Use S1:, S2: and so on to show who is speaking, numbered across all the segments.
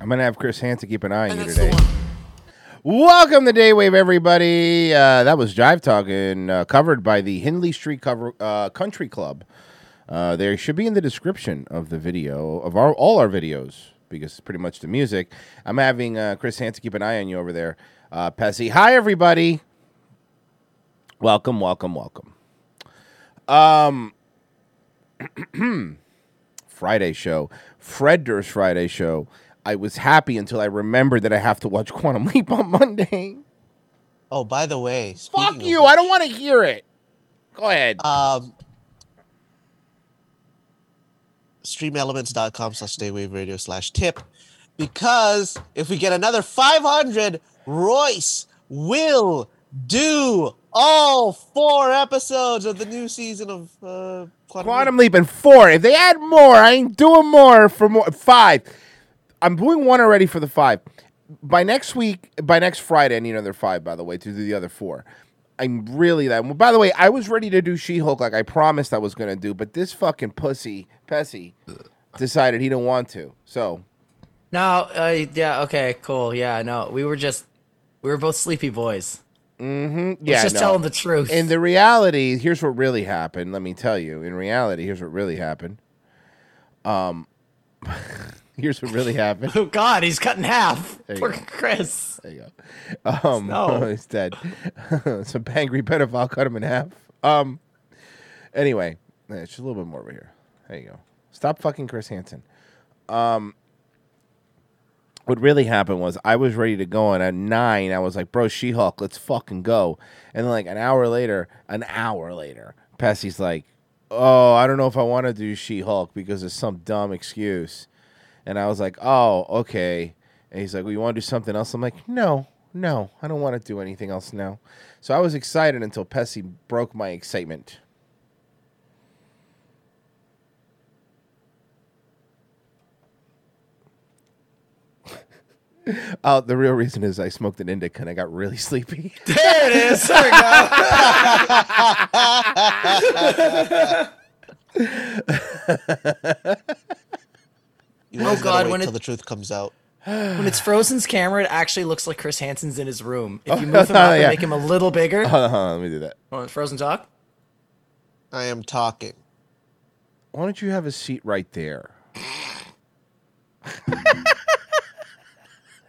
S1: I'm gonna have Chris Hansen keep an eye on
S2: And
S1: you
S2: that's the
S1: today.
S2: one.
S1: Welcome to Daywave, everybody. Uh, that was Jive Talking, uh, covered by the Hindley Street cover, uh, Country Club. Uh, there should be in the description of the video of our all our videos because it's pretty much the music. I'm having uh, Chris Hansen keep an eye on you over there, uh, Pessy. Hi, everybody. Welcome, welcome, welcome. Um, hmm. Friday show, Fred Durst Friday show. I was happy until I remembered that I have to watch Quantum Leap on Monday.
S3: Oh, by the way,
S1: Fuck you! I don't want to hear it. Go ahead.
S3: Um, streamelements.com slash daywave radio slash tip because if we get another 500 royce will do all four episodes of the new season of uh, quantum,
S1: Quantum
S3: Leap.
S1: Leap and four. If they add more, I ain't doing more for more five. I'm doing one already for the five. By next week, by next Friday, I need another five. By the way, to do the other four. I'm really that. By the way, I was ready to do She-Hulk like I promised I was gonna do, but this fucking pussy Pessy decided he didn't want to. So
S4: No, uh, yeah, okay, cool. Yeah, no, we were just, we were both sleepy boys.
S1: Mm-hmm.
S4: Let's just tell him the truth.
S1: In the reality, here's what really happened. Let me tell you. In reality, here's what really happened. Um, here's what really happened.
S4: Oh God, he's cut in half.
S1: There you
S4: Poor
S1: go.
S4: Chris.
S1: There you go. Um,
S4: No.
S1: he's dead. Some angry pedophile cut him in half. Um, anyway, eh, it's just a little bit more over here. There you go. Stop fucking Chris Hansen. Um, what really happened was I was ready to go, and at nine, I was like, "Bro, She Hulk, let's fucking go." And then, like an hour later, an hour later, Pessy's like, "Oh, I don't know if I want to do She Hulk because it's some dumb excuse." And I was like, "Oh, okay." And he's like, "Well, you want to do something else?" I'm like, "No, no, I don't want to do anything else now." So I was excited until Pessy broke my excitement. Oh, the real reason is I smoked an indica and I got really sleepy.
S4: There it is. There we go.
S3: You always
S4: Oh,
S3: gotta
S4: God,
S3: wait
S4: when it-
S3: till the truth comes out
S4: when it's Frozen's camera, it actually looks like Chris Hansen's in his room.
S1: Oh,
S4: If you move him up
S1: yeah.
S4: and make him a little bigger,
S1: Hold on, hold on, Uh, let me do that.
S4: Want Frozen talk.
S3: i am talking
S1: Why don't you have a seat right there?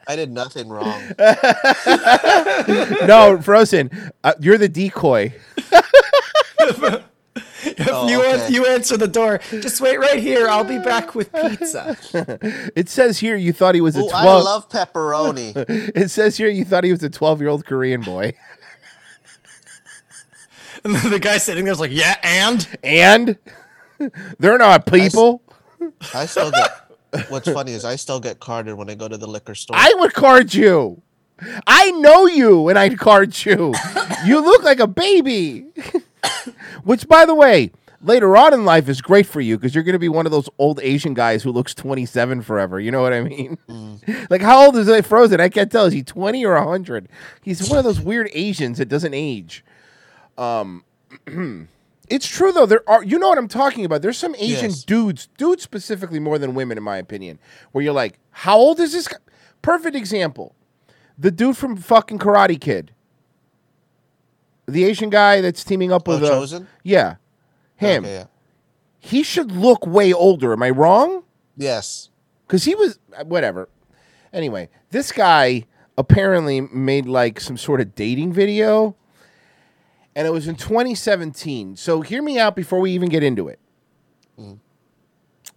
S3: i did nothing wrong
S1: no, Frozen, uh, you're the decoy.
S4: If
S3: Oh,
S4: you an-
S3: okay.
S4: you answer the door, just wait right here. I'll be back with pizza.
S1: It says here you thought he was a
S4: Oh,
S3: Ooh, i
S1: 12.
S3: love pepperoni
S1: it says here you thought he was a 12 year old Korean boy.
S4: And then the guy sitting there's like, yeah, and
S1: And they're not people.
S3: i still get what's funny is i still get carded when i go to the liquor store
S1: I would card you. I know you and I'd card you. you look like a baby. Which, by the way, later on in life is great for you because you're going to be one of those old Asian guys who looks 27 forever. You know what I mean? like, how old is it Frozen? I can't tell. Is he 20 or 100? He's one of those weird Asians that doesn't age. Um, it's true though. There are you know what I'm talking about. There's some Asian
S3: Yes.
S1: dudes, dudes specifically more than women, in my opinion, where you're like, how old is this? guy? Perfect example, the dude from fucking Karate Kid, the Asian guy that's teaming up
S3: oh,
S1: with uh,
S3: chosen
S1: yeah, him.
S3: Okay, yeah.
S1: He should look way older. Am I wrong?
S3: yes
S1: because he was uh, whatever. Anyway, this guy apparently made like some sort of dating video, and it was in 2017. So hear me out before we even get into it.
S3: Mhm.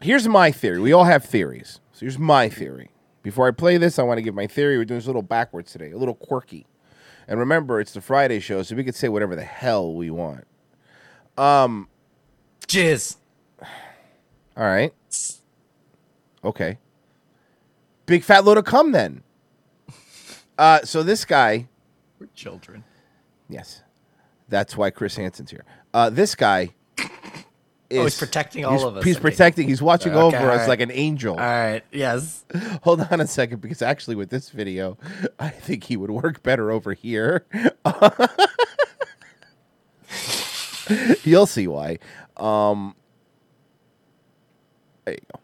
S1: Here's my theory. We all have theories. So here's my theory. Before I play this, I want to give my theory. We're doing this a little backwards today, a little quirky. And remember, it's the Friday show, so we could say whatever the hell we want. Um.
S4: jizz.
S1: All right. Okay. Big fat load of cum then. Uh, so this guy,
S4: We're children.
S1: yes, that's why Chris Hansen's here. Uh, this guy is
S4: Oh, he's protecting all
S1: he's-
S4: of us.
S1: He's
S4: Okay.
S1: protecting. He's watching
S4: Okay,
S1: over us
S4: alright.
S1: like an angel.
S4: All right. Yes.
S1: Hold on a second, because actually with this video, I think he would work better over here. You'll see why. Um, there you go.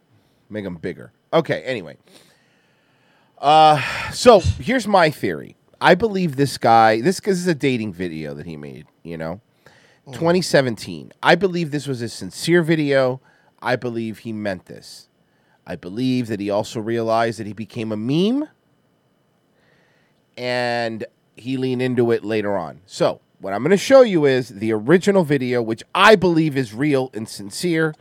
S1: Make him bigger. Okay. Anyway, Uh, so here's my theory. I believe this guy. This because is a dating video that he made. You know, 2017. I believe this was a sincere video. I believe he meant this. I believe that he also realized that he became a meme, and he leaned into it later on. So what I'm going to show you is the original video, which I believe is real and sincere.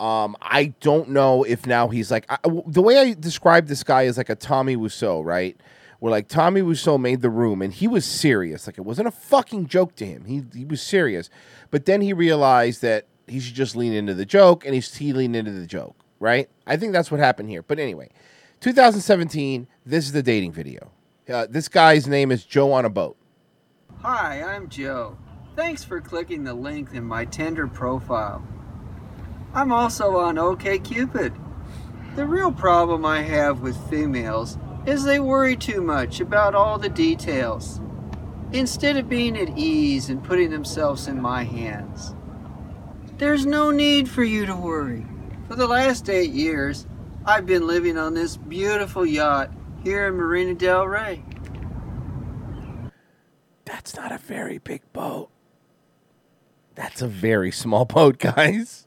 S1: Um, I don't know if now he's like I, w- the way I describe this guy is like a Tommy Wiseau, right? Where like Tommy Wiseau made the room and he was serious, like it wasn't a fucking joke to him. He he was serious, but then he realized that he should just lean into the joke, and he's he leaned into the joke, right? I think that's what happened here. But anyway, 2017. This is the dating video. Uh, this guy's name is Joe on a boat.
S2: Hi, I'm Joe. Thanks for clicking the link in my Tinder profile. I'm also on OKCupid. The real problem I have with females is they worry too much about all the details. Instead of being at ease and putting themselves in my hands, there's no need for you to worry. For the last eight years, I've been living on this beautiful yacht here in Marina del Rey.
S1: That's not a very big boat. That's a very small boat, guys.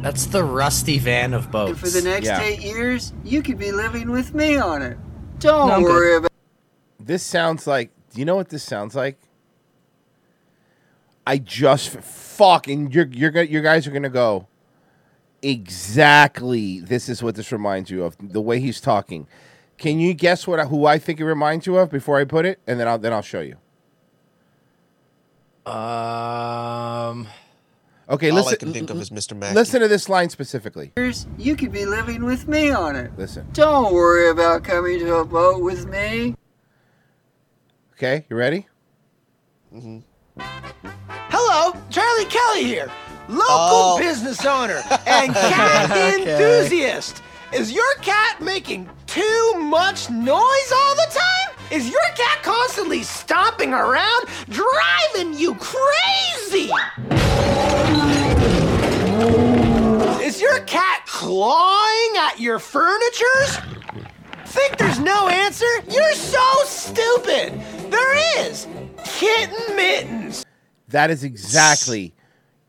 S4: That's the rusty van of boats.
S2: And for the next
S1: Yeah.
S2: eight years, you could be living with me on it. Don't
S4: No, I'm
S2: worry about
S1: This sounds like. Do you know what this sounds like? I just fucking you're you're go- you guys are gonna go. Exactly. This is what this reminds you of. The way he's talking. Can you guess what I- who I think it reminds you of before I put it, and then I'll then I'll show you.
S4: Um,
S1: Okay,
S3: All
S1: listen.
S3: I can think of is Mr. Mackey.
S1: listen to this line specifically.
S2: years, you could be living with me on it.
S1: Listen.
S2: Don't worry about coming to a boat with me.
S1: Okay, you ready?
S5: Hello, Charlie Kelly here, local
S3: Oh.
S5: business owner and cat
S4: Okay.
S5: enthusiast. Is your cat making too much noise all the time? Is your cat constantly stomping around, driving you crazy? Is your cat clawing at your furnitures? Think there's no answer? You're so stupid! There is! Kitten mittens!
S1: That is exactly.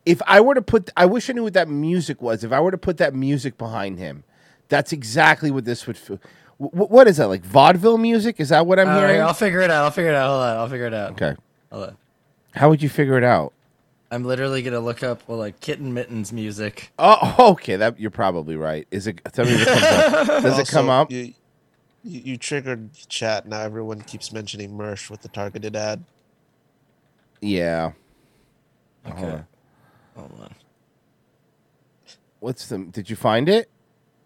S1: If I were to put, I wish I knew what that music was. If I were to put that music behind him, that's exactly what this would. F- wh- what is that like? Vaudeville music? Is that what I'm
S4: all right,
S2: uh,
S1: hearing?
S4: Uh, I'll figure it out. I'll figure it out. Hold on. I'll figure it out.
S1: okay.
S4: Hold on.
S1: How would you figure it out?
S4: I'm literally gonna look up well, like kitten mittens music.
S1: Oh, okay. That you're probably right. Is it? Tell me if it comes up. Does it
S3: Also,
S1: come up?
S3: You, you, you triggered chat. Now everyone keeps mentioning Mersh with the targeted ad.
S1: Yeah.
S4: Okay.
S1: on.
S4: Hold on.
S1: What's the? Did you find it?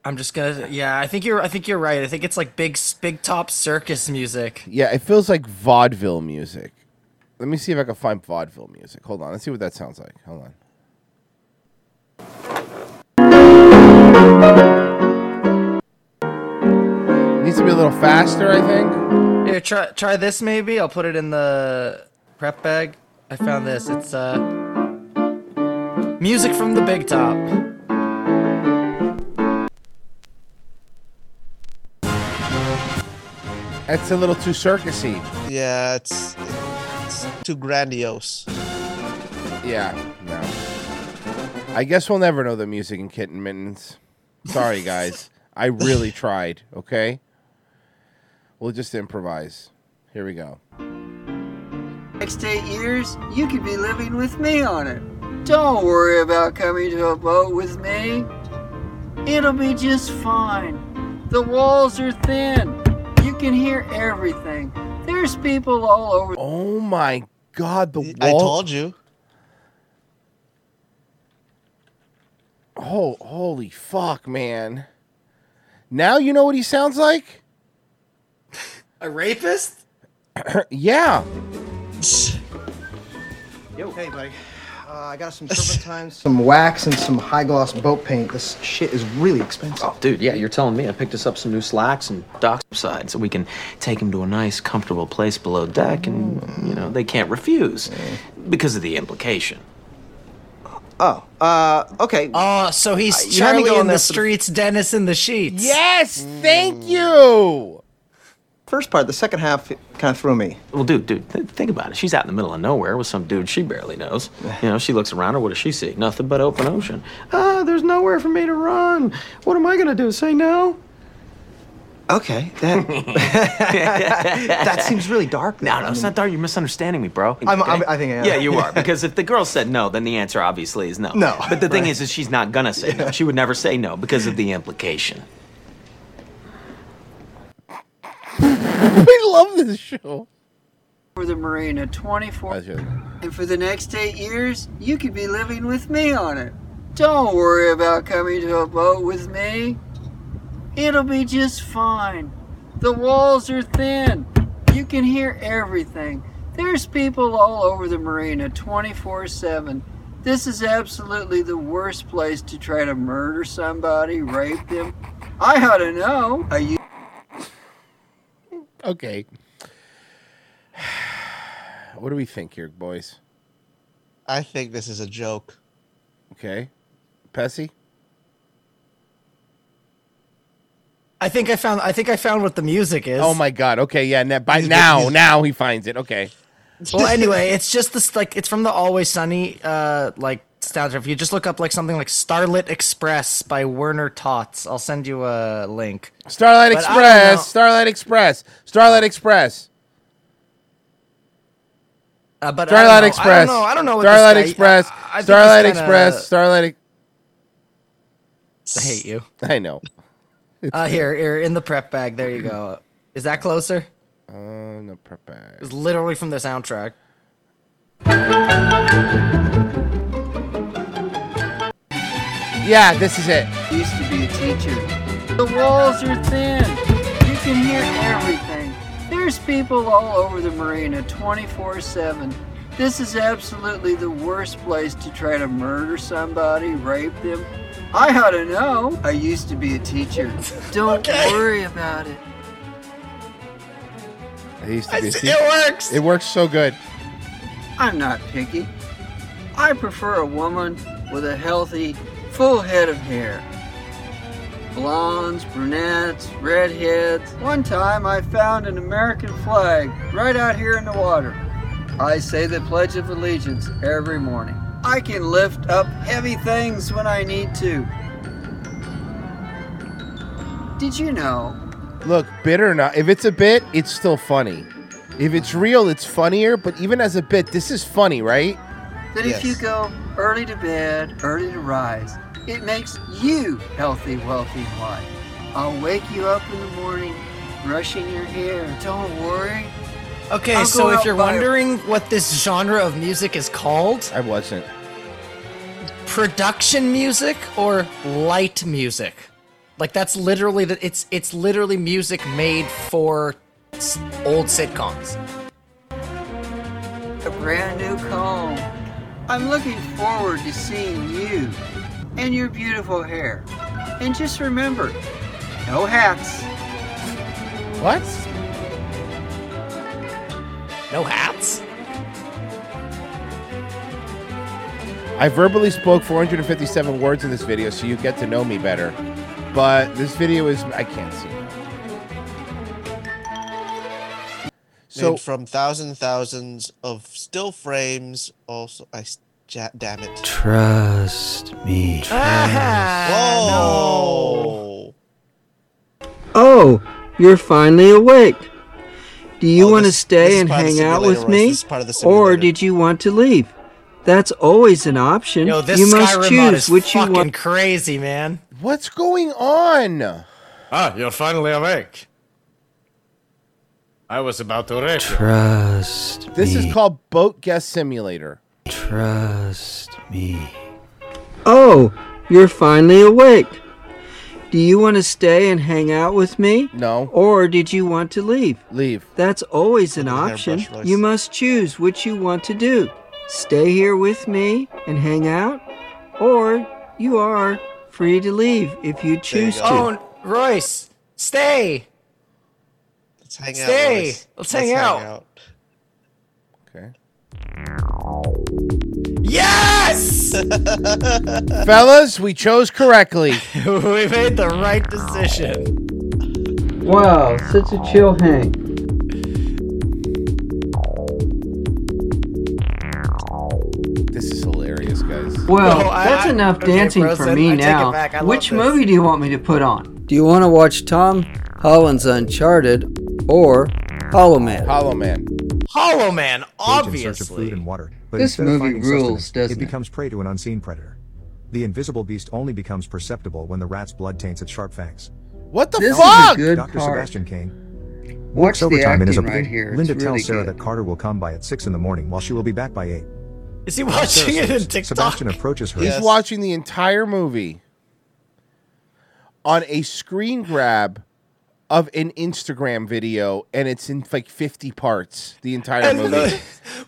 S4: I'm just gonna. Yeah, I think you're. I think you're right. I think it's like big, big top circus music.
S1: Yeah, it feels like vaudeville music. Let me see if I can find vaudeville music. Hold on. Let's see what that sounds like. Hold on. Needs to be a little faster, I think.
S4: Here, try try this maybe. I'll put it in the prep bag. I found this. It's uh, music from the big top.
S1: That's a little too circusy.
S3: Yeah, it's it's too grandiose.
S1: Yeah, no. I guess we'll never know the music in Kitten Mittens. Sorry, guys. I really tried, okay? We'll just improvise. Here we go.
S2: Next eight years, you could be living with me on it. Don't worry about coming to a boat with me. It'll be just fine. The walls are thin. You can hear everything. There's people all over.
S1: Oh my god, the wall.
S3: I told you.
S1: Oh, holy fuck, man. Now you know what he sounds like?
S4: A rapist?
S1: Yeah.
S5: Hey, buddy. Uh, I got some turpentine, some wax, and some high gloss boat paint. This shit is really expensive.
S6: Oh, Dude, yeah, you're telling me. I picked us up some new slacks and dockside so we can take him to a nice, comfortable place below deck, and, you know, they can't refuse because of the implication.
S7: Oh, uh, okay.
S4: Oh, so he's
S7: you had
S4: Charlie
S7: me going
S4: in the
S7: there for the-
S4: streets, Dennis in the sheets.
S1: Yes, thank you.
S7: First part, the second half kind of threw me.
S6: Well, dude, dude, th- think about it. She's out in the middle of nowhere with some dude she barely knows. You know, she looks around her. What does she see? Nothing but open ocean. Ah, there's nowhere for me to run. What am I gonna do? Say no?
S7: Okay, that that seems really dark.
S6: No,
S7: though.
S6: no,
S7: I
S6: it's
S7: mean-
S6: not dark. You're misunderstanding me, bro.
S7: I'm- I'm- I think I am.
S6: Yeah, you are. Because if the girl said no, then the answer obviously is no.
S7: No,
S6: But the thing is, is she's not gonna say no. She would never say no because of the implication.
S1: We love this show.
S2: For the marina 24
S1: That's good.
S2: and for the next eight years, you could be living with me on it. Don't worry about coming to a boat with me. It'll be just fine. The walls are thin. You can hear everything. There's people all over the marina 24 7. This is absolutely the worst place to try to murder somebody, rape them. I ought to know. Are you
S1: Okay. What do we think here, boys?
S3: I think this is a joke.
S1: Okay. Pessy?
S4: I think I found. I think I found what the music is.
S1: Oh my god. Okay, yeah, na- by now, now he finds it. Okay.
S4: well, anyway, it's just this like it's from the Always Sunny uh like soundtrack. If you just look up like something like Starlit Express by Werner Tots, I'll send you a link.
S1: Starlight
S4: But I don't know.
S1: Express, Starlight Express, Starlight Express.
S4: Uh, but I don't
S1: Starlight
S4: know. I don't
S1: Express.
S4: know. I don't know. What this
S1: Starlight
S4: guy-
S1: Express.
S4: I- I think
S1: Starlight
S4: he's kinda-
S1: Express. Starlight. Ex-
S4: I hate you.
S1: I know.
S4: Uh, here, here in the prep bag. There you go. Is that closer?
S1: Uh, no prepare.
S4: It's literally from the soundtrack.
S1: Yeah, this is it.
S2: used to be a teacher. The walls are thin. You can hear everything. There's people all over the marina 24 7. This is absolutely the worst place to try to murder somebody, rape them. I ought to know. I used to be a teacher. Don't worry about it.
S1: It used to be. a secret.
S4: It works.
S1: It works so good.
S2: I'm not picky. I prefer a woman with a healthy, full head of hair. Blondes, brunettes, redheads. One time I found an American flag right out here in the water. I say the Pledge of Allegiance every morning. I can lift up heavy things when I need to. Did you know
S1: Look, bit or not, if it's a bit, it's still funny. If it's real, it's funnier. But even as a bit, this is funny, right?
S2: that if you go early to bed, early to rise, it makes you healthy, wealthy, and wise. I'll wake you up in the morning, brushing your hair. Don't worry.
S4: Okay,
S2: I'll
S4: so
S2: go
S4: if
S2: out
S4: you're
S2: by-
S4: wondering what this genre of music is called,
S1: I wasn't.
S4: production music or light music. Like that's literally the, it's it's literally music made for s- old sitcoms.
S2: A brand new comb. I'm looking forward to seeing you and your beautiful hair. And just remember, no hats.
S1: What?
S4: No hats.
S1: I verbally spoke 457 words in this video, so you get to know me better. But this video is I can't see. So
S3: Made from thousand thousands of still frames. Also, I s- ja- damn it.
S8: Trust me.
S3: Whoa!
S2: Oh, you're finally awake. Do you
S3: Oh,
S2: want to
S3: this- this
S2: stay
S3: is
S2: and
S3: part of the
S2: hang out with
S3: simulator, Royce.
S2: me?
S3: This is part of the
S2: or
S3: simulator.
S2: did you want to leave? That's always an option.
S4: Yo, this
S2: you must
S4: Skyrim mod
S2: choose
S4: is
S2: which you
S4: fucking
S2: want.
S4: crazy, man.
S1: what's going on?
S9: Ah, you're finally awake. I was about to wreck you.
S8: Trust me.
S1: This is called Boat Guest Simulator.
S8: Trust me.
S2: Oh, you're finally awake. Do you want to stay and hang out with me?
S1: No,
S2: Or did you want to leave?
S1: leave.
S2: That's always an
S3: Look at her
S2: option.
S3: brush, Royce.
S2: You must choose which you want to do. Stay here with me and hang out, or you are free to leave if you choose to.
S4: Oh, Royce, stay.
S3: Let's hang
S4: Stay.
S3: out. Royce.
S4: Let's hang out.
S1: Okay.
S4: Yes.
S3: Yes!
S1: Fellas, we chose correctly.
S4: we made the right decision.
S2: Wow, such a chill hang.
S1: This is hilarious, guys.
S2: Well,
S4: No, I-
S2: that's
S4: I-
S2: enough
S4: okay,
S2: dancing for
S4: Frozen,
S2: me
S4: I take it
S2: now.
S4: back. I love
S2: Which
S4: this.
S2: movie do you want me to put on?
S10: Do you want to watch Tom Holland's Uncharted or Hollow Man?
S1: Hollow Man.
S4: Hollow Man,
S11: in search of food
S4: obviously.
S11: and water, but
S2: This
S11: instead of
S2: movie
S11: finding
S2: rules,
S11: sustenance,
S2: doesn't
S11: it
S2: it?
S11: becomes prey to an unseen predator. The invisible beast only becomes perceptible when the rat's blood taints its sharp fangs.
S1: What the
S2: This
S1: fuck?
S2: is a good
S11: Dr.
S2: part.
S11: Sebastian Kane.
S2: Watch
S11: works
S2: the
S11: overtime and is
S2: acting
S11: up
S2: right
S11: late.
S2: here.
S11: Linda
S2: it's
S11: tells
S2: really
S11: Sarah
S2: good.
S11: that Carter will come by at six in the morning, while she will be back by eight.
S4: Is he watching it in TikTok?
S11: Sebastian approaches her.
S1: He's
S3: Yes.
S1: watching the entire movie on a screen grab of an Instagram video, and it's in like 50 parts, the entire
S4: And
S1: movie.
S4: the-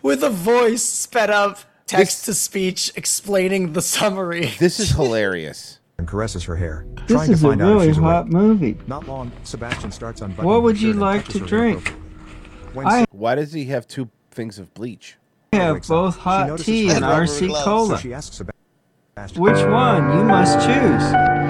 S4: with a voice sped up,
S1: This-
S4: text to speech, explaining the summary.
S1: this is hilarious.
S11: and caresses her hair, trying to find out if she's awake.
S2: movie.
S11: Not long, Sebastian starts unbuttoning
S2: What
S11: her
S2: would you
S11: shirt and
S2: like
S11: touches
S2: to
S11: her hair
S2: drink?
S11: appropriately. When
S2: I-
S1: Why does he have two things of bleach?
S2: We
S11: have wakes up. both She hot notices tea her and
S3: rubber RC gloves.
S11: So
S3: Cola.
S11: she asks Sebastian.
S2: one? You must choose.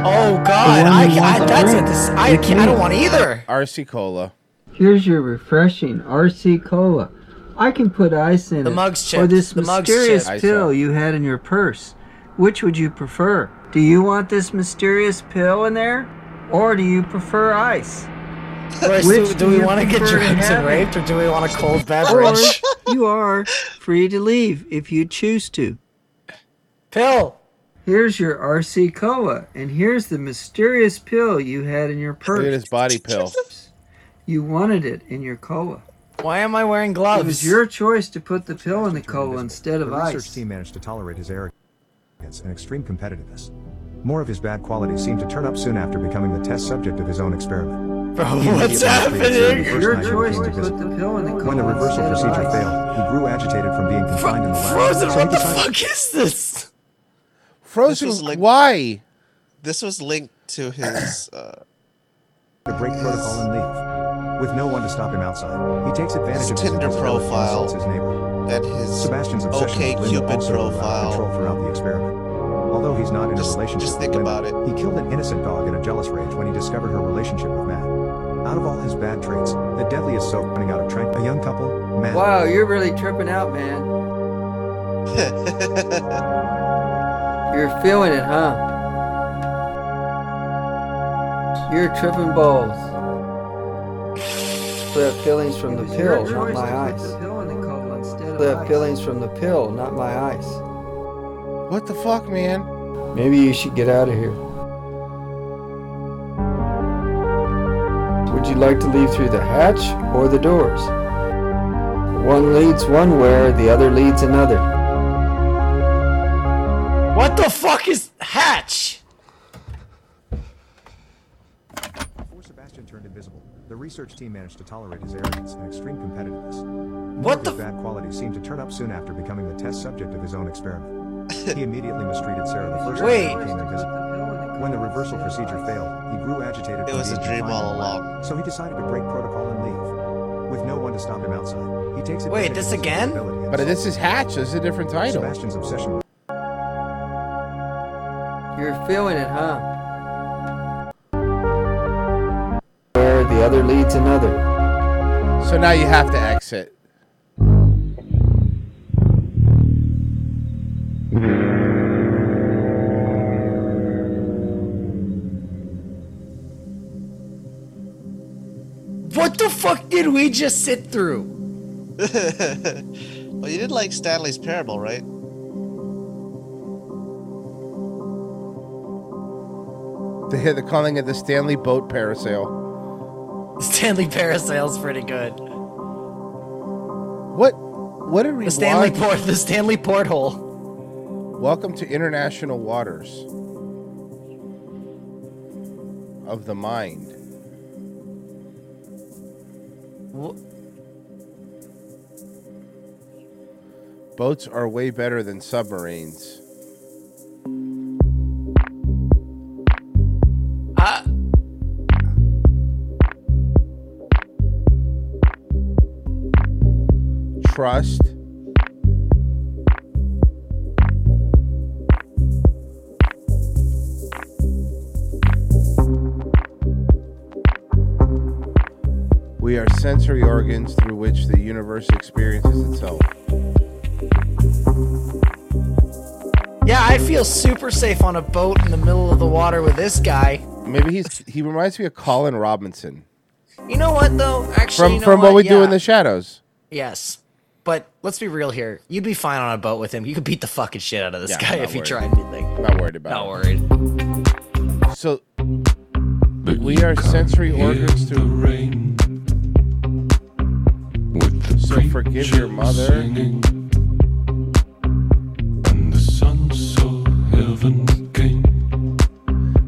S4: Oh God! I, I,
S2: you want to
S4: that's it.
S2: drink.
S4: This, I can't. I don't want either.
S1: RC Cola.
S2: Here's your refreshing RC Cola. I can put ice in
S4: The
S2: it.
S4: mug's
S2: Or
S4: chipped.
S2: this
S4: The mug's
S2: mysterious
S1: chipped.
S2: pill
S1: Ice up.
S2: you had in your purse. Which would you prefer? Do you want this mysterious pill in there? Or do you prefer ice?
S4: Royce, do,
S2: Which
S4: do
S2: do
S4: we
S2: you
S4: want to get
S2: prefer
S4: drugged and
S2: having?
S4: raped, or do we want a cold
S2: Or
S4: beverage?
S2: you are free to leave if you choose to.
S4: Pill.
S2: Here's your RC Cola, and here's the mysterious pill you had in your
S1: Look at
S2: purse.
S1: his body pill.
S2: You wanted it in your cola.
S4: Why am I wearing
S2: It
S4: gloves?
S2: was your choice to put the pill in the cola
S11: Invisible.
S2: instead of
S11: the research
S2: ice.
S11: team managed to tolerate his arrogance and extreme competitiveness. More of his bad qualities seemed to turn up soon after becoming the test subject of his own experiment.
S4: Bro,
S11: He
S4: what's
S11: immediately observed
S4: happening?
S11: the first
S2: Your
S11: night he
S2: choice to put
S11: became invisible.
S2: the pill in the cola
S11: When the reversal
S2: instead of
S11: procedure
S2: ice.
S11: failed, he grew agitated from being confined in the lab.
S4: Frozen,
S11: so he
S4: what the
S11: decided-
S4: fuck is this?
S1: Frozen,
S3: was like-
S1: why?
S3: This was linked to his. Uh,
S11: to break protocol and leave. With no one to stop him outside, he takes advantage
S3: His
S11: of his
S3: Tinder
S11: invisibility and
S3: profile.
S11: insults his neighbor.
S3: and his.
S11: Sebastian's obsession
S3: Okay,
S11: with Linda
S3: Cupid
S11: also allowed
S3: profile.
S11: control throughout the experiment. Although he's not in
S3: Just-
S11: a relationship
S3: just think
S11: with
S3: about
S11: Linda, he killed an innocent dog in a jealous rage when he discovered her relationship with Matt. Out of all his bad traits, the deadliest so running out of Trank, a young couple, Matt,
S2: Wow, you're really tripping out, man. You're feeling it, huh?
S10: You're tripping balls. The feelings from the pill, not my eyes. The feelings from the pill, not my eyes.
S1: What the fuck, man?
S10: Maybe you should get out of here. Would you like to leave through the hatch or the doors? One leads one where, the other leads another.
S4: What the fuck is Hatch?
S11: before Sebastian turned invisible, the research team managed to tolerate his arrogance and extreme competitiveness.
S4: What the
S11: His bad qualities seemed to turn up soon after becoming the test subject of his own experiment. He immediately mistreated Sarah the first
S4: Wait.
S11: time he became invisible. When the reversal procedure failed, he grew agitated.
S3: It
S11: from
S3: was a
S11: being
S3: dream
S11: confined
S3: all
S11: in the lab, So he decided to break protocol and leave. With no one to stop him outside, he takes
S4: Wait,
S11: advantage
S4: this
S11: of his
S4: again?
S11: vulnerability and
S1: But this is Hatch. This is a different title.
S11: Sebastian's obsession with
S2: You're feeling it, huh?
S10: Where, the other leads another.
S1: So now you have to exit.
S4: What the fuck did we just sit through?
S3: well, you did like Stanley's Parable, right?
S1: They- They're calling it the Stanley Boat Parasail.
S4: Stanley Parasail's pretty good.
S1: What? What did we
S4: The Stanley
S1: watch?
S4: port. The Stanley porthole.
S1: Welcome to international waters of the mind. Boats are way better than submarines.
S4: Uh,
S1: Trust We are sensory organs through which the universe experiences itself.
S4: Yeah, I feel super safe on a boat in the middle of the water with this guy.
S1: Maybe he's he reminds me of Colin Robinson
S4: You know what though? Actually,
S1: from
S4: you know
S1: from what, we do
S4: Yeah.
S1: in the shadows.
S4: Yes. But let's be real here. You'd be fine on a boat with him. You could beat the fucking shit out of this
S1: Yeah,
S4: guy
S1: not
S4: if you
S1: worried.
S4: tried anything.
S1: Not worried about.
S4: Not worried.
S1: So we are sensory organs through rain. So forgive your mother.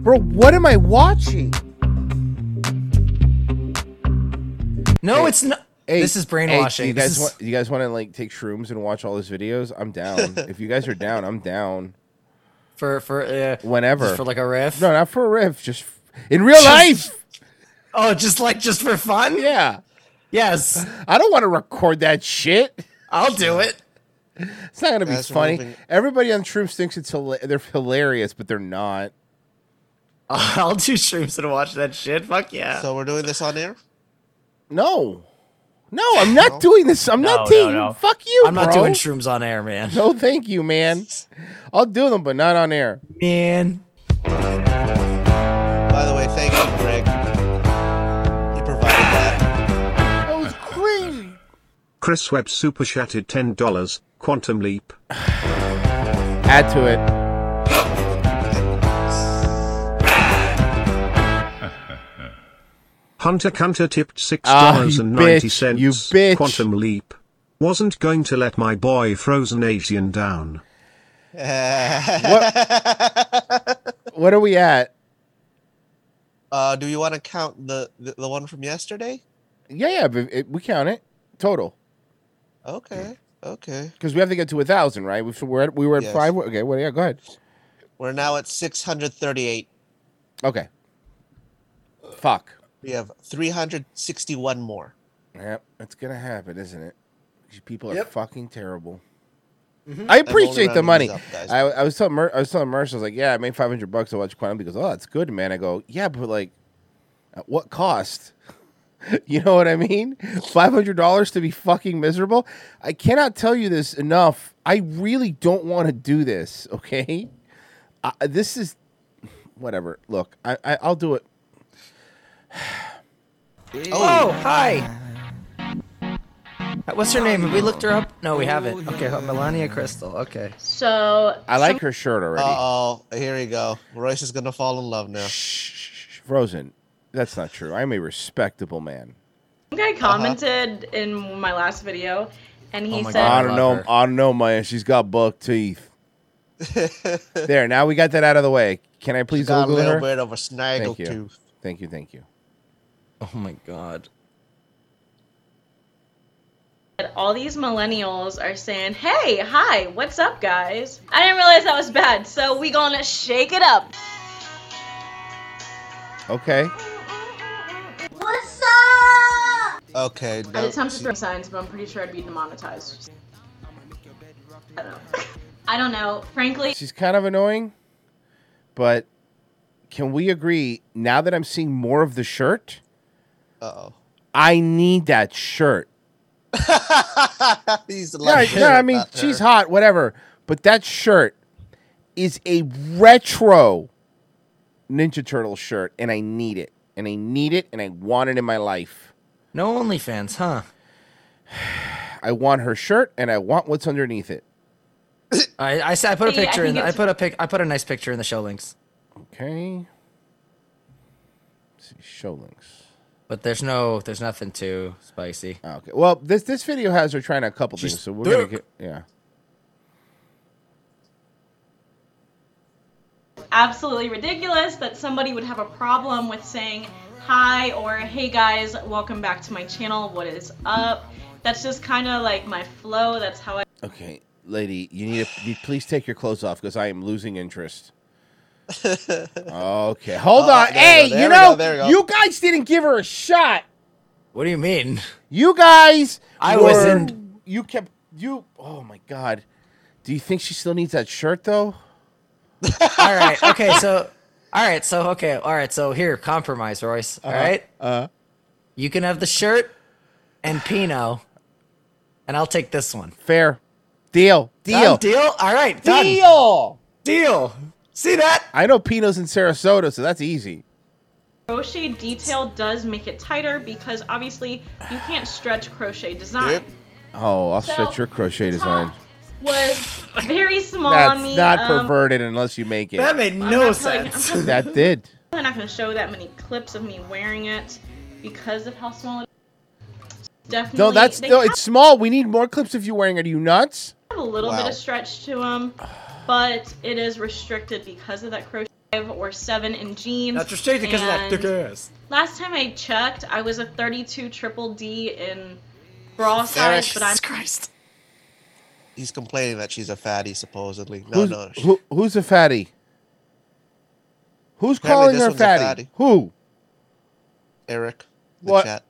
S1: Bro, what am I watching?
S4: No, it's not. this is brainwashing.
S1: you
S4: This
S1: guys
S4: is-
S1: want you guys want to like take shrooms and watch all his videos? I'm down. if you guys are down, I'm down.
S4: For for uh,
S1: Whenever
S4: just for like a riff.
S1: No, not for a riff. Just f- in real life.
S4: Oh, just like just for fun?
S1: Yeah.
S4: Yes.
S1: I don't want to record that shit.
S4: I'll do it.
S1: It's not gonna be
S4: That's
S1: funny.
S4: moving.
S1: Everybody on shrooms thinks it's hila- they're hilarious, but they're not.
S4: I'll do shrooms and watch that shit. Fuck yeah.
S3: So we're doing this on air.
S1: No, no, I'm not doing this. I'm not taking. Fuck you,
S4: I'm not
S1: bro.
S4: doing shrooms on air, man.
S1: No, thank you, man. I'll do them, but not on air.
S4: Man.
S3: By the way, thank you, Greg. You provided that.
S1: That was crazy.
S12: Chris Webb super chatted $10. Quantum leap.
S1: Add to it.
S12: Hunter Hunter tipped six
S1: Ah,
S12: dollars
S1: you
S12: and
S1: bitch,
S12: ninety cents.
S1: you bitch.
S12: Quantum leap. Wasn't going to let my boy Frozen Asian down.
S1: What? what are we at?
S3: Uh, do you want to count the, the the one from yesterday?
S1: Yeah, yeah, but it, we count it total
S3: Okay. Okay.
S1: because we have to get to a thousand, right? We we're at, we were at
S3: Yes.
S1: five. Okay, well, yeah, go ahead.
S3: We're now at 638.
S1: Okay. Fuck.
S3: We have 361 more.
S1: Yep, it's gonna happen, isn't it? These people are
S3: Yep.
S1: fucking terrible.
S3: Mhm. I'm only
S1: I appreciate the
S3: rounding
S1: money.
S3: these up, guys.
S1: I, I was telling Mer- I was telling Merce, I was like, "Yeah, I made five hundred bucks to watch Quantum." Because oh, that's good, man. I go, "Yeah, but like, at what cost?" you know what I mean? Five hundred dollars to be fucking miserable. I cannot tell you this enough. I really don't want to do this. Okay, I, this is whatever. Look, I, I I'll do it.
S4: Oh, hi. Uh, What's her name? Have we looked her up? No, we haven't. Okay,
S1: uh,
S4: Melania Crystal. Okay.
S13: So
S1: I like her shirt already.
S3: Oh, here we go. Royce is gonna fall in love now.
S1: Frozen. That's not true. I'm a respectable man.
S13: I think
S1: Uh-huh.
S13: I commented in my last video, and he said,
S1: Oh I don't know. I don't know, man. She's got buck teeth. there. Now we got that out of the way. Can I please
S3: Got a
S1: Google
S3: little
S1: her?
S3: bit of a
S1: Thank you.
S3: snaggletooth.
S1: Thank you. Thank you.
S4: Oh my god.
S13: that all these millennials are saying, "Hey, hi, what's up, guys?" I didn't realize that was bad, so we gonna shake it up.
S1: Okay.
S13: What's up?
S3: Okay.
S13: I
S3: no,
S13: attempted
S3: she-
S13: throwing signs, but I'm pretty sure I'd be demonetized. I don't know. I don't know. Frankly,
S1: She's kind of annoying, but can we agree now that I'm seeing more of the shirt?
S3: Uh-oh.
S1: I need that shirt.
S3: He's
S1: Yeah, I-
S3: like,
S1: yeah, I mean, she's hot, whatever. But that shirt is a retro Ninja Turtle shirt, and I need it. And I need it, and I want it in my life.
S4: No OnlyFans, huh?
S1: I want her shirt, and I want what's underneath it.
S4: I, I, s- I put a
S13: Yeah, I
S4: picture in.
S13: think
S4: The, I
S13: it's-
S4: put a pic. I put a nice picture in the show links.
S1: Okay. Let's see, show links.
S4: But there's no. There's nothing too spicy.
S1: Okay. Well, this this video has her trying a couple
S4: She's
S1: things, so we're gonna
S4: thick.
S1: get yeah.
S13: absolutely ridiculous that somebody would have a problem with saying hi or hey guys, welcome back to my channel. What is up? That's just kind of like my flow. That's how I.
S1: Okay, lady, you need to you- please take your clothes off because I am losing interest. okay, hold
S14: Uh,
S3: Uh-oh, Oh,
S1: on.
S3: there we go, there
S1: Hey, you
S3: we go,
S1: know,
S3: there we go.
S1: you guys didn't give her a shot.
S4: What do you mean?
S1: You guys,
S4: I
S1: were-
S4: wasn't.
S1: You kept you. Oh my god, do you think she still needs that shirt though?
S4: all right. Okay. So. All right. So okay. All right. So here, compromise, Royce. All
S1: Uh-huh,
S4: right.
S1: Uh.
S4: You can have the shirt. and Pinot, and I'll take this one.
S1: Fair. Deal. Deal.
S4: Done, deal. All right. Done.
S1: Deal.
S4: Deal. See that?
S1: I know Pino's in Sarasota, so that's easy.
S13: Crochet detail does make it tighter because obviously you can't stretch crochet design.
S1: Oh, I'll
S13: So,
S1: stretch your crochet design.
S13: Was very small on me.
S1: That's not
S13: um,
S1: perverted unless you make it.
S13: That made I'm no not telling- sense.
S1: that did.
S13: I'm not going to show that many clips of me wearing it because of how small it is. Definitely.
S1: No, that's
S13: they
S1: no.
S13: have
S1: It's small. We need more clips of you wearing. it. Are you nuts?
S13: a little bit
S1: Wow.
S13: of stretch to them, but it is restricted because of that crochet five or seven in jeans.
S4: That's restricted because of that
S13: and
S4: thick ass.
S13: Last time I checked, I was a 32 triple D in bra
S3: Sarah,
S13: size, but I'm
S3: Jesus Christ. He's complaining that she's a fatty, supposedly. No,
S1: Who's,
S3: no.
S1: who, who's a fatty? Who's
S3: Apparently
S1: calling
S3: this
S1: her
S3: one's a
S1: fatty?
S3: fatty.
S1: Who?
S3: Eric. The
S1: What?
S3: chat.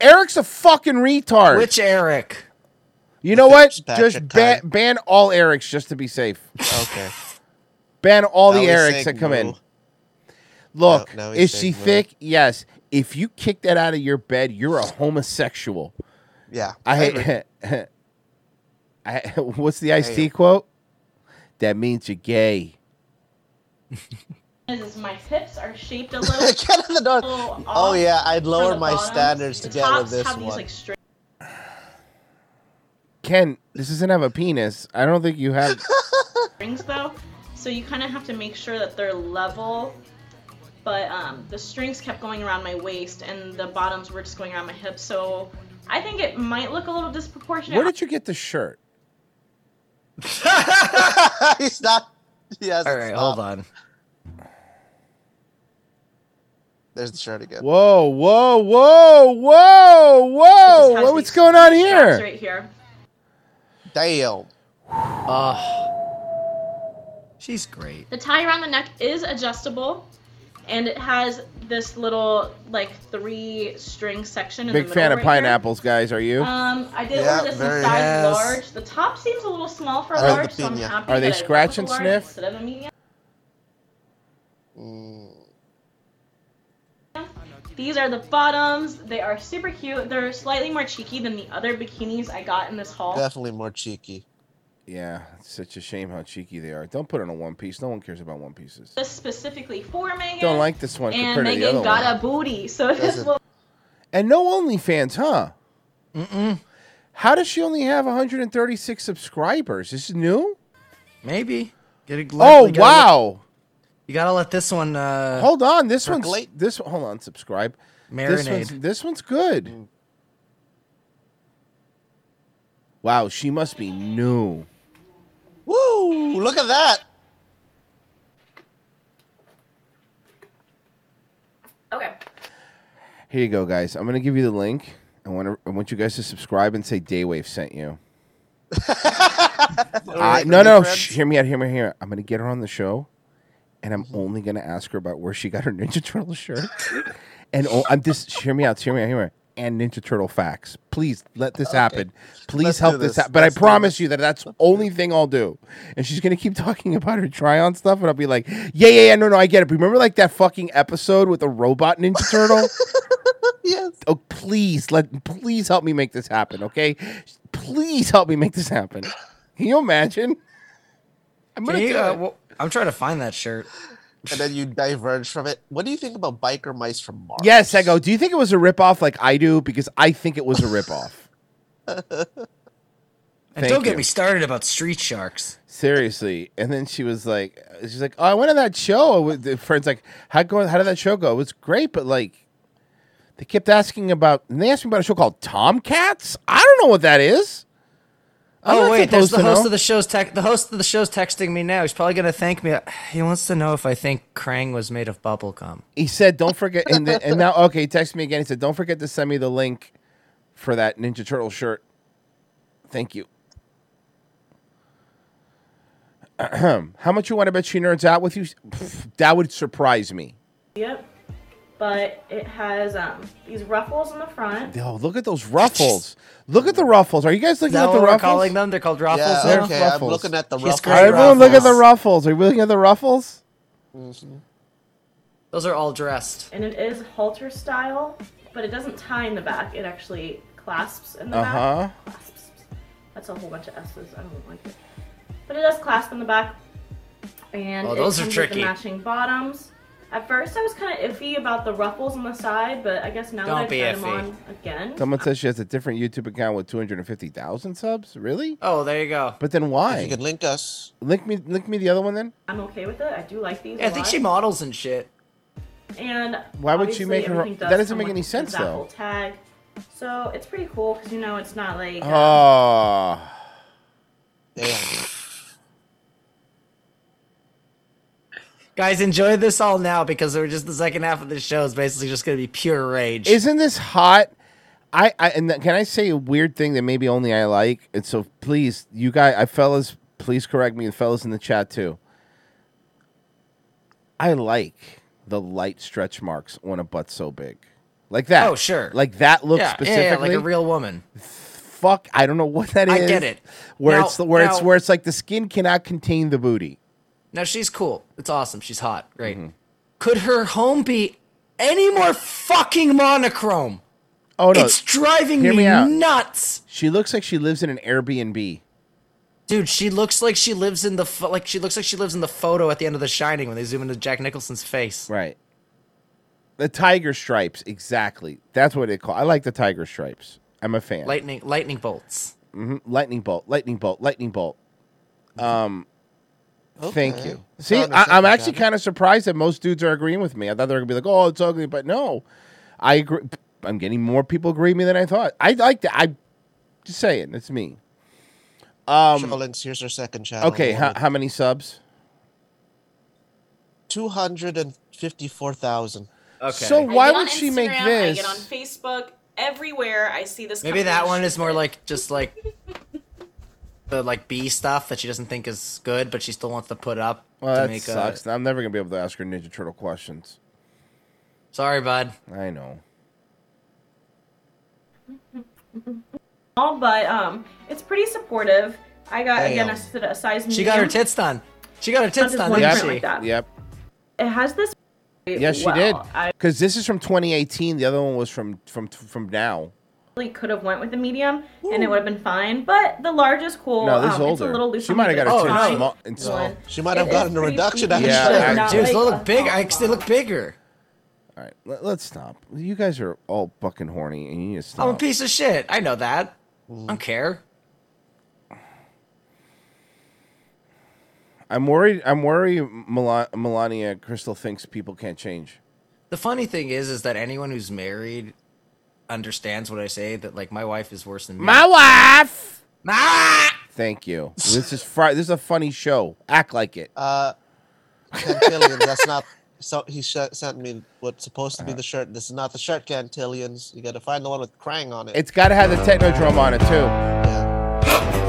S1: Eric's a fucking retard.
S4: Which Eric?
S1: You know what?
S3: Patrick
S1: Just ban, ban all Erics just to be safe.
S3: Okay.
S1: Ban all
S3: Now
S1: the
S3: he's
S1: Erics
S3: saying
S1: that come in.
S3: no.
S1: Look,
S3: Now- now he's
S1: is she
S3: saying no.
S1: thick? Yes. If you kick that out of your bed, you're a homosexual.
S3: Yeah.
S1: I
S3: agree.
S1: hate. I, what's the Ice
S3: Damn.
S1: T quote? That means you're gay.
S13: is my hips are shaped a little. Get
S3: the door. Oh yeah, I'd lower my
S13: bottom.
S3: standards to
S13: The
S3: get with
S13: tops
S3: this
S13: have these,
S3: one.
S13: like, straight-
S1: Ken, this doesn't have a penis. I don't think you have.
S13: strings though, so you kind of have to make sure that they're level. But um, the strings kept going around my waist, and the bottoms were just going around my hips. So I think it might look a little disproportionate.
S1: Where did you get the shirt?
S3: He's not. Yes.
S4: All right, hold on.
S3: There's the shirt again.
S1: Whoa, whoa, whoa, whoa, whoa!
S3: has
S1: What, what's going on
S13: Straps
S1: here?
S13: right here.
S3: Damn.
S4: She's great.
S13: The tie around the neck is adjustable, and it has this little like three string section. In
S1: Big
S13: the middle
S1: fan of
S13: right here.
S1: pineapples, guys. Are you?
S13: Um, I did
S1: Yeah,
S13: order this in
S1: very
S13: size
S1: nice.
S13: large. The top seems a little small for
S1: I like
S13: large,
S1: the
S13: so I'm
S1: piña.
S13: happy that
S1: Are they
S13: I went with
S1: scratch
S13: a
S1: and
S13: large
S1: sniff?
S13: Instead of a medium. These are the bottoms. They are super cute. They're slightly more cheeky than the other bikinis I got in this haul.
S3: Definitely more cheeky.
S1: Yeah, it's such a shame how cheeky they are. Don't put on a one piece. No one cares about one pieces.
S13: This specifically for Megan.
S1: Don't like this one
S13: And
S1: compared to the
S13: Megan
S1: other
S13: got
S1: one.
S13: a booty, so this
S1: Doesn't-
S13: will
S1: And no OnlyFans, huh? Mm-mm. How does she only have 136 subscribers? Is this new?
S4: Maybe. Get a
S1: Oh,
S4: you gotta
S1: wow.
S4: let- you gotta let this one. uh
S1: hold on, this one's
S4: percolate.
S1: this. Hold on, subscribe. This one's,
S4: Marinade.
S1: this one's good. Wow, she must be new.
S3: Woo! Look at that.
S13: Okay.
S1: Here you go, guys. I'm gonna give you the link. I want to, I want you guys to subscribe and say Daywave sent you. I, no, no, shh, hear me out. Hear me out, here. I'm gonna get her on the show, and I'm only gonna ask her about where she got her Ninja Turtle shirt. and oh, I'm just hear me out. Hear me out. Hear me out. And Ninja Turtle facts. Please let this happen. Please
S3: Let's
S1: help
S3: do
S1: this
S3: this.
S1: happen. But
S3: Let's
S1: I
S3: do
S1: promise you that that's the only thing I'll do. And she's gonna keep talking about her try on stuff, and I'll be like, yeah, yeah, yeah. No, no, I get it. Remember like that fucking episode with the robot Ninja Turtle?
S3: yes.
S1: Oh, please let please help me make this happen, okay? Please help me make this happen. Can you imagine? I'm
S4: Can
S1: gonna
S4: you,
S1: do
S4: uh,
S1: it.
S4: well, I'm trying to find that shirt.
S3: And then you diverge from it. What do you think about biker mice from Mars?
S1: Yes, I go. Do you think it was a ripoff like I do? Because I think it was a ripoff.
S4: And
S1: Thank
S4: don't get
S1: you.
S4: me started about Street Sharks.
S1: Seriously. And then she was like, she's like, oh, I went to that show. With- The friend's like, how go? How did that show go? It was great, but like, they kept asking about. And they asked me about a show called Tomcats. I don't know what that is. I'm
S4: Oh
S1: not
S4: wait, there's
S1: supposed
S4: the
S1: to
S4: host
S1: know.
S4: of the show's tech. The host of the show's texting me now. He's probably gonna thank me. He wants to know if I think Krang was made of bubblegum.
S1: He said, "Don't forget." And, the, and now, okay, text me again. He said, "Don't forget to send me the link for that Ninja Turtle shirt." Thank you. How much you want to bet she nerds out with you? Pff, that would surprise me.
S13: Yep. But it has um, these ruffles on the front.
S1: Oh, look at those ruffles! Look at the ruffles. Are you guys looking
S4: Is that
S1: at the
S4: what we're
S1: ruffles?
S4: calling them? They're called ruffles
S1: They're
S4: now?
S1: ruffles.
S4: She's
S1: All
S4: great
S1: right, everyone, look at the
S4: ruffles.
S1: ruffles. Are you looking at the ruffles?
S4: Those are all dressed.
S13: And it is halter style, but it doesn't tie in the back. It actually clasps in the
S1: Uh
S13: back.
S1: huh.
S13: That's a whole bunch of S's. I don't like it. But it does clasp in the back. And
S9: Oh,
S13: it
S9: those are
S13: comes with
S9: tricky.
S13: the matching bottoms. At first, I was kind of iffy about the ruffles on the side, but I guess now
S1: Don't
S13: that I've
S1: be
S13: tried them
S1: iffy.
S13: on again,
S1: Someone says she has a different YouTube account with 250,000 subs. Really?
S4: Oh, there you go.
S1: But then why?
S4: If you could
S1: link us. Link me. Link me the other one then.
S13: I'm okay with it. I do like these.
S4: Yeah, I
S13: a
S4: think
S13: lot.
S4: she models and shit.
S13: And
S1: Why would
S13: obviously
S1: she make her-
S13: everything does
S1: that doesn't
S13: come
S1: make
S13: with
S1: any sense,
S13: that
S1: though.
S13: whole Tag. So it's pretty cool because you know it's not like.
S1: Uh-huh.
S13: uh,
S1: Oh.
S4: Guys, enjoy this all now because we're just the second half of the show is basically just going to be pure rage.
S1: Isn't this hot? I, I and th- can I say a weird thing that maybe only I like? And so please, you guys, I fellas, please correct me, and fellas in the chat too. I like the light stretch marks on a butt so big, like that.
S4: Oh, sure.
S1: like that look
S4: Yeah, yeah,
S1: specifically,
S4: yeah, like a real woman.
S1: Fuck, I don't know what that
S4: I
S1: is.
S4: get it.
S1: Where
S4: Now-
S1: it's the, where it's
S4: now-
S1: where it's like the skin cannot contain the booty.
S4: Now she's cool. It's awesome. She's hot. Great.
S1: Mm-hmm.
S4: Could her home be any more fucking monochrome?
S1: Oh no.
S4: It's driving
S1: Hear
S4: me,
S1: me out.
S4: nuts.
S1: She looks like she lives in an Airbnb.
S4: Dude, she looks like she lives in the pho- like she looks like she lives in the photo at the end of The Shining when they zoom into Jack Nicholson's face.
S1: Right. The tiger stripes, exactly. That's what they call. I like the tiger stripes. I'm a fan.
S4: Lightning lightning bolts.
S1: hmm Lightning bolt, lightning bolt, lightning bolt. Um, thank
S4: Okay.
S1: you. See,
S4: Found a
S1: I, I'm
S4: second
S1: actually
S4: cabinet.
S1: kind of surprised that most dudes are agreeing with me. I thought they were gonna be like, "Oh, it's ugly," but no, I agree. I'm getting more people agree with me than I thought. I like that. I just saying, it's me. Um,
S3: Links, here's her second channel.
S1: okay, how, how many subs?
S3: 254,000.
S1: Okay. So
S13: I
S1: why
S13: get on
S1: would she make
S13: Instagram, I
S1: this?
S13: get on Facebook. Everywhere I see this.
S4: Maybe that
S13: company.
S4: one is more like just like the like B stuff that she doesn't think is good, but she still wants to put up
S1: Well,
S4: to
S1: that
S4: make
S1: sucks.
S4: a.
S1: i I'm never gonna be able to ask her Ninja Turtle questions.
S4: Sorry, bud.
S1: I know.
S13: all, but um, it's pretty supportive. I got
S4: Damn.
S13: again a, a size.
S4: She got her
S13: medium.
S4: tits done. She got her tits
S13: just
S4: done.
S13: one
S4: didn't
S13: print
S4: she?
S13: like that.
S1: Yep.
S13: It has this.
S1: Yes, she
S13: Wow.
S1: did.
S13: I
S1: Because this is from 2018. The other one was from from from now.
S13: really could have went with the medium, and it would have been fine. But the large is cool.
S1: No,
S13: um,
S1: this is
S13: It's a
S1: older.
S13: little loose.
S1: She
S13: on
S1: might have
S13: the Oh,
S1: got her
S13: bottom.
S1: tits small- and small.
S3: She might
S13: It
S3: have
S13: is
S3: gotten a
S13: pretty
S3: reduction.
S13: peepy.
S1: Yeah,
S13: It's
S1: I-
S13: not
S4: Dude, they
S13: like
S4: look
S13: a
S4: big.
S13: top
S4: I actually look bigger.
S1: All right, let, let's stop. You guys are all fucking horny, and you need to stop.
S4: I'm a piece of shit. I know that. I don't care.
S1: I'm worried. I'm worried. Mela- Melania Crystal thinks people can't change.
S4: The funny thing is, is that anyone who's married understands what I say. That like my wife is worse than me.
S1: wife. Thank you. This is fr- This is a funny show. Act like it.
S3: Uh, Cantillions, that's not. So he sh- sent me what's supposed to be the shirt. This is not the shirt, Cantillions. You got to find the one with Krang on it. Uh,
S1: It's got to have the technodrome on it too.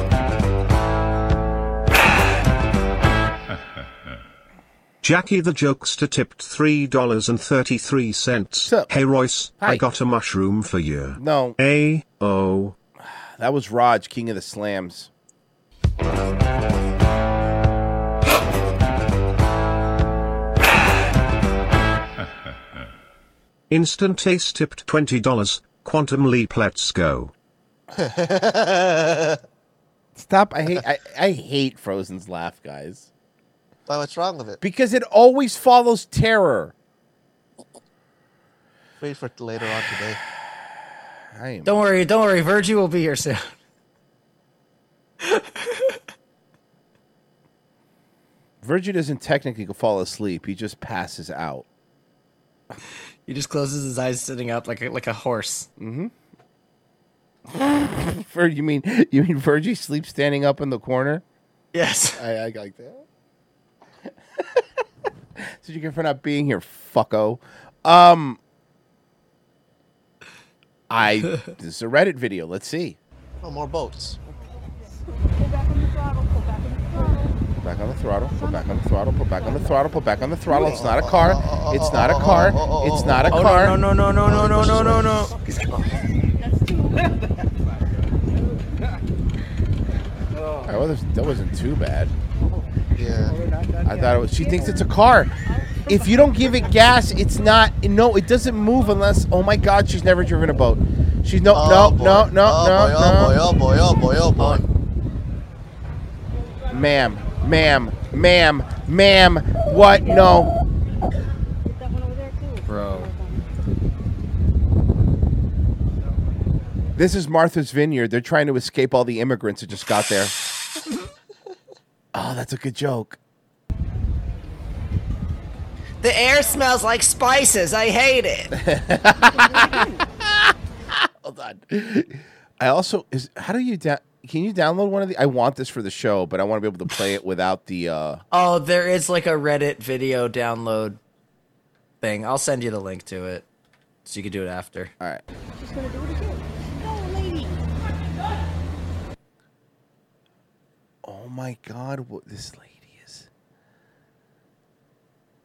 S12: Jackie the jokester tipped three dollars and thirty three cents. Hey Royce,
S1: Hi.
S12: I got a mushroom for you.
S1: No.
S12: A O.
S1: That was Raj, King of the Slams.
S12: Instant Ace tipped twenty dollars. Quantum Leap, let's go.
S1: Stop! I hate I, I hate Frozen's laugh, guys.
S3: Why? What's wrong with it?
S1: Because it always follows terror.
S3: Wait for it later on today.
S1: I am.
S4: Don't worry. Don't worry. Virgie will be here soon.
S1: Virgil doesn't technically fall asleep; he just passes out.
S4: He just closes his eyes, sitting up like a, like a horse.
S1: Mm-hmm. Vir- you mean you mean Virgie sleeps standing up in the corner?
S4: Yes.
S1: I, I like that. Did you get for not being here, fucko? Um, I this is a Reddit video. Let's see.
S3: Oh, more boats.
S1: Put back on the throttle. Put back on the throttle. Put back on the throttle. Put back on the throttle. It's not a car. It's not a car. It's not a
S4: Oh, no,
S1: car.
S4: no, no, no, no, no, no, no, no, no.
S1: All right, well, this- that wasn't too bad.
S3: Yeah.
S1: I thought it was. She thinks it's a car. If you don't give it gas, it's not. No, it doesn't move unless. Oh my God, she's never driven a boat. She's no, no, no, no, no, no.
S3: Oh boy, oh boy, oh boy.
S1: Ma'am, ma'am, ma'am, ma'am. What? No.
S15: Bro.
S1: This is Martha's Vineyard. They're trying to escape all the immigrants that just got there. oh, that's a good joke.
S4: The air smells like spices. I hate it.
S1: Hold on. I also is how do you da- can you download one of the I want this for the show, but I want to be able to play it without the uh
S4: oh, there is like a Reddit video download thing. I'll send you the link to it so you can do it after.
S1: All right.
S15: She's gonna do it again. No, lady.
S1: Oh my god, what this lady is.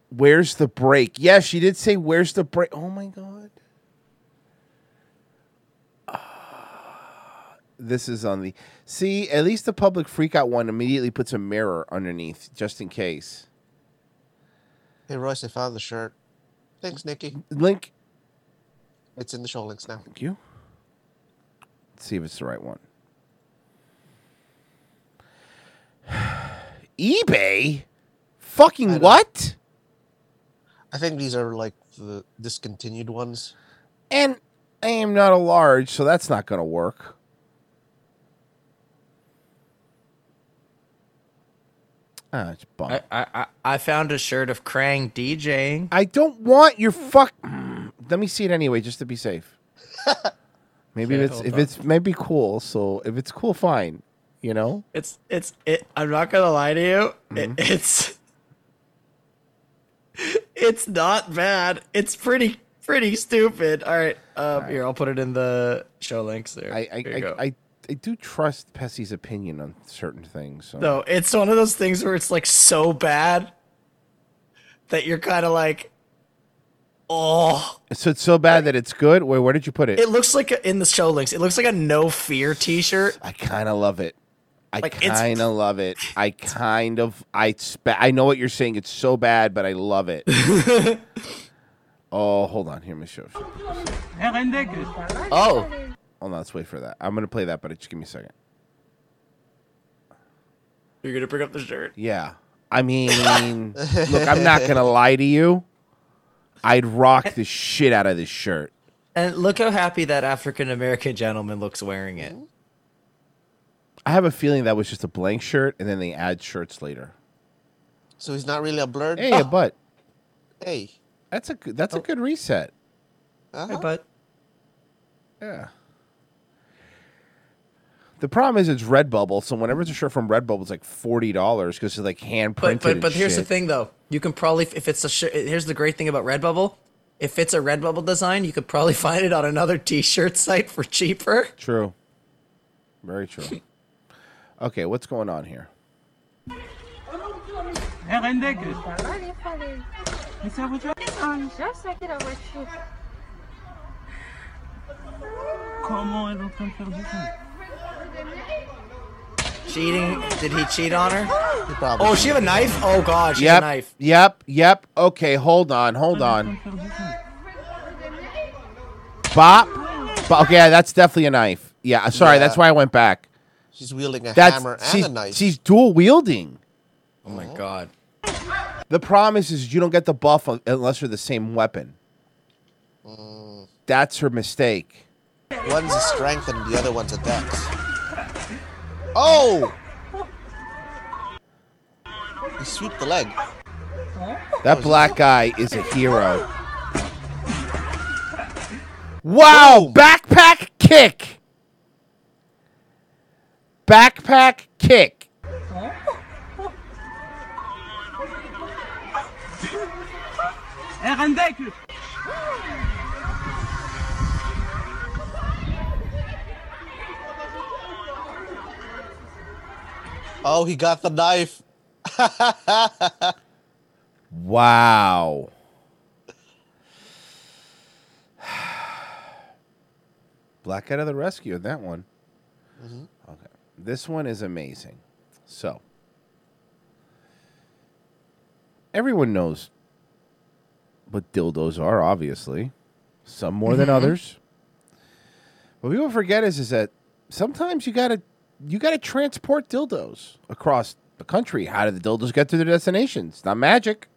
S1: Where's the break? Yeah, she did say where's the break. Oh my god. Ah, This is on the see. At least the public freakout one immediately puts a mirror underneath, just in case.
S3: Hey, Royce, I found the shirt. Thanks, Nikki.
S1: Link.
S3: It's in the show links now.
S1: Thank you. Let's see if it's the right one. eBay. Fucking what?
S3: I think these are like the discontinued ones.
S1: And I am not a large, so that's not going to work. Ah, it's bum.
S4: I, I I- I found a shirt of Krang DJing.
S1: I don't want your fuck. Mm, Let me see it anyway, just to be safe. Maybe
S4: Okay,
S1: if it's
S4: hold
S1: if
S4: on.
S1: it's maybe cool. So if it's cool, fine. You know.
S4: It's it's it. I'm not gonna lie to you.
S14: Mm-hmm.
S4: It, it's it's not bad. It's pretty pretty stupid. All right, um, here I'll put it in the show links there.
S1: I I,
S4: Here you
S1: I,
S4: go.
S1: I I do trust Pessy's opinion on certain things. So.
S4: No, it's one of those things where it's like so bad that you're kind of like, oh.
S1: So it's so bad that it's good. Wait, where did you put it?
S4: It looks like a, in the show links. It looks like a no fear T-shirt.
S1: I kind of love it. I
S4: Like, it's-
S1: kind of love it. I kind of I spe- I know what you're saying. It's so bad, but I love it. oh, hold on. Here, let me show. you.
S4: Oh.
S1: Hold on. Let's wait for that. I'm gonna play that, but just give me a second.
S4: You're gonna bring up the shirt.
S1: Yeah. I mean, look, I'm not gonna lie to you. I'd rock the shit out of this shirt.
S4: And look how happy that African American gentleman looks wearing it.
S1: I have a feeling that was just a blank shirt, and then they add shirts later.
S3: So he's not really a blurred.
S4: Oh.
S1: Hey, a butt.
S3: Hey.
S1: That's a good, that's a good reset.
S3: Uh-huh.
S4: but
S1: Yeah. The problem is it's Redbubble, so whenever it's a shirt from Redbubble, it's like forty dollars because it's like hand
S4: But
S1: printed.
S4: but but here's the
S1: thing.
S4: thing though. You can probably if it's a shirt. Here's the great thing about Redbubble. If it's a Redbubble design, you could probably find it on another T-shirt site for cheaper.
S1: True. Very true. okay, what's going on here?
S4: Cheating? Did he cheat on her?
S3: probably
S4: oh, she have a knife. Oh God, she
S1: yep.
S4: have a knife.
S1: Yep. Yep. Okay, hold on. Hold on. Bop. Bop. Okay, yeah, that's definitely a knife. Yeah. Sorry, that's
S3: Yeah.
S1: why I went back.
S3: She's wielding a
S1: That's
S3: hammer and
S1: she's,
S3: a knife. Uh-huh.
S1: she's dual wielding.
S4: Oh my God.
S1: The problem is, is you don't get the buff un- unless you're the same weapon. That's her mistake.
S3: Mm. One's a strength and the other one's a dex. Oh! He swooped the leg.
S1: That black guy is a hero. Wow! Backpack kick! Backpack kick.
S3: Oh, he got the knife.
S1: Wow. Black out of the rescue in that one.
S14: Mm-hmm.
S1: Okay. This one is amazing. So, everyone knows what dildos are, obviously. Some more than
S4: Mhm.
S1: others. What people forget is is that sometimes you gotta you gotta transport dildos across the country. How do the dildos get to their destinations? Not magic.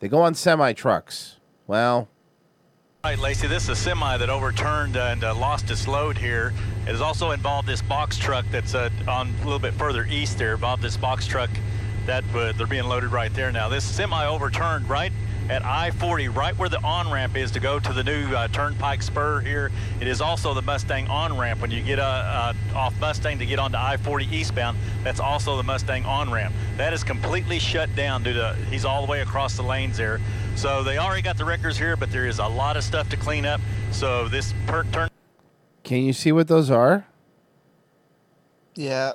S1: They go on semi trucks. Well,
S16: All right, Lacey, this is a semi that overturned and uh, lost its load here. It has also involved this box truck that's uh, on a little bit further east there, involved this box truck that uh, they're being loaded right there now. This semi overturned right at I-40, right where the on-ramp is to go to the new uh, Turnpike Spur here. It is also the Mustang on-ramp. When you get uh, uh, off Mustang to get onto I-40 eastbound, that's also the Mustang on-ramp. That is completely shut down due to, he's all the way across the lanes there. So they already got the records here, but there is a lot of stuff to clean up. So this per- turn
S1: can you see what those are?
S3: Yeah.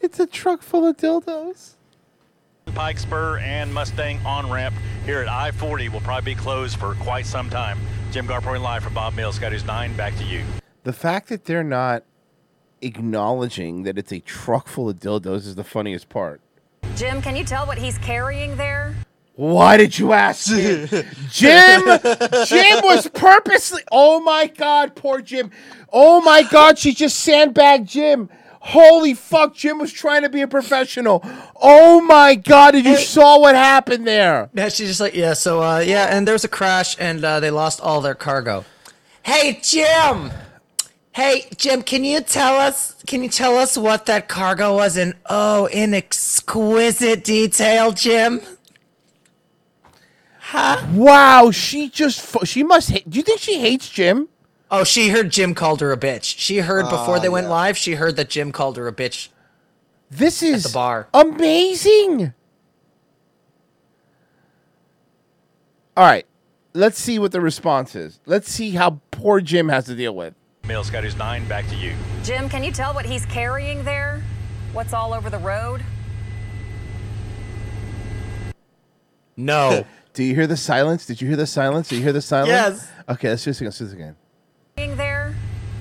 S1: It's a truck full of dildos.
S16: Pike Spur and Mustang on ramp here at I 40 will probably be closed for quite some time. Jim Garpoint live from Bob Mills, Scotty's 9, back to you.
S1: The fact that they're not acknowledging that it's a truck full of dildos is the funniest part.
S17: Jim, can you tell what he's carrying there?
S1: Why did you ask me? Jim? Jim was purposely. Oh my God, poor Jim. Oh my God, she just sandbagged Jim. Holy fuck, Jim was trying to be a professional. Oh my God, did you saw what happened there?
S4: Yeah, she's just like, yeah, so, uh, yeah, and there was a crash and uh, they lost all their cargo. Hey, Jim! Hey, Jim, can you tell us, can you tell us what that cargo was in, oh, in exquisite detail, Jim?
S1: Wow, she just fu- she must hate. Do you think she hates Jim?
S4: Oh, she heard Jim called her a bitch. She heard before
S1: Ah,
S4: they went live, she heard that Jim called her a bitch.
S1: This is
S4: at the bar.
S1: amazing. All right, let's see what the response is. Let's see how poor Jim has to deal with.
S16: Mills, Scotty's 9, back to you.
S17: Jim, can you tell what he's carrying there? What's all over the road?
S4: No.
S1: Do you hear the silence? Did you hear the silence? Do you hear the silence?
S17: Yes.
S1: Okay, let's do this again. Let's do this again.
S17: Carrying there?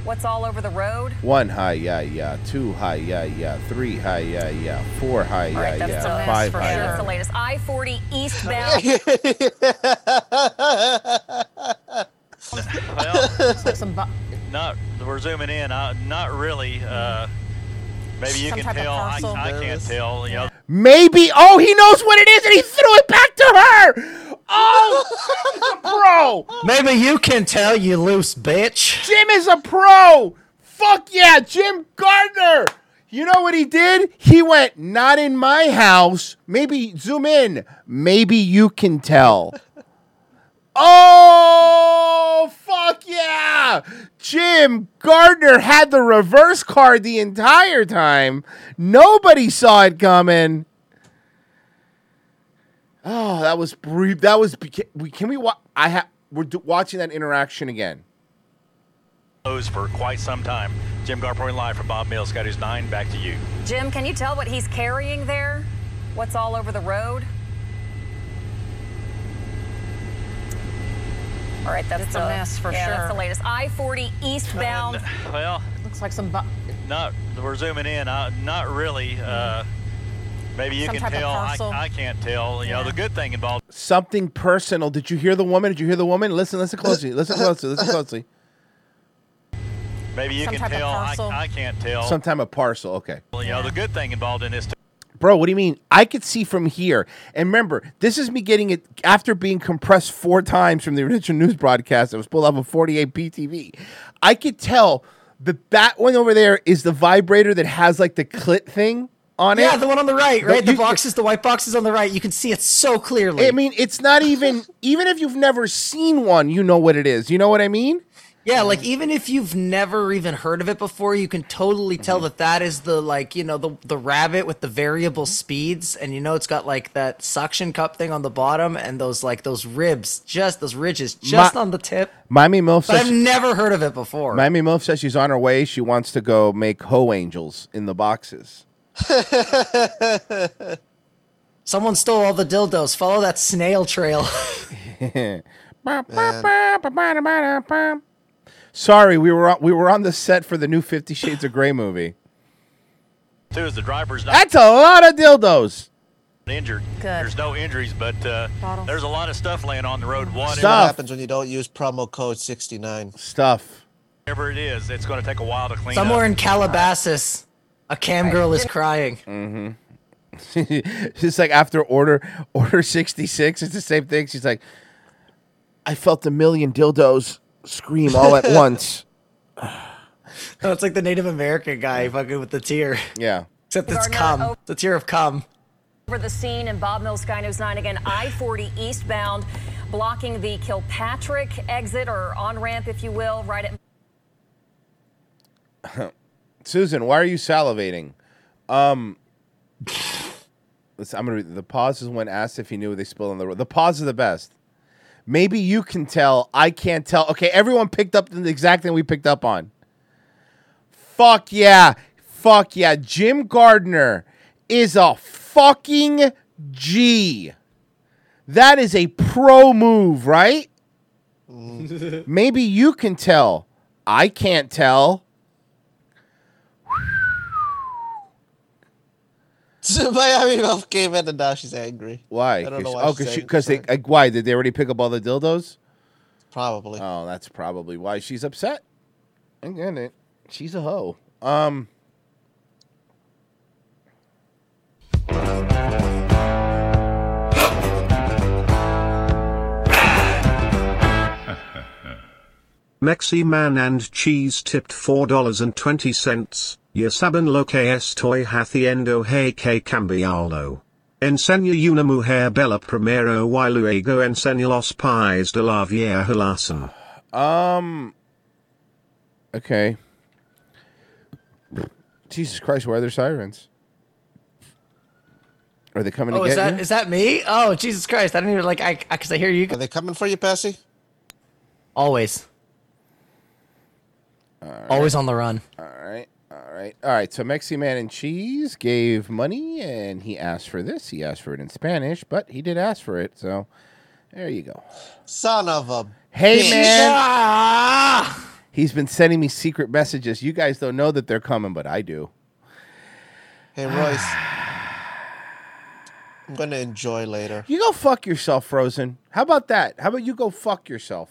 S17: What's all over the road?
S1: One high yeah yeah, two high yeah yeah, three high yeah yeah, four high
S17: All right,
S1: yeah
S17: that's the
S1: yeah,
S17: latest
S1: five
S17: for
S1: high
S17: sure. That's the
S1: yeah.
S17: latest. I 40 eastbound.
S16: Well, not, we're zooming in. Uh, not really. Uh, maybe you
S17: Some
S16: can
S17: type of
S16: tell. I,
S17: parcel.
S16: I can't tell. You know,
S1: Maybe. Oh, he knows what it is, and he threw it back to her. Oh,
S4: Maybe you can tell, you loose bitch.
S1: Jim is a pro. Fuck yeah, Jim Gardner. You know what he did? He went, not in my house. Maybe zoom in. Maybe you can tell. Oh, fuck yeah. Jim Gardner had the reverse card the entire time. Nobody saw it coming. Oh, that was brief. That was. beca- We Can we watch? I have. We're do- watching that interaction again.
S16: closed for quite some time. Jim Garpoint live from Bob Mills, Scotty's 9, back to you.
S17: Jim, can you tell what he's carrying there? What's all over the road? All right, that's
S18: It's a
S17: the,
S18: mess for
S17: yeah,
S18: sure.
S17: That's the latest. I 40 eastbound.
S16: Well,
S18: Looks like some. Bu-
S16: not. We're zooming in. Uh, not really. Uh, maybe you
S18: Some
S16: can
S18: type of
S16: tell. I,
S18: parcel.
S16: I can't tell. You know, the good thing involved
S1: Something personal. Did you hear the woman? Did you hear the woman? Listen, listen closely. Listen closely. Listen closely.
S16: Maybe you
S18: Some
S16: can
S18: type of
S16: tell. I,
S18: parcel.
S16: I can't tell.
S1: Sometime a parcel. Okay.
S16: Well, you know, the good thing involved in this too
S1: Bro, what do you mean? I could see from here. And remember, this is me getting it after being compressed four times from the original news broadcast that was pulled off of 48 PTV. I could tell that that one over there is the vibrator that has like the clit thing on it.
S4: Yeah, the one on the right, right? The
S1: you-
S4: box is the white box is on the right. You can see it so clearly.
S1: I mean, it's not even, even if you've never seen one, you know what it is. You know what I mean?
S4: Yeah, like even if you've never even heard of it before, you can totally tell
S1: Mm-hmm.
S4: that that is the like you know the the rabbit with the variable
S1: Mm-hmm.
S4: speeds, and you know it's got like that suction cup thing on the bottom and those like those ribs, just those ridges, just
S1: My-
S4: on the tip.
S1: Miami MILF
S4: But
S1: says,
S4: I've never heard of it before.
S1: Miami MILF says she's on her way. She wants to go make hoe angels in the boxes.
S4: Someone stole all the dildos. Follow that snail trail.
S1: Sorry, we were on, we were on the set for the new Fifty Shades of Grey movie.
S16: is the driver's not
S1: That's a lot of dildos.
S16: injured.
S17: Good.
S16: There's no injuries, but uh,
S17: Bottles.
S16: there's a lot of stuff laying on the road.
S18: Mm-hmm.
S16: What
S3: What happens when you don't use promo code 69?
S1: Stuff.
S16: Whatever it is, it's going to take a while to clean
S4: Somewhere
S16: up.
S4: in Calabasas, a cam girl is crying.
S1: Mm-hmm. She's like after order order sixty six, it's the same thing. She's like, I felt a million dildos scream all at once.
S4: Oh, it's like the Native American guy fucking with the tear.
S1: Yeah.
S4: Except it's
S17: They're not
S4: cum. It's a tear of cum.
S17: Over the scene in Bob Mills Sky News 9 again, I 40 eastbound, blocking the Kilpatrick exit or on ramp, if you will, right at.
S1: Susan, why are you salivating? Um, let's, I'm gonna read the pause is when asked if he knew what they spilled on the road. The pause is the best. Maybe you can tell. I can't tell. Okay, everyone picked up the exact thing we picked up on. Fuck yeah. Fuck yeah. Jim Gardner is a fucking G. That is a pro move, right? Maybe you can tell. I can't tell.
S3: Miami Milf came in and now she's angry.
S1: Why?
S3: I don't know why
S1: oh,
S3: she's
S1: because
S3: angry.
S1: because they like, why did they already pick up all the dildos?
S3: Probably.
S1: Oh, that's probably why she's upset. I get it. She's a hoe. Um.
S12: Mexi Man and Cheese tipped $4.20. Yasaban loke estoy haciendo hey que cambiarlo. Enseña una mujer bella primero y luego enseña los pies de la vieja lassen.
S1: Um. Okay. Jesus Christ! Why are there sirens? Are they coming
S4: Oh,
S1: to
S4: is
S1: get
S4: that
S1: you?
S4: is that me? Oh, Jesus Christ! I didn't even like I because I hear you. Are
S3: they coming for you, Pessy?
S4: Always. Always on the run.
S1: All right. All right. All right. So Mexi Man and Cheese gave money and he asked for this. He asked for it in Spanish, but he did ask for it. So there you go.
S3: Son of a.
S1: Hey,
S3: bitch.
S1: man.
S3: Ah.
S1: He's been sending me secret messages. You guys don't know that they're coming, but I do.
S3: Hey, Royce. I'm going to enjoy later.
S1: You go fuck yourself, Frozen. How about that? How about you go fuck yourself?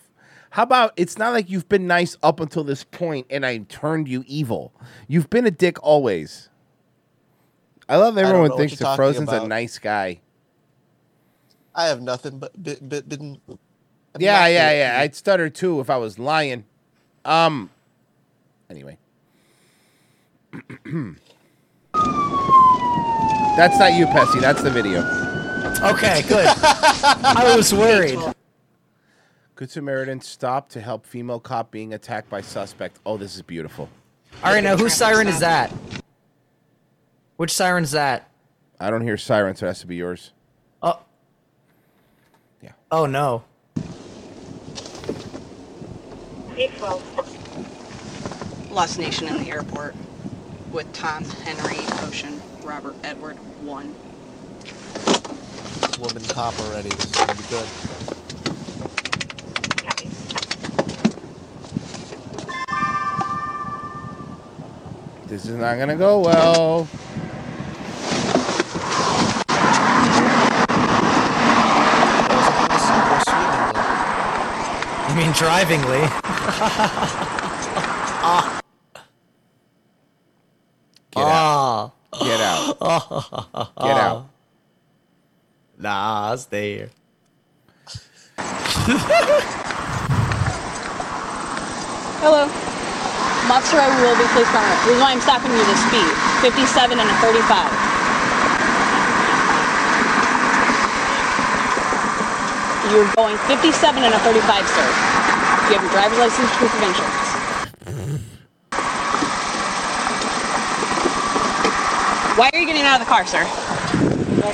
S1: How about it's not like you've been nice up until this point and I turned you evil. You've been a dick always. I love
S3: I don't
S1: everyone
S3: know what
S1: thinks
S3: you're
S1: that
S3: talking
S1: Frozen's a
S3: about.
S1: nice guy.
S3: I have nothing but. Bit, bit, bitten- I'm
S1: yeah,
S3: not
S1: yeah,
S3: bitten.
S1: yeah. I'd stutter too if I was lying. Um. Anyway. That's not you, Pessy. That's the video.
S4: Okay, good. I was worried.
S1: Good Samaritan stopped to help female cop being attacked by suspect. Oh, this is beautiful.
S4: All right, now whose siren is that? Which siren's that?
S1: I don't hear sirens, so it has to be yours.
S4: Oh no.
S18: Lost Nation in the airport with Tom, Henry, Ocean, Robert, Edward, one.
S3: Woman cop already. This is going to be good.
S1: This is not gonna go well.
S4: I mean, drivingly.
S1: Get out. Get out. Get out.
S4: Nah, stay here.
S14: Hello. I'm Officer, I will be police permit. The reason why I'm stopping you is the speed. 57 and a 35. You're going 57 and a 35, sir. You have your driver's license, proof of insurance. Why are you getting out of the car, sir? My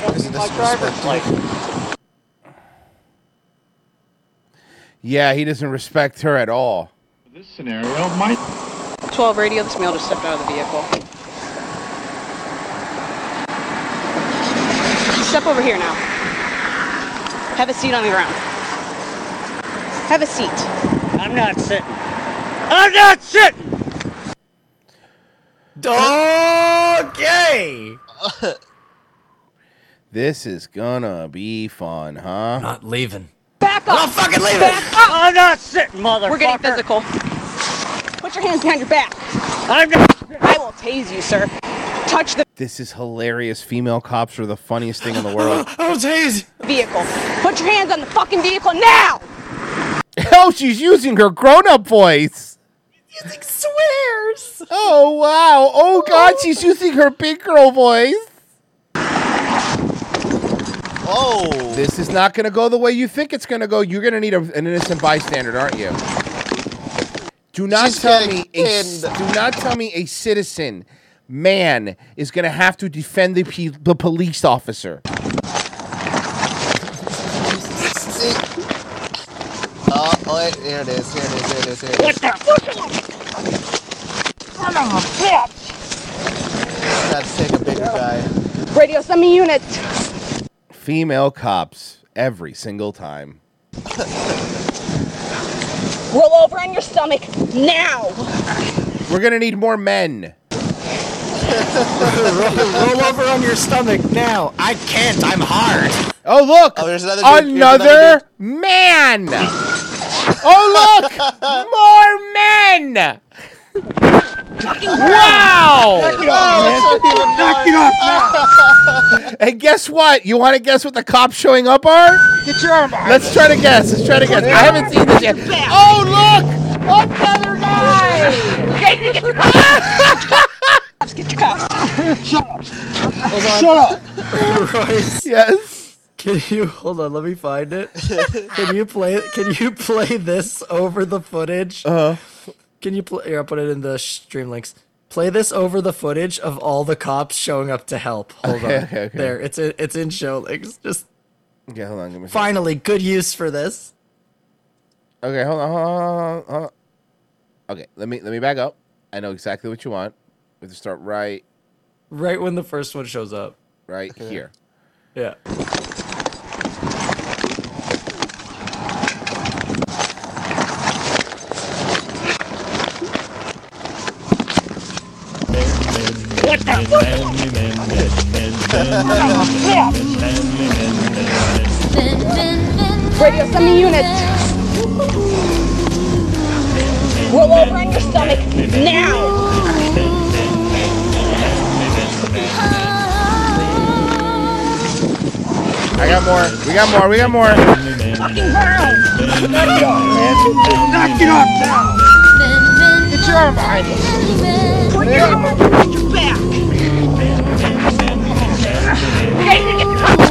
S14: driver's
S1: Yeah, he doesn't respect her at all. This scenario might.
S18: 12 radio, this male just stepped out of the vehicle.
S14: Step over here now. Have a seat on the ground. Have a seat. I'm not sitting. I'm not sitting!
S4: Okay.
S1: This is gonna be fun, huh?
S4: Not leaving.
S14: Back up! I'm fucking leaving! I'm not sitting, motherfucker! We're getting physical. Put your hands behind your back. I'm not. I will tase you, sir. Touch the
S1: This is hilarious. Female cops are the funniest thing in the world.
S14: Oh, tase! Vehicle. Put your hands on the fucking vehicle now!
S1: oh, she's using her grown-up voice.
S14: Using swears!
S1: Oh wow! Oh god, she's using her big girl voice.
S3: Oh.
S1: This is not gonna go the way you think it's gonna go. You're gonna need a, an innocent bystander, aren't you? Do not
S3: She's
S1: tell
S3: getting
S1: me a, c-
S3: pinned.
S1: do not tell me a citizen man is gonna have to defend the pe- the police officer.
S3: Oh, oh, it- here it is. Here it is. Here it is. Here it is.
S14: What the fuck? Son of a bitch!
S3: Let's take a bigger guy.
S14: Radio semi unit.
S1: Female cops every single time.
S14: Roll over on your stomach now!
S1: We're gonna need more men.
S5: Roll over on your stomach now. I can't. I'm hard.
S1: Oh look!
S5: Oh, there's another.
S1: Another, man. Oh look! More men. wow!
S14: Knock it
S1: And guess what? You want to guess what the cops showing up are? Get your arm Let's try to guess. Let's try to guess. I haven't seen this yet. Oh look! Another guy!
S14: Jason, get your cuffs! Get your cuffs! Shut up! Shut up!
S19: Royce.
S1: Yes.
S19: Can you hold on? Let me find it. can you play? Can you play this over the footage? huh.
S1: Uh
S19: Can you play? Here, I'll put it in the stream links. Play this over the footage of all the cops showing up to help. Hold
S1: Okay,
S19: on.
S1: okay, okay.
S19: There, it's in, it's in show links. Just
S1: Okay, hold on. Give me a second.
S19: finally good use for this.
S1: Okay, hold on, hold on, hold on. Okay, let me let me back up. I know exactly what you want. We have to start right
S19: Right when the first one shows up.
S1: right here.
S19: Yeah.
S14: What the fuck? Radio semi unit. Roll over on your stomach now.
S1: I got more. We got more. We got more.
S14: Fucking ground. Knock it off, man. Knock it off now. Get your arm behind you. Put your arm behind your back. Jason, get your cuffs.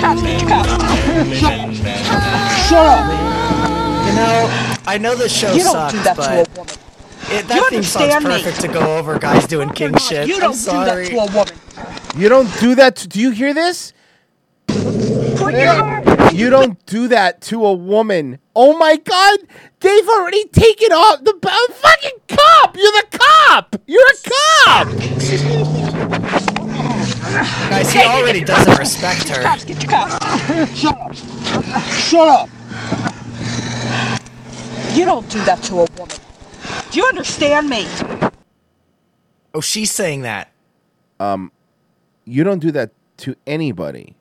S14: Cuffs, get your cuffs. Shut up. Shut up.
S19: You know, I know this show
S14: You don't
S19: sucks,
S14: do that to
S19: but
S14: a woman.
S19: it, that
S14: You
S19: theme song's
S14: understand me?
S19: perfect to go over guys doing king shit.
S14: You
S19: I'm
S14: don't do
S19: sorry.
S14: that to a woman.
S1: You don't do that. To, do you hear this?
S14: Put your arm.
S1: You don't do that to a woman. Oh my god! They've already taken off the ba- fucking cop. You're the cop. You're a cop.
S19: Guys, he already doesn't respect her.
S14: Cuffs, get your cuffs. Shut up. Shut up. You don't do that to a woman. Do you understand me?
S19: Oh, she's saying that.
S1: Um, you don't do that to anybody.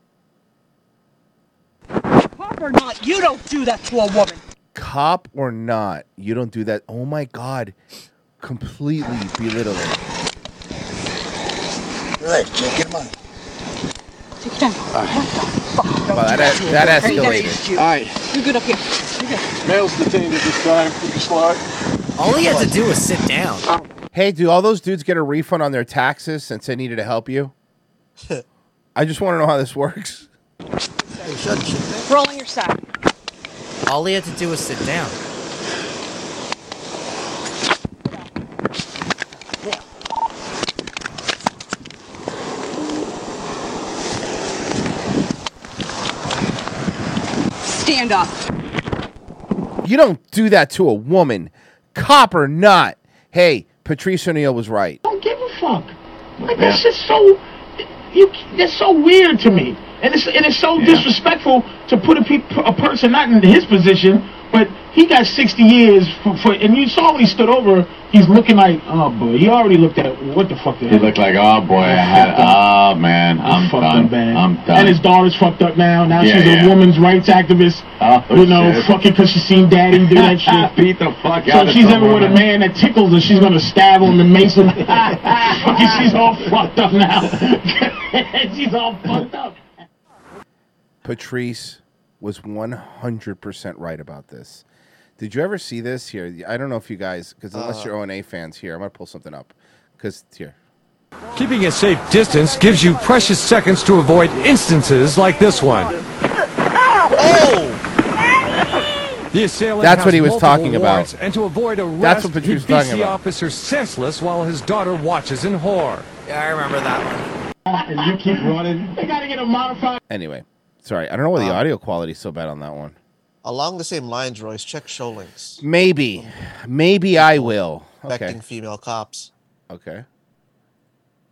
S14: Cop or not, you don't do that to a woman.
S1: cop or not, you don't do that. Oh my god, completely belittling.
S14: Right, Jake, get him on. Take it down.
S1: Wow, that, that
S14: All
S1: escalated.
S14: right. You're good up here. You're good. Males detained at this time. You can slide.
S19: All he had to do was sit down.
S1: Hey, do all those dudes get a refund on their taxes since they needed to help you? I just want to know how this works.
S14: Roll on your side.
S19: All he had to do was sit down.
S18: Stand up.
S1: You don't do that to a woman, cop or not. Hey, Patrice O'Neill was right.
S14: don't give a fuck. Like that's just so you. That's so weird to me, and it's and it's so disrespectful to put a, pe- a person not in his position
S20: But he got 60 years for, for and you saw when he stood over, he's looking like, oh boy, he already looked at what the fuck the
S16: He looked like, oh boy, I had, oh man, I'm
S20: fucked
S16: done.
S20: up bad.
S16: I'm done.
S20: And his daughter's fucked up now. Now
S16: Yeah,
S20: she's
S16: yeah.
S20: a woman's rights activist.
S16: Oh,
S20: you know,
S16: shit.
S20: fucking because she seen daddy do that shit.
S16: Beat the fuck
S20: So
S16: out
S20: if
S16: of
S20: she's
S16: some
S20: ever with a
S16: woman.
S20: man that tickles her, she's gonna stab him and mace him. fucking, she's all fucked up now. she's all fucked up.
S1: Patrice was 100% right about this. Did you ever see this here? I don't know if you guys, because unless
S11: Uh.
S1: you're O&A fans here, I'm going to pull something up. Because here,
S11: Keeping a safe distance gives you precious seconds to avoid instances like this one. The assailant
S1: That's
S11: has
S1: what he was
S11: multiple
S1: talking about.
S11: warrants, And to avoid arrest,
S1: That's what Patrice
S11: he
S1: was
S11: beats
S1: talking
S11: the
S1: about.
S11: officer senseless while his daughter watches in horror.
S4: Yeah, I remember that one.
S20: And you keep running. They gotta get a modified.
S1: anyway, sorry. I don't know why the audio quality's so bad on that one.
S3: Along the same lines, Royce, check show links.
S1: Maybe. Maybe I will. Okay.
S3: Affecting female cops.
S1: Okay.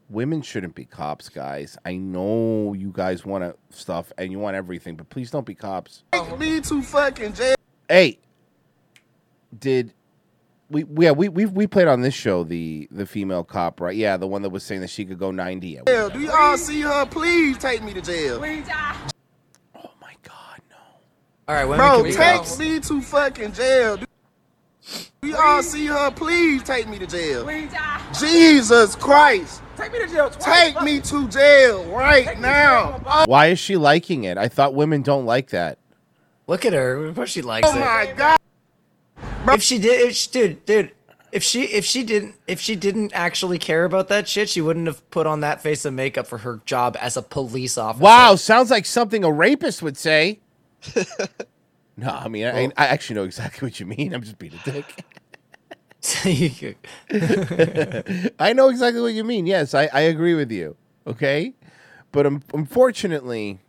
S1: Women shouldn't be cops, guys. I know you guys want to stuff and you want everything, but please don't be cops.
S21: Take me to fucking jail.
S1: Hey, did we? we- Yeah, we we we played on this show the the female cop, right? Yeah, the one that was saying that she could go ninety. At
S21: Do you all see her? Please take me to jail. Please.
S4: All right, women
S21: Bro,
S4: can be
S21: take
S4: cops.
S21: me to fucking jail. Do you all see her? Please take me to jail. Jesus Christ. Take me to jail. Take me to jail right now. Oh,
S1: Why is she liking it? I thought women don't like that.
S4: Look at her. Of course she likes it.
S21: Oh my God.
S4: If she did, if she, dude, dude, if she if she didn't if she didn't actually care about that shit, she wouldn't have put on that face of makeup for her job as a police officer.
S1: Wow, sounds like something a rapist would say. no, I mean, I, I actually know exactly what you mean. I'm just being a dick. I know exactly what you mean. Yes, I, I agree with you. Okay. But um, unfortunately,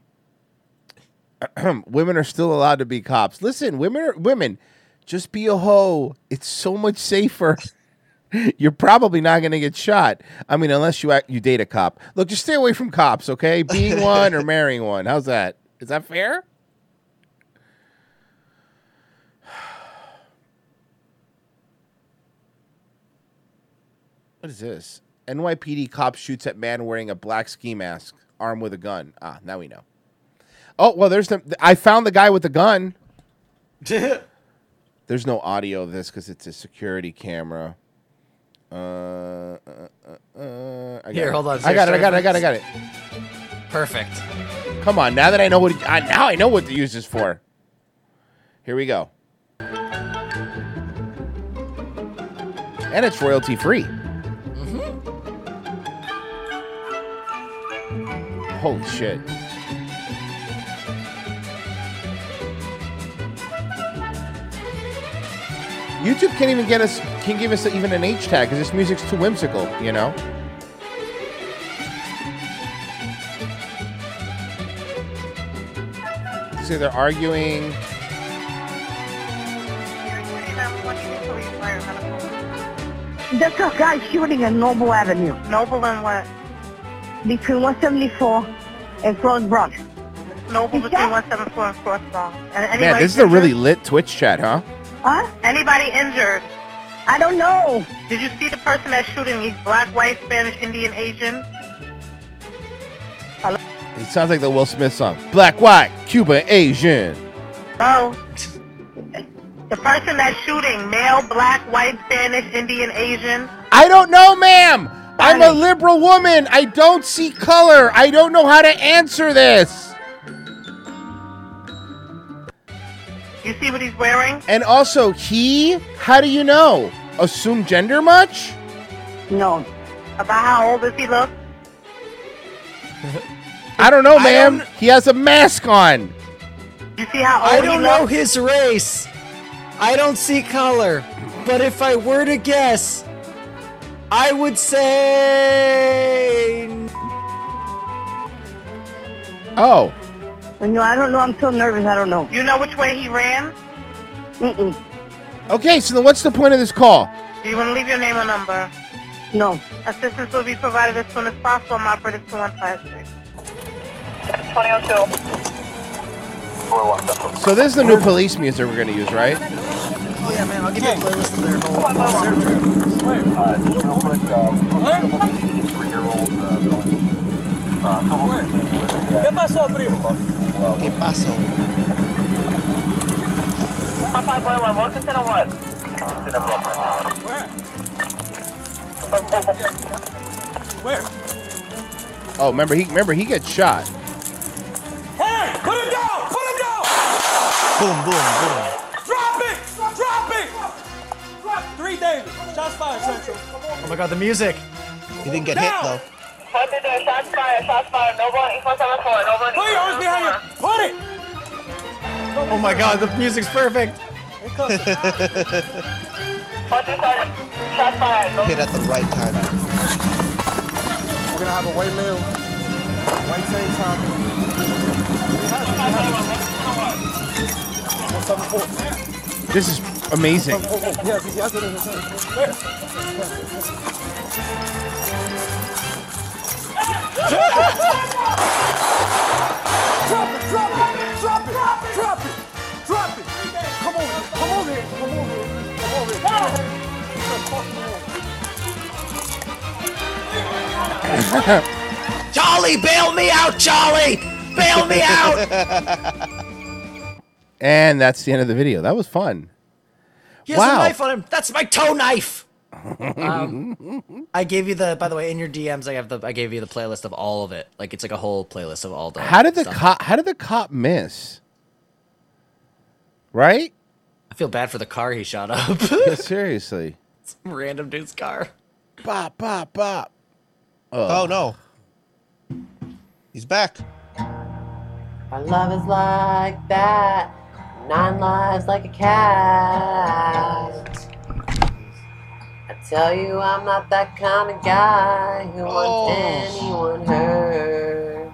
S1: women are still allowed to be cops. Listen, women are women. Just be a hoe. It's so much safer. You're probably not going to get shot. I mean, unless you act, you date a cop. Look, just stay away from cops, okay? Being one or marrying one. How's that? Is that fair? What is this? NYPD cop shoots at man wearing a black ski mask, armed with a gun. Ah, now we know. Oh well, there's the. I found the guy with the gun. There's no audio of this because it's a security camera. Uh, uh, uh, uh, I got
S4: Here,
S1: it.
S4: hold on.
S1: I got it. I
S4: sorry,
S1: got it. I got it. I
S4: sorry.
S1: got it.
S4: Perfect.
S1: Come on, now that I know what I, now I know what to use this for. Here we go. And it's royalty free. Mm-hmm. Holy shit. YouTube can't even get us can give us even an H tag because this music's too whimsical, you know. So they're arguing.
S14: That's a guy shooting at Noble Avenue. Noble and what? Between 174 and Cross Brook. Noble between 174 and Cross Brook.
S1: Man, this is a really lit Twitch chat, huh?
S14: Huh? Anybody injured? I don't know. Did you see the person that's shooting? He's black, white, Spanish, Indian, Asian.
S1: It sounds like the Will Smith song. Black, white, Cuban, Asian.
S14: Oh. The person that's shooting, male, black, white, Spanish, Indian, Asian.
S1: I don't know, ma'am. I'm a liberal woman. I don't see color. I don't know how to answer this.
S14: You see what he's wearing?
S1: And also, he? How do you know? Assume gender much?
S14: No. About how old does he look?
S1: I don't know, ma'am. He has a mask on.
S14: You see how
S4: I don't know his race. I don't see color. But if I were to guess, I would say
S1: Oh.
S14: No, I don't know. I'm so nervous. I don't know. You know which way he ran? Mm-mm.
S1: Okay, so then what's the point of this call?
S14: Do you want to leave your name or number? No. Assistance will be provided as soon as possible. My operative 2156. 2002.
S22: 401 Central.
S1: So this is the new police music we're gonna use, right?
S14: Oh yeah, man, I'll give you a playlist of their whole.
S22: Uh, just real quick, uh, three-year-old, uh, villain. Uh, couple
S14: ¿Qué pasó, primo? ¿Qué pasó?
S22: Popeye Boy One, welcome to the one. To the one.
S14: Where?
S1: Oh, remember he remember he gets shot.
S14: Hey, put him down! Put him down!
S1: Boom, boom, boom.
S14: Drop it! Drop it! Three Davis. Shots fired, Central.
S4: Oh my god, the music.
S3: He didn't get hit though.
S22: Copy there, shots fired, shots fired. No one, East 174, no one.
S14: Put your arms behind you. Put it!
S4: Oh my god, the music's perfect.
S22: Shots fired, no
S3: Hit at the right time.
S21: We're gonna have a white male, white tank top. One seven four.
S1: This is amazing.
S21: Oh, oh, yeah, yeah, that's what it is.
S14: Drop it, drop it, drop it, drop it, drop it. Come on, come on here, come on here, come on here. Come on here.
S23: Charlie, bail me out, Charlie! Bail me out!
S1: And that's the end of the video. That was fun.
S4: He has a
S1: Wow.
S4: knife on him. That's my toe knife. Um, I gave you the. By the way, in your DMs, I have the. I gave you the playlist of all of it. Like it's like a whole playlist of all the.
S1: How did the
S4: stuff.
S1: cop how did the cop miss? Right?
S4: I feel bad for the car he shot up.
S1: Yeah, seriously.
S4: Some random dude's car.
S1: Bop, bop, bop.
S3: Oh no. He's back.
S7: Our love is like that. Nine lives like a cat. I tell you, I'm not that kind of guy who
S3: Oh.
S7: wants anyone hurt.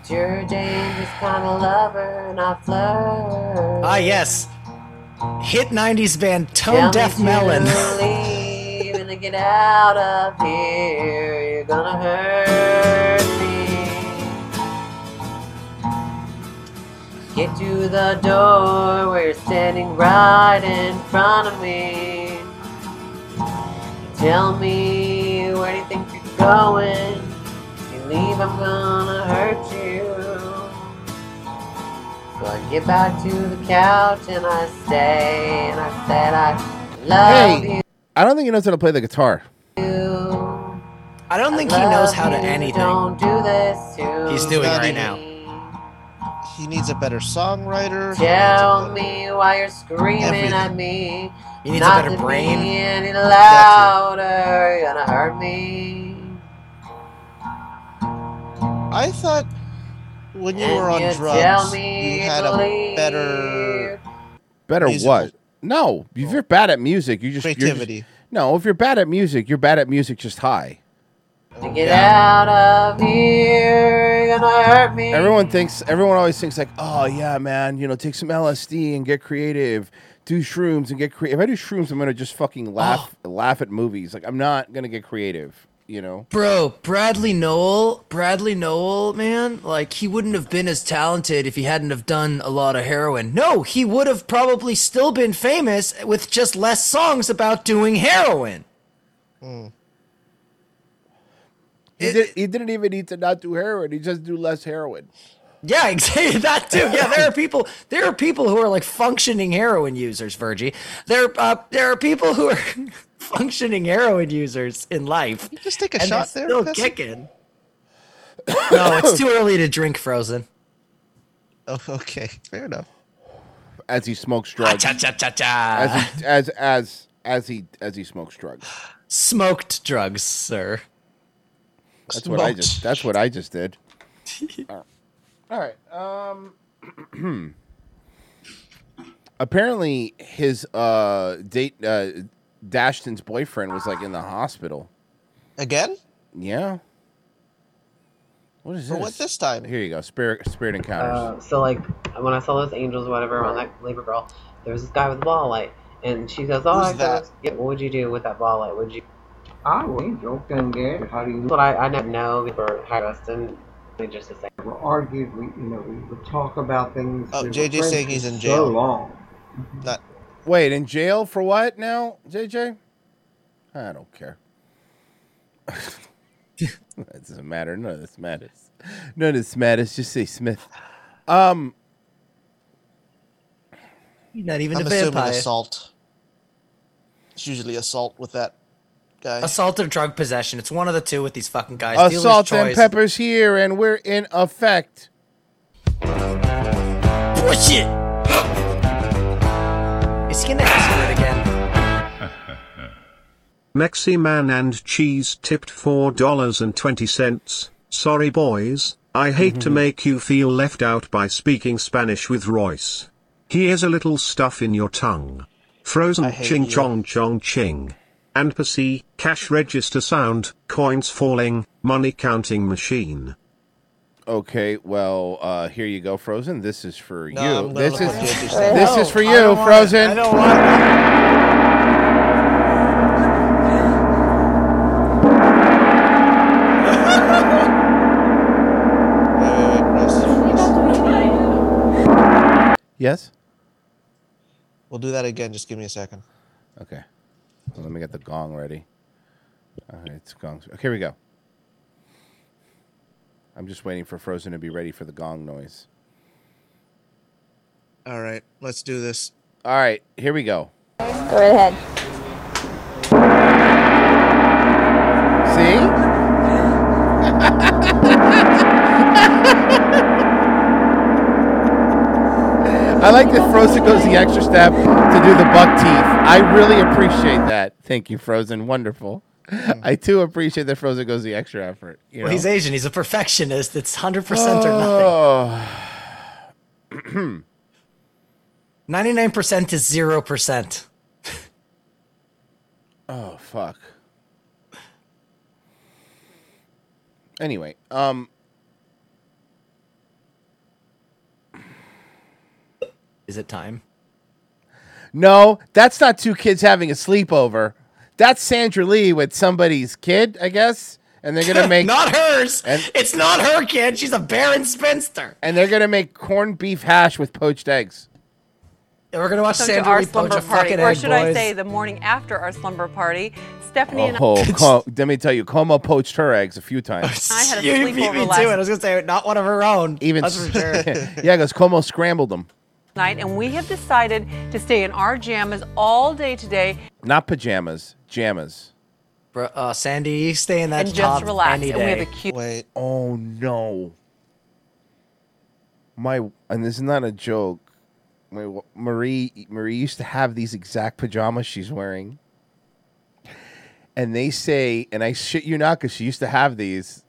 S7: But you're a dangerous kind of lover, and I flirt.
S4: Ah yes, hit '90s band
S7: Tell
S4: Tone
S7: me
S4: Deaf
S7: to
S4: Melon.
S7: leave and to get out of here. You're gonna hurt me. Get to the door where you're standing right in front of me. Tell me where do you think you're going? If you leave, I'm gonna hurt you. So I get back to the couch and I stay and I said I love
S1: Hey, I don't think he knows how to play the guitar.
S7: you.
S4: I don't think he
S7: love
S4: knows how to
S7: you,
S4: anything.
S7: Don't do this to
S4: He's doing
S7: me.
S4: right now.
S3: He needs a better songwriter. He
S7: Tell me why you're screaming
S3: Everything.
S7: at me.
S3: He needs a
S7: Not
S3: better
S7: to
S3: brain.
S7: Be any louder, you're gonna hurt me.
S3: I thought when you were on
S7: And you
S3: drugs,
S7: tell me
S3: you had a better.
S1: Better what? No, if you're bad at music, you just you're just-
S3: Creativity.
S1: no, if you're bad at music, you're bad at music just high.
S7: To get out of here, you're gonna hurt me.
S1: Everyone thinks everyone always thinks like, oh yeah, man, you know, take some LSD and get creative, do shrooms and get creative. If I do shrooms, I'm gonna just
S4: Oh.
S1: fucking laugh laugh at movies. Like I'm not gonna get creative, you know.
S4: Bro, Bradley Noel, Bradley Noel, man, like he wouldn't have been as talented if he hadn't have done a lot of heroin. No, he would have probably still been famous with just less songs about doing heroin. Mm.
S1: He, did, he didn't even need to not do heroin. He just do less heroin.
S4: Yeah, exactly that too. Yeah, there are people. There are people who are like functioning heroin users, Virgie. There, uh, there are people who are functioning heroin users in life.
S3: just take a
S4: and they're
S3: shot there,
S4: Still
S3: Bessie?
S4: kicking. no, it's too early to drink Frozen.
S3: Oh, okay, fair enough.
S1: As he
S4: Ah,
S1: smokes drugs. As he, as as as he as he smokes drugs.
S4: Smoked drugs, sir.
S1: That's what I just that's what I just did. Uh, All right. Um. Apparently, his uh, date uh, Dashton's boyfriend was like in the hospital
S3: again.
S1: Yeah. What is
S3: For
S1: this?
S3: what this time?
S1: Here you go. Spirit spirit encounters.
S7: Uh, so like when I saw those angels, or whatever, on that labor girl, there was this guy with a ball light, and she goes, "Oh,
S2: Who's
S7: I could've-
S2: that?
S7: Yeah, what would you do with that ball light? Would you?"
S2: I was joking. How do you?
S7: But I, I never know before hired us, and just a second.
S2: We argued. We, you know, we would talk about things.
S3: Oh,
S2: we were
S3: JJ 's saying
S2: friends
S3: he's in
S2: for
S3: jail.
S2: So long.
S3: Not
S1: Wait, in jail for what now, JJ? I don't care. that doesn't matter. None of this matters. None of this matters. Just say Smith. Um,
S4: You're not even
S3: I'm
S4: a
S3: assuming
S4: vampire.
S3: assault. It's usually assault with that guy.
S4: Assault or drug possession. It's one of the two with these fucking guys. Dealer's
S1: assault Uh, and
S4: choice.
S1: peppers here, and we're in effect.
S4: Push it! Oh, Is he gonna answer it again?
S12: Mexi Man and Cheese tipped $4.20. Sorry, boys, I hate to make you feel left out by speaking Spanish with Royce. Here's a little stuff in your tongue. Frozen ching chong chong ching. And per se, cash register sound, coins falling, money counting machine.
S1: Okay, well, uh, here you go, Frozen. This is for
S3: No, I'm
S1: you.
S3: gonna
S1: This is
S3: look what JJ
S1: this
S3: said.
S1: is for
S3: No, I
S1: you,
S3: don't want it.
S1: Frozen.
S3: I don't
S1: Yes.
S3: We'll do that again. Just give me a second.
S1: Okay. Well, let me get the gong ready. All right, it's gongs. Okay, here we go. I'm just waiting for Frozen to be ready for the gong noise.
S3: All right, let's do this.
S1: All right, here we go.
S21: Go right ahead.
S1: See? I like that Frozen goes the extra step to do the buck teeth. I really appreciate that. Thank you, Frozen. Wonderful. I too appreciate that Frozen goes the extra effort. You
S4: Hmm. Well,
S1: know?
S4: he's Asian. He's a perfectionist. It's 100% or nothing.
S1: nothing.
S4: 99% is 0%.
S1: oh fuck. Anyway, um,
S4: Is it time?
S1: no, that's not two kids having a sleepover. That's Sandra Lee with somebody's kid, I guess, and they're gonna make
S4: Not hers.
S1: And-
S4: It's not her kid. She's a barren spinster.
S1: and they're gonna make corned beef hash with poached eggs.
S4: And we're gonna watch
S8: Welcome to
S4: Sandra
S8: our
S4: Lee poach
S8: slumber
S4: a
S8: party,
S4: fucking
S8: or
S4: egg,
S8: should I
S4: boys.
S8: say, the morning after our slumber party, Stephanie and
S1: Oh, Co- let me tell you, Como poached her eggs a few times.
S8: I had a
S4: You
S8: sleepover
S4: beat me to it.
S8: last
S4: I was gonna say not one of her own.
S1: Even
S4: that's for sure.
S1: yeah, because Como scrambled them,
S8: night, and we have decided to stay in our jammies all day today
S1: not pajamas, jammas.
S4: Bro, uh, Sandy, you stay in that
S8: and
S4: job
S8: just relax.
S4: any
S8: And we have a
S4: day.
S8: cute.
S3: Wait.
S1: Oh no. My and this is not a joke. My w- Marie Marie used to have these exact pajamas she's wearing. And they say, and I shit you not, because she used to have these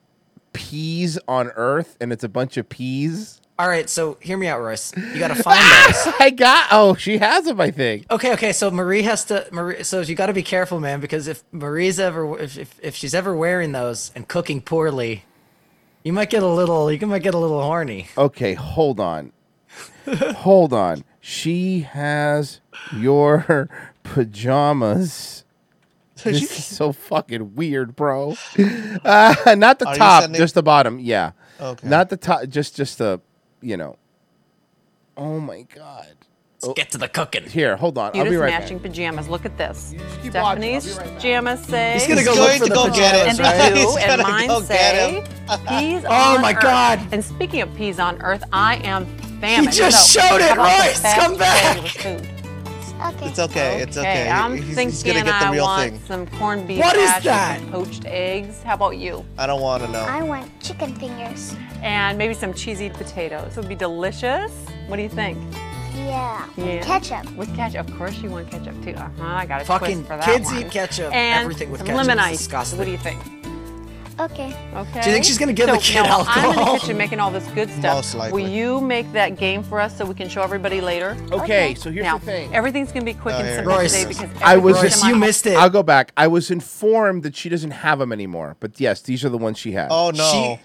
S1: peas on Earth, and it's a bunch of peas.
S4: All right, so hear me out, Royce. You gotta find those.
S1: I got. Oh, she has them, I think.
S4: Okay, okay. So Marie has to. Marie, so you gotta be careful, man, because if Marie's ever, if, if if she's ever wearing those and cooking poorly, you might get a little. You might get a little horny.
S1: Okay, hold on. hold on. She has your pajamas. This is so fucking weird, bro. Uh, not the
S3: Are you
S1: top,
S3: sending-
S1: just the bottom. Yeah.
S3: Okay.
S1: Not the top, just just the, you know. Oh my god.
S4: Let's get to the cooking.
S1: Here, hold on. I'll
S8: Cutest
S1: be right back.
S8: matching pajamas. Look at this. Stephanie's pajamas say.
S4: He's gonna go He's look going for to the go get it,
S8: And,
S4: right?
S8: they do,
S4: He's
S8: and
S4: gonna
S8: mine
S4: go get
S8: say
S4: him.
S8: peas
S4: Oh
S8: on
S4: my
S8: earth.
S4: God.
S8: And speaking of peas on earth, I am famished.
S4: just
S8: so
S4: showed it,
S8: how about the
S4: Royce,
S8: fast
S4: come back.
S8: food with food?
S3: It's okay. It's okay.
S8: Okay, I'm
S3: He's- he's,
S8: thinking
S3: gonna get the
S8: I
S3: real
S8: want
S3: thing.
S8: some corned beef
S3: What is
S8: hash
S3: that?
S8: with some poached eggs. How about you?
S3: I don't want to know.
S8: want chicken fingers. And maybe some cheesy potatoes. It would be delicious. What do you think?
S17: Yeah.
S8: Yeah.
S17: Ketchup.
S8: With ketchup. Of course you want ketchup too. Uh-huh. I got a
S4: Fucking
S8: twist for that
S4: kids
S8: one.
S4: eat ketchup.
S8: And
S4: Everything with
S8: some
S4: ketchup
S8: lemon
S4: is
S8: ice.
S4: disgusting.
S8: What do you think?
S17: Okay.
S8: Okay.
S4: Do you think she's gonna give
S8: so,
S4: the kid
S8: no, I'm in
S4: alcohol?
S8: the kitchen making all this good stuff.
S4: Most likely.
S8: Will you make that game for us so we can show everybody later?
S1: Okay, Okay. so here's
S8: now,
S1: the thing.
S8: Everything's gonna be
S4: Oh,
S8: quick and simple
S1: Royce,
S8: today because
S1: I was.
S8: everything's in my home.
S1: it. I'll go back. I was informed that she doesn't have them anymore. But yes, these are the ones she had.
S4: Oh, She,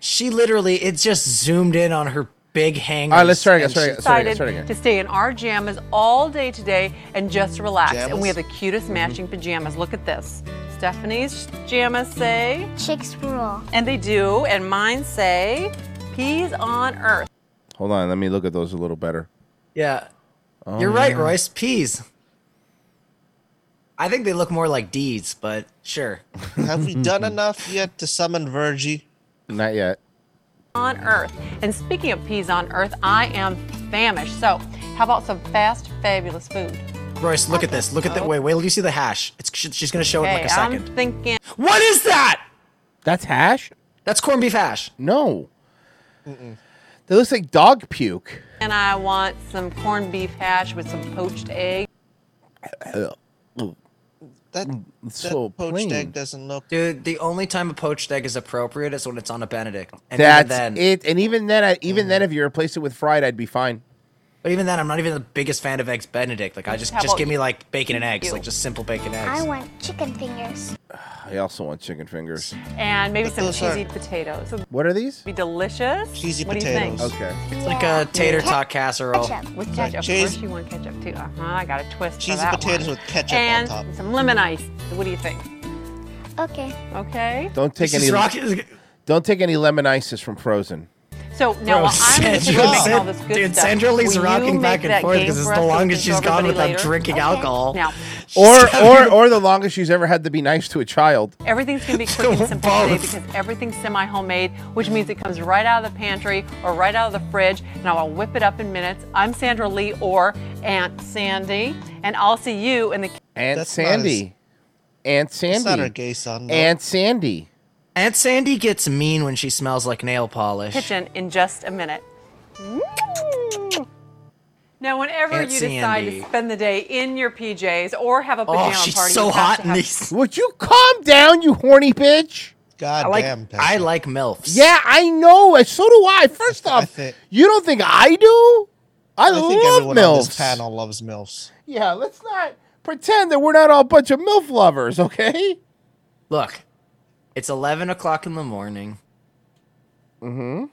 S4: she literally, it just zoomed in on her big hang.
S1: All right, let's try again, let's try again, let's try again,
S8: decided to stay in our jammies all day today and just relax. And
S4: Jammas? Mm-hmm.
S8: we have the cutest matching pajamas. Look at this. Stephanie's jammas say
S15: chicks rule.
S8: And they do, and mine say peas on earth.
S1: Hold on, let me look at those a little better.
S4: Yeah.
S1: Oh,
S4: You're right,
S1: yeah.
S4: Royce. Peas. I think they look more like D's, but sure.
S3: Have we done enough yet to summon Virgie?
S1: Not yet.
S8: On earth. And speaking of peas on earth, I am famished. So, how about some fast, fabulous food?
S4: Royce, look at this. Look at the wait. Wait till you see the hash. It's she- she's gonna show it in like a
S8: I'm
S4: second.
S8: thinking.
S4: What is that?
S1: That's hash?
S4: That's corned beef hash.
S1: No. That looks like dog puke.
S8: And I want some corned beef hash with some poached egg.
S3: That,
S4: so
S3: poached plain. egg doesn't look.
S4: Dude, the only time a poached egg is appropriate is when it's on a Benedict. And
S1: That's
S4: even then,
S1: it. And even then, I, even then, if you replace it with fried, I'd be fine.
S4: but even then, I'm not even the biggest fan of eggs Benedict. Like I just
S15: How
S4: just
S15: about
S4: give me like bacon and eggs,
S15: you?
S4: like just simple bacon and
S15: I
S4: eggs.
S15: want chicken fingers.
S1: I also want chicken fingers.
S8: And maybe some
S1: those are-
S8: cheesy potatoes. So
S1: What are these?
S8: be delicious.
S1: Cheesy
S8: what do you think?
S1: Okay.
S4: It's like a tater
S8: Yeah.
S4: tot casserole.
S8: With ketchup. Of
S4: Cheese-
S8: course you want ketchup too. Uh-huh. I got a twist
S4: Cheesy
S8: for that
S4: potatoes
S8: one.
S4: with ketchup on
S8: and
S4: top.
S8: some lemon ice. What do you think? Okay. Okay.
S1: Don't take any. Don't take any lemon ices from Frozen.
S8: So now
S4: Bro,
S8: while I'm
S4: Sandra-
S8: making all
S4: Sand-
S8: this good
S4: dude,
S8: stuff,
S4: Sandra Lee's
S8: will you
S4: rocking
S8: make
S4: back and
S8: that
S4: forth
S8: game
S4: 'cause it's
S8: for
S4: the
S8: us so we
S4: longest
S8: can
S4: she's
S8: show
S4: gone
S8: everybody
S4: without drinking
S8: Okay.
S4: alcohol.
S8: Now
S1: Or or or the longest she's ever had to be nice to a child.
S8: everything's gonna be quick and simple today
S1: Both.
S8: because everything's semi-homemade, which means it comes right out of the pantry or right out of the fridge, and I'll whip it up in minutes. I'm Sandra Lee or Aunt Sandy, and I'll see you in the
S1: Aunt Sandy. Aunt Sandy.
S3: not her gay son. no.
S1: Aunt Sandy.
S4: Aunt Sandy gets mean when she smells like nail polish.
S8: kitchen in just a minute. Mm. Now, whenever
S4: Aunt
S8: you decide
S4: Sandy.
S8: to spend the day in your PJs or have a
S4: Oh,
S8: pajama
S4: she's
S8: party,
S4: so
S8: you have
S4: hot
S8: to
S4: in
S8: have
S4: these.
S1: Would you calm down, you horny bitch?
S3: God
S4: I like,
S3: damn,
S4: I like MILFs.
S1: Yeah, I know. and So do I. First off, you don't think I do? I,
S3: I
S1: love
S3: think everyone on this
S1: milfs.
S3: panel loves milfs.
S1: Yeah, let's not pretend that we're not all a bunch of milf lovers, okay?
S4: Look, it's 11 o'clock in the morning.
S1: Mm-hmm.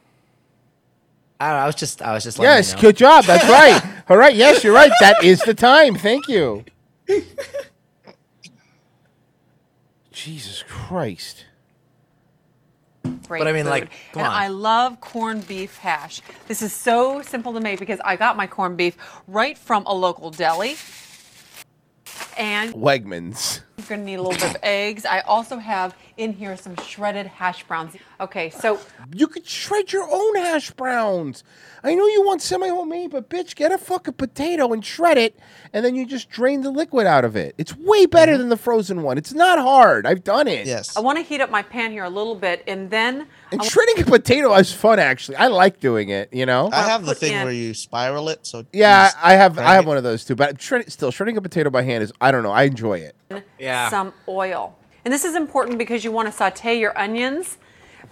S4: I don't know. I was just, I was just like,
S1: Yes, good job. That's right. All right. Yes, you're right. That is the time. Thank you. Jesus Christ.
S8: great
S4: But I mean,
S8: food.
S4: like, come
S8: and
S4: on.
S8: I love corned beef hash. This is so simple to make because I got my corned beef right from a local deli. And
S1: Wegmans.
S8: you're gonna need a little bit of eggs. I also have in here some shredded hash browns. Okay, so
S1: You could shred your own hash browns. I know you want semi homemade, but bitch, get a fucking potato and shred it, and then you just drain the liquid out of it. It's way better than the frozen one. It's not hard. I've done it.
S3: Mm-hmm. Yes.
S8: I want to heat up my pan here a little bit, and then
S1: And shredding a potato is fun, actually. I like doing it. You know.
S3: I have the thing where you spiral it, so
S1: Yeah, I have.
S3: Try
S1: I
S3: to
S1: have
S3: get-
S1: one of those too. But shred, still, shredding a potato by hand is. I don't know. I enjoy it.
S4: Yeah.
S8: some oil. And this is important because you want to saute your onions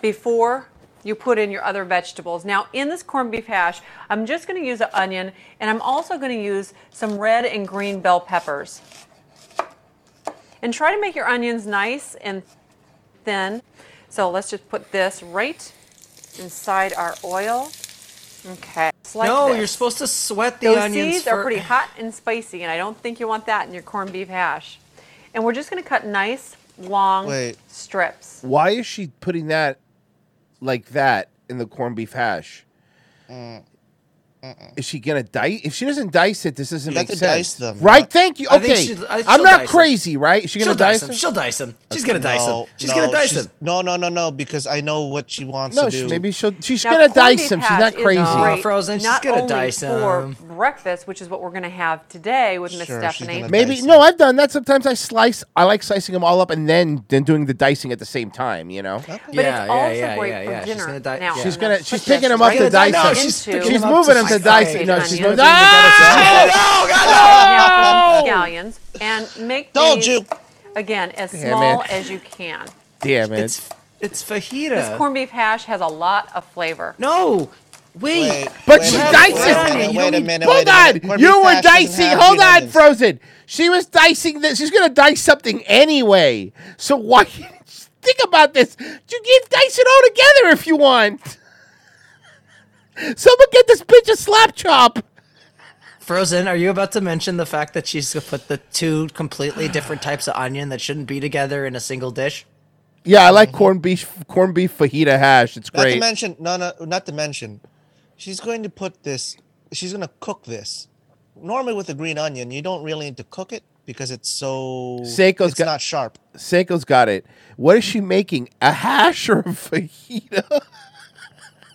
S8: before you put in your other vegetables. Now, in this corned beef hash, I'm just going to use an onion and I'm also going to use some red and green bell peppers. And try to make your onions nice and thin. So let's just put this right inside our oil. Okay. Just like
S4: no,
S8: this.
S4: you're supposed to sweat the
S8: Those
S4: onions.
S8: seeds are
S4: fir-
S8: pretty hot and spicy, and I don't think you want that in your corned beef hash. And we're just going to cut nice, long
S1: Wait.
S8: strips.
S1: Why is she putting that like that in the corned beef hash?
S3: Mm.
S4: Uh-uh.
S1: Is she gonna dice? If she doesn't dice it, this doesn't
S3: You have
S1: make
S3: to
S1: sense.
S3: dice them.
S1: Right? Thank you.
S4: I think
S1: Okay,
S4: she- I-
S1: I'm
S4: she'll
S1: not
S4: dice them.
S1: crazy, right? Is she gonna
S4: She'll
S1: dice
S4: dice
S1: them?
S4: them. She'll dice them. She's gonna dice
S3: Uh, No,
S4: them. She's gonna
S3: no,
S4: dice
S3: she's-
S4: them.
S3: No, no, no, no, because I know what she wants
S1: No,
S3: to
S1: she-
S3: do.
S1: maybe she'll. She's
S8: Now,
S1: gonna
S8: corned
S1: dice
S8: beef
S1: them. She's
S8: hash
S1: not
S8: is
S1: crazy.
S8: great,
S4: Frozen, she's
S8: not
S4: gonna
S8: only
S4: dice
S8: for
S4: 'em.
S8: breakfast, which is what we're going to have today with Miss
S1: Sure, she's
S8: Stephanie.
S1: Maybe no, I've done that. Sometimes I slice. I like slicing them all up and then then doing the dicing at the same time. You know.
S8: But it's also great for dinner.
S4: She's gonna die.
S8: Now,
S1: She's
S8: I'm
S1: gonna.
S8: put
S1: She's
S8: this
S1: picking them up
S8: right
S1: to dice.
S8: into-
S1: them. she's moving them to dice.
S8: Okay,
S1: No, she's
S8: onions.
S1: moving. Ah!
S8: Now, scallions and make
S4: Told
S8: these
S4: you.
S8: again as
S4: Damn
S8: small
S4: it.
S8: as you can.
S1: Damn it!
S4: It's, it's fajita.
S8: This corned beef hash has a lot of flavor.
S4: no, wait.
S1: But
S4: Wait
S1: she
S4: a minute,
S1: diced
S4: wait a minute,
S1: it.
S4: wait a minute,
S1: Hold
S4: wait a minute.
S1: on.
S4: Corned
S1: You
S4: beef
S1: were
S4: hash doesn't
S1: dicing.
S4: have
S1: Hold
S4: meat on
S1: on, Frozen. She was dicing this. She's gonna dice something anyway. So why? Think about this. You can dice it all together if you want. Someone get this bitch a slap chop.
S4: Frozen, are you about to mention the fact that she's put the two completely different types of onion that shouldn't be together in a single dish?
S1: Yeah, I like corned beef corned beef fajita hash. It's
S3: Not to
S1: great.
S3: mention, no, no, not to mention, she's going to put this. She's going to cook this. Normally, with a green onion, you don't really need to cook it because it's so
S1: Seiko's
S3: it's
S1: got-
S3: not sharp.
S1: Seiko's got it. What is she making? A hash or a fajita?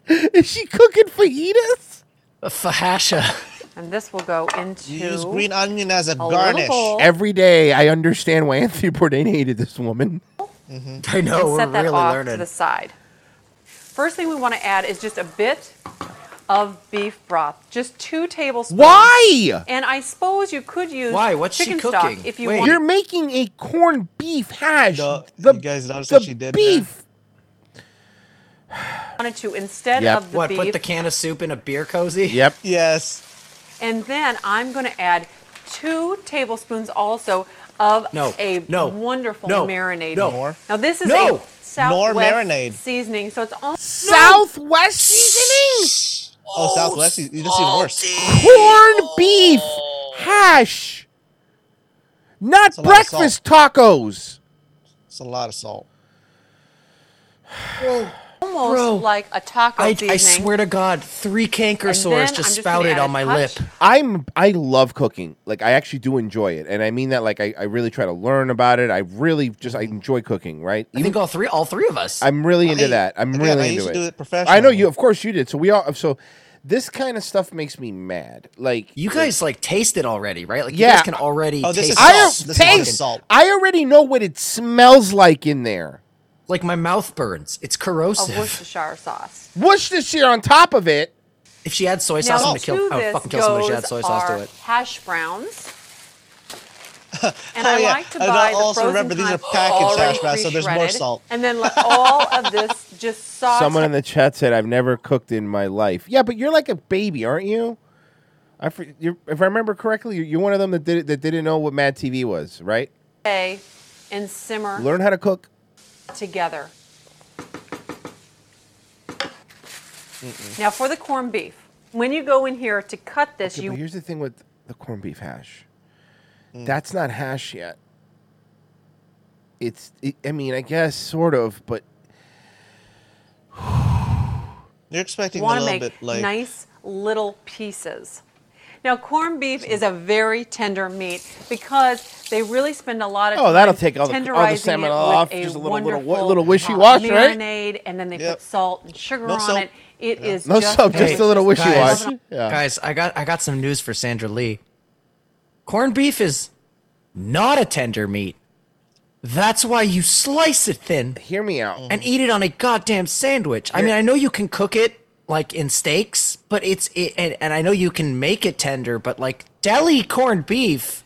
S1: is she cooking fajitas?
S4: A fajasha.
S8: And this will go into
S3: use green onion as a,
S8: little
S3: garnish.
S8: bowl.
S1: Every day, I understand why Anthony Bourdain hated this woman.
S4: Mm-hmm. I know,
S8: and
S4: we're
S8: set that
S4: really
S8: off
S4: learning.
S8: to the side. First thing we want to add is just a bit of beef broth, just two tablespoons.
S1: Why?
S8: And I suppose you could use
S1: Why? What's she
S8: chicken
S1: cooking?
S8: stock if you
S1: Wait.
S8: want.
S1: You're making a corned beef hash. the, you guys noticed
S3: what she did there?
S1: Beef.
S8: wanted to instead of the
S4: what,
S8: beef.
S4: put the can of soup in a beer cozy?
S1: Yep.
S3: Yes.
S8: and then I'm going to add two tablespoons also of
S4: No,
S8: a
S4: no,
S8: wonderful
S4: no,
S8: marinade.
S4: no. Nor-
S8: Now this is
S4: No,
S8: a southwest
S3: marinade.
S8: seasoning, so it's all
S1: Southwest seasoning.
S3: Oh, Southwest, you- this is even worse.
S1: Corned beef hash.
S3: a
S1: Not
S3: lot of salt.
S1: breakfast tacos.
S3: It's a lot of salt.
S8: almost
S4: Bro,
S8: like a taco
S4: I,
S8: seasoning.
S4: I swear to God, three canker sores
S8: then
S4: just
S8: I'm just gonna
S4: spouted
S8: add
S4: on
S8: a
S4: my lip.
S8: touch.
S1: I'm I love cooking. Like I actually do enjoy it. And I mean that like I, I really try to learn about it. I really just I enjoy cooking, right?
S4: I think all three, all three of us.
S1: I'm really into
S4: I-
S1: that. I'm
S4: again,
S1: really
S4: I
S1: into
S4: used
S1: it.
S4: to do it
S1: I know you. Of course you did. So we all. So this kind of stuff makes me mad. Like
S4: you guys like taste it already, right? Like
S1: Yeah.
S4: you guys can already taste
S1: I have taste. I already know what it smells like in there.
S4: Like my mouth burns. It's
S8: of
S4: corrosive.
S8: Worcestershire sauce.
S1: Worcestershire on top of it.
S4: If she had soy
S8: now
S4: sauce, I'm gonna kill.
S8: to
S4: I would
S8: this
S4: fucking kill somebody. if She had
S8: goes
S4: soy sauce
S8: our
S4: to it.
S8: Hash browns. And
S3: Oh,
S8: I
S3: yeah.
S8: like to
S3: And
S8: buy the
S3: also
S8: frozen
S3: remember, these are
S8: kind
S3: packaged
S8: already
S3: hash browns, so there's more
S8: pre-shredded.
S3: salt.
S8: And then let all of this just sauce.
S1: Someone in the chat said, "I've never cooked in my life." Yeah, but you're like a baby, aren't you? I, fr- you're, if I remember correctly, you're, you're one of them that did that didn't know what Mad TV was, right?
S8: away and simmer
S1: Learn how to cook.
S8: together. Now for the corned beef. When you go in here to cut this,
S1: Okay,
S8: you
S1: but here's the thing with the corned beef hash.
S3: Mm.
S1: That's not hash yet. It's. It, I mean, I guess sort of, but
S3: You're expecting a
S8: want to
S3: little
S8: make
S3: bit like
S8: nice little pieces. Now, corned beef is a very tender meat because they really spend a lot of
S1: Oh, that'll
S8: time
S1: take all the- all the
S8: tenderizing it
S1: salmon
S8: with
S1: off, just a little- little-
S8: wonderful,
S1: little wishy-wash,
S8: uh,
S1: right?
S8: marinade, and then they
S1: Yep.
S8: put salt and sugar
S1: No
S8: on
S1: soap.
S8: it. It is
S1: No
S8: just
S1: soap, just a little
S8: delicious.
S1: wishy-washy.
S4: Guys,
S1: Yeah.
S4: guys, I got I got some news for Sandra Lee. Corned beef is not a tender meat. That's why you slice it thin.
S1: Hear me out.
S4: And eat it on a goddamn sandwich. I mean, I know you can cook it like in steaks, but it's it, and, and I know you can make it tender, but like deli corned beef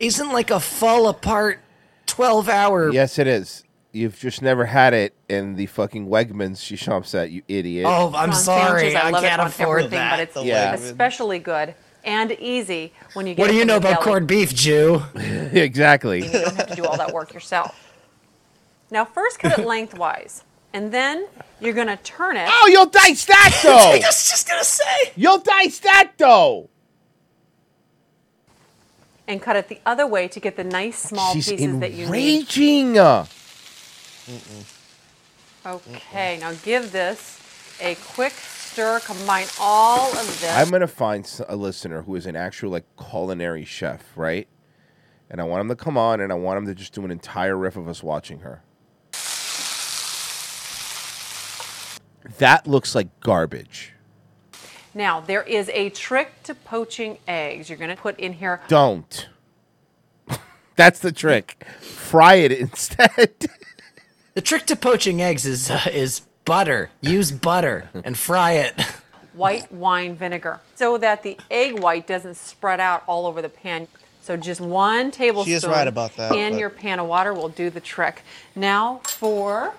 S4: isn't like a fall apart 12 hour
S1: yes, it is. You've just never had it in the fucking Wegmans she shops at, you idiot.
S4: Oh, I'm
S8: On
S4: sorry.
S8: sandwiches,
S4: I,
S8: I love it
S4: can't
S8: on
S4: afford
S8: everything,
S4: that.
S8: but it's
S1: Yeah.
S8: especially good and easy when you get
S4: What do
S8: it
S4: you
S8: from
S4: know
S8: the
S4: about
S8: deli.
S4: corned beef, Jew?
S1: exactly.
S8: You don't have to do all that work yourself. Now, first cut it lengthwise, and then you're going to turn it.
S1: Oh, you'll dice that though.
S4: was just gonna say.
S1: You'll dice that though.
S8: and cut it the other way to get the nice small
S1: She's
S8: pieces that you need.
S1: enraging. Uh,
S8: Okay, now give this a quick stir. Combine all of this.
S1: I'm gonna find s- a listener who is an actual like culinary chef, right? And I want him to come on, and I want him to just do an entire riff of us watching her. That looks like garbage.
S8: now, there is a trick to poaching eggs. You're going to put in here
S1: Don't. That's the trick. Fry it instead.
S4: The trick to poaching eggs is uh, is butter. Use butter and fry it.
S8: white wine vinegar so that the egg white doesn't spread out all over the pan. So just one tablespoon
S3: right about that,
S8: in
S3: but-
S8: your pan of water will do the trick. Now for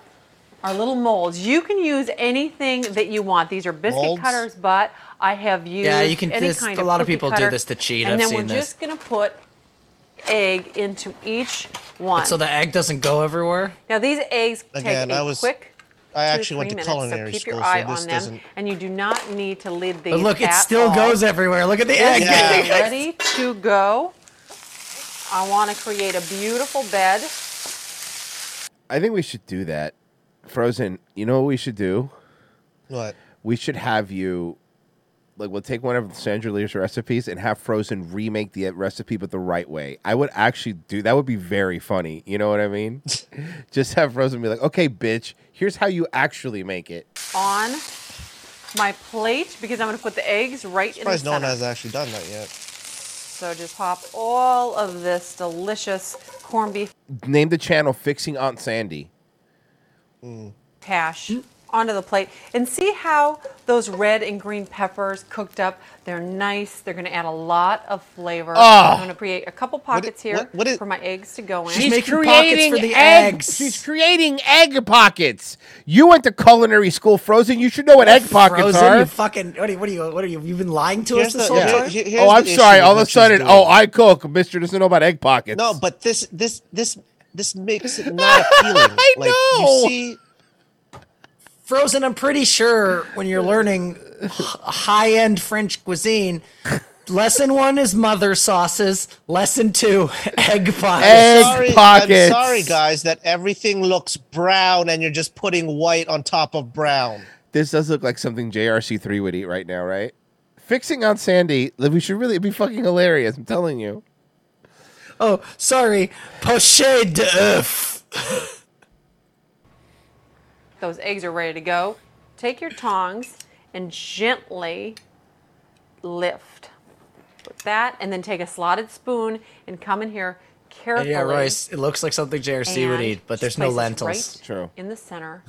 S8: our little molds. You can use anything that you want. These are biscuit
S4: Molds?
S8: cutters, but I have used
S4: Yeah, you can-
S8: any
S4: this-
S8: kind
S4: a
S8: of
S4: lot of
S8: cookie
S4: people do
S8: cutter.
S4: this to cheat.
S8: And
S4: I've
S8: then
S4: seen
S8: we're
S4: this.
S8: just gonna put egg into each one.
S4: So the egg doesn't go everywhere.
S8: now these eggs
S4: Again,
S8: take a
S4: I was-
S8: quick
S3: I
S8: two,
S3: actually went
S8: three
S3: to
S8: minutes,
S3: culinary
S8: so keep your
S3: school, so
S8: eye
S3: this
S8: on
S3: doesn't-
S8: them, and you do not need to lid these.
S4: But look, it
S8: at
S4: still
S8: all.
S4: goes everywhere. Look at the egg.
S8: This is ready to go. I want to create a beautiful bed.
S1: I think we should do that. Frozen, you know what we should do?
S3: What?
S1: We should have you like we'll take one of Sandra Lee's recipes and have Frozen remake the recipe but the right way. I would actually do that would be very funny. You know what I mean? Just have Frozen be like, "Okay, bitch, here's how you actually make it."
S8: on my plate because I'm going to put the eggs right in the
S3: Surprised no
S8: center.
S3: one has actually done that yet.
S8: So just pop all of this delicious corned beef
S1: Name the channel Fixing Aunt Sandy. Hmm.
S8: hash onto the plate and see how those red and green peppers cooked up. They're nice. They're going to add a lot of flavor.
S1: Ah.
S8: I'm going to create a couple pockets here for my eggs to go in.
S1: egg- She's creating egg pockets. You went to culinary school, Frozen. You should know what egg pockets
S4: Frozen,
S1: are.
S4: you fucking. What are you? What are you? What are you? You've been lying to
S3: Here's
S4: us this
S3: the-
S4: whole
S3: yeah,
S4: time.
S3: he- here's
S1: oh, I'm
S3: the issue
S1: sorry.
S3: with
S1: All
S3: what
S1: of a
S3: she's
S1: sudden,
S3: doing.
S1: oh, I cook. Mister doesn't know about egg pockets.
S3: No, but this this this this makes it not appealing. I like,
S4: know.
S3: You see,
S4: Frozen, I'm pretty sure when you're learning high end French cuisine, lesson one is mother sauces, lesson two, egg pockets.
S3: sorry, I'm sorry, guys, that everything looks brown and you're just putting white on top of brown.
S1: This does look like something JRC3 would eat right now, right? Fixing Aunt Sandy. like, We should really it'd be fucking hilarious. I'm telling you.
S4: Oh, sorry. Poché d'œuf.
S8: Those eggs are ready to go. Take your tongs and gently lift. Put that, and then take a slotted spoon and come in here carefully.
S4: Yeah, rice. It looks like something JRC would
S8: and
S4: eat, but there's
S8: just
S4: no
S8: place it
S4: lentils.
S8: Right In the center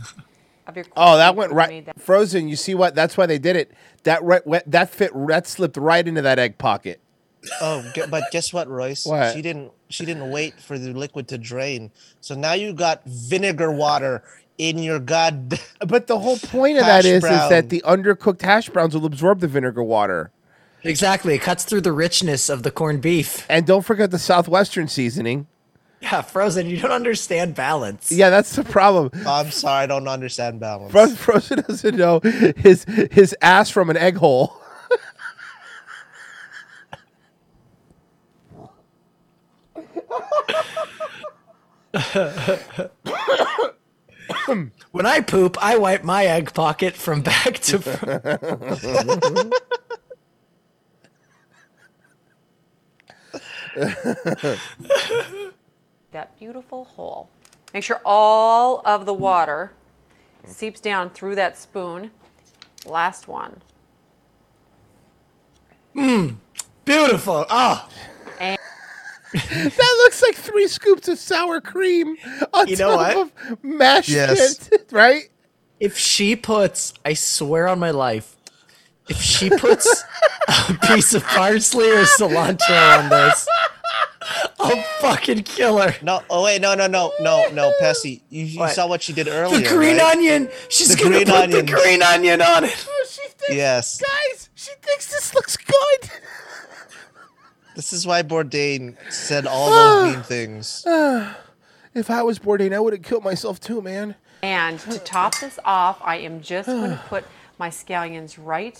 S8: of your.
S1: Oh, that
S8: cornmeal
S1: went
S8: you
S1: right.
S8: made that.
S1: Frozen. You see what? That's why they did it. That right. wet- That fit. That slipped right into that egg pocket.
S3: Oh, gu- but guess what, Royce?
S1: What?
S3: She didn't. She didn't wait for the liquid to drain. So now you got vinegar water in your god.
S1: But the whole point of that is, is that the undercooked hash browns will absorb the vinegar water.
S4: Exactly. It cuts through the richness of the corned beef.
S1: And don't forget the southwestern seasoning.
S4: Yeah, Frozen, you don't understand balance.
S1: Yeah, that's the problem.
S3: I'm sorry, I don't understand balance.
S1: Fro- Frozen doesn't know his his ass from an egg hole.
S4: when I poop, I wipe my egg pocket from back to front.
S8: that beautiful hole. Make sure all of the water seeps down through that spoon. Last one.
S4: Mmm, beautiful. Ah,
S8: And
S1: that looks like three scoops of sour cream on
S4: You know
S1: top
S4: what?
S1: of mashed
S4: Yes.
S1: shit, right?
S4: If she puts, I swear on my life, if she puts a piece of parsley or cilantro on this, I'll fucking kill her.
S3: No, oh wait, no, no, no, no, no, Pessy. You, you saw what she did earlier.
S4: green
S3: right?
S4: onion! She's gonna put the green onion on it.
S1: Oh, she thinks,
S3: Yes.
S1: guys, she thinks this looks good.
S3: This is why Bourdain said all those mean things.
S1: if I was Bourdain, I would have killed myself too, man.
S8: and to top this off, I am just going to put my scallions right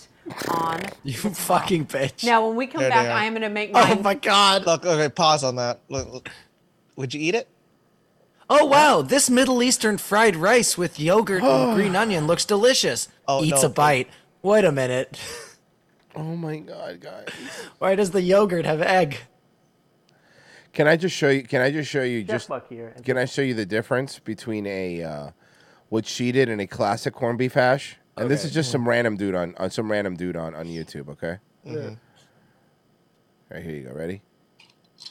S8: on.
S4: You fucking bitch.
S8: Now, when we come
S3: There they
S8: back,
S3: are.
S8: I am going to make
S4: Oh
S8: mine.
S4: my god.
S3: Look, okay, pause on that. Look, look. Would you eat it?
S4: Oh wow, this Middle Eastern fried rice with yogurt and green onion looks delicious.
S3: Oh,
S4: Eats
S3: no.
S4: a bite. Wait a minute.
S1: Oh my god, guys.
S4: Why does the yogurt have egg?
S1: Can I just show you? Can I just show you?
S4: Chef
S1: Just
S4: Buck here.
S1: can I show you the difference between a uh, what she did and a classic corned beef hash? And this
S4: Okay.
S1: is just some random dude on, on some random dude on on YouTube. Okay.
S4: Mhm.
S1: All right, here you go. Ready?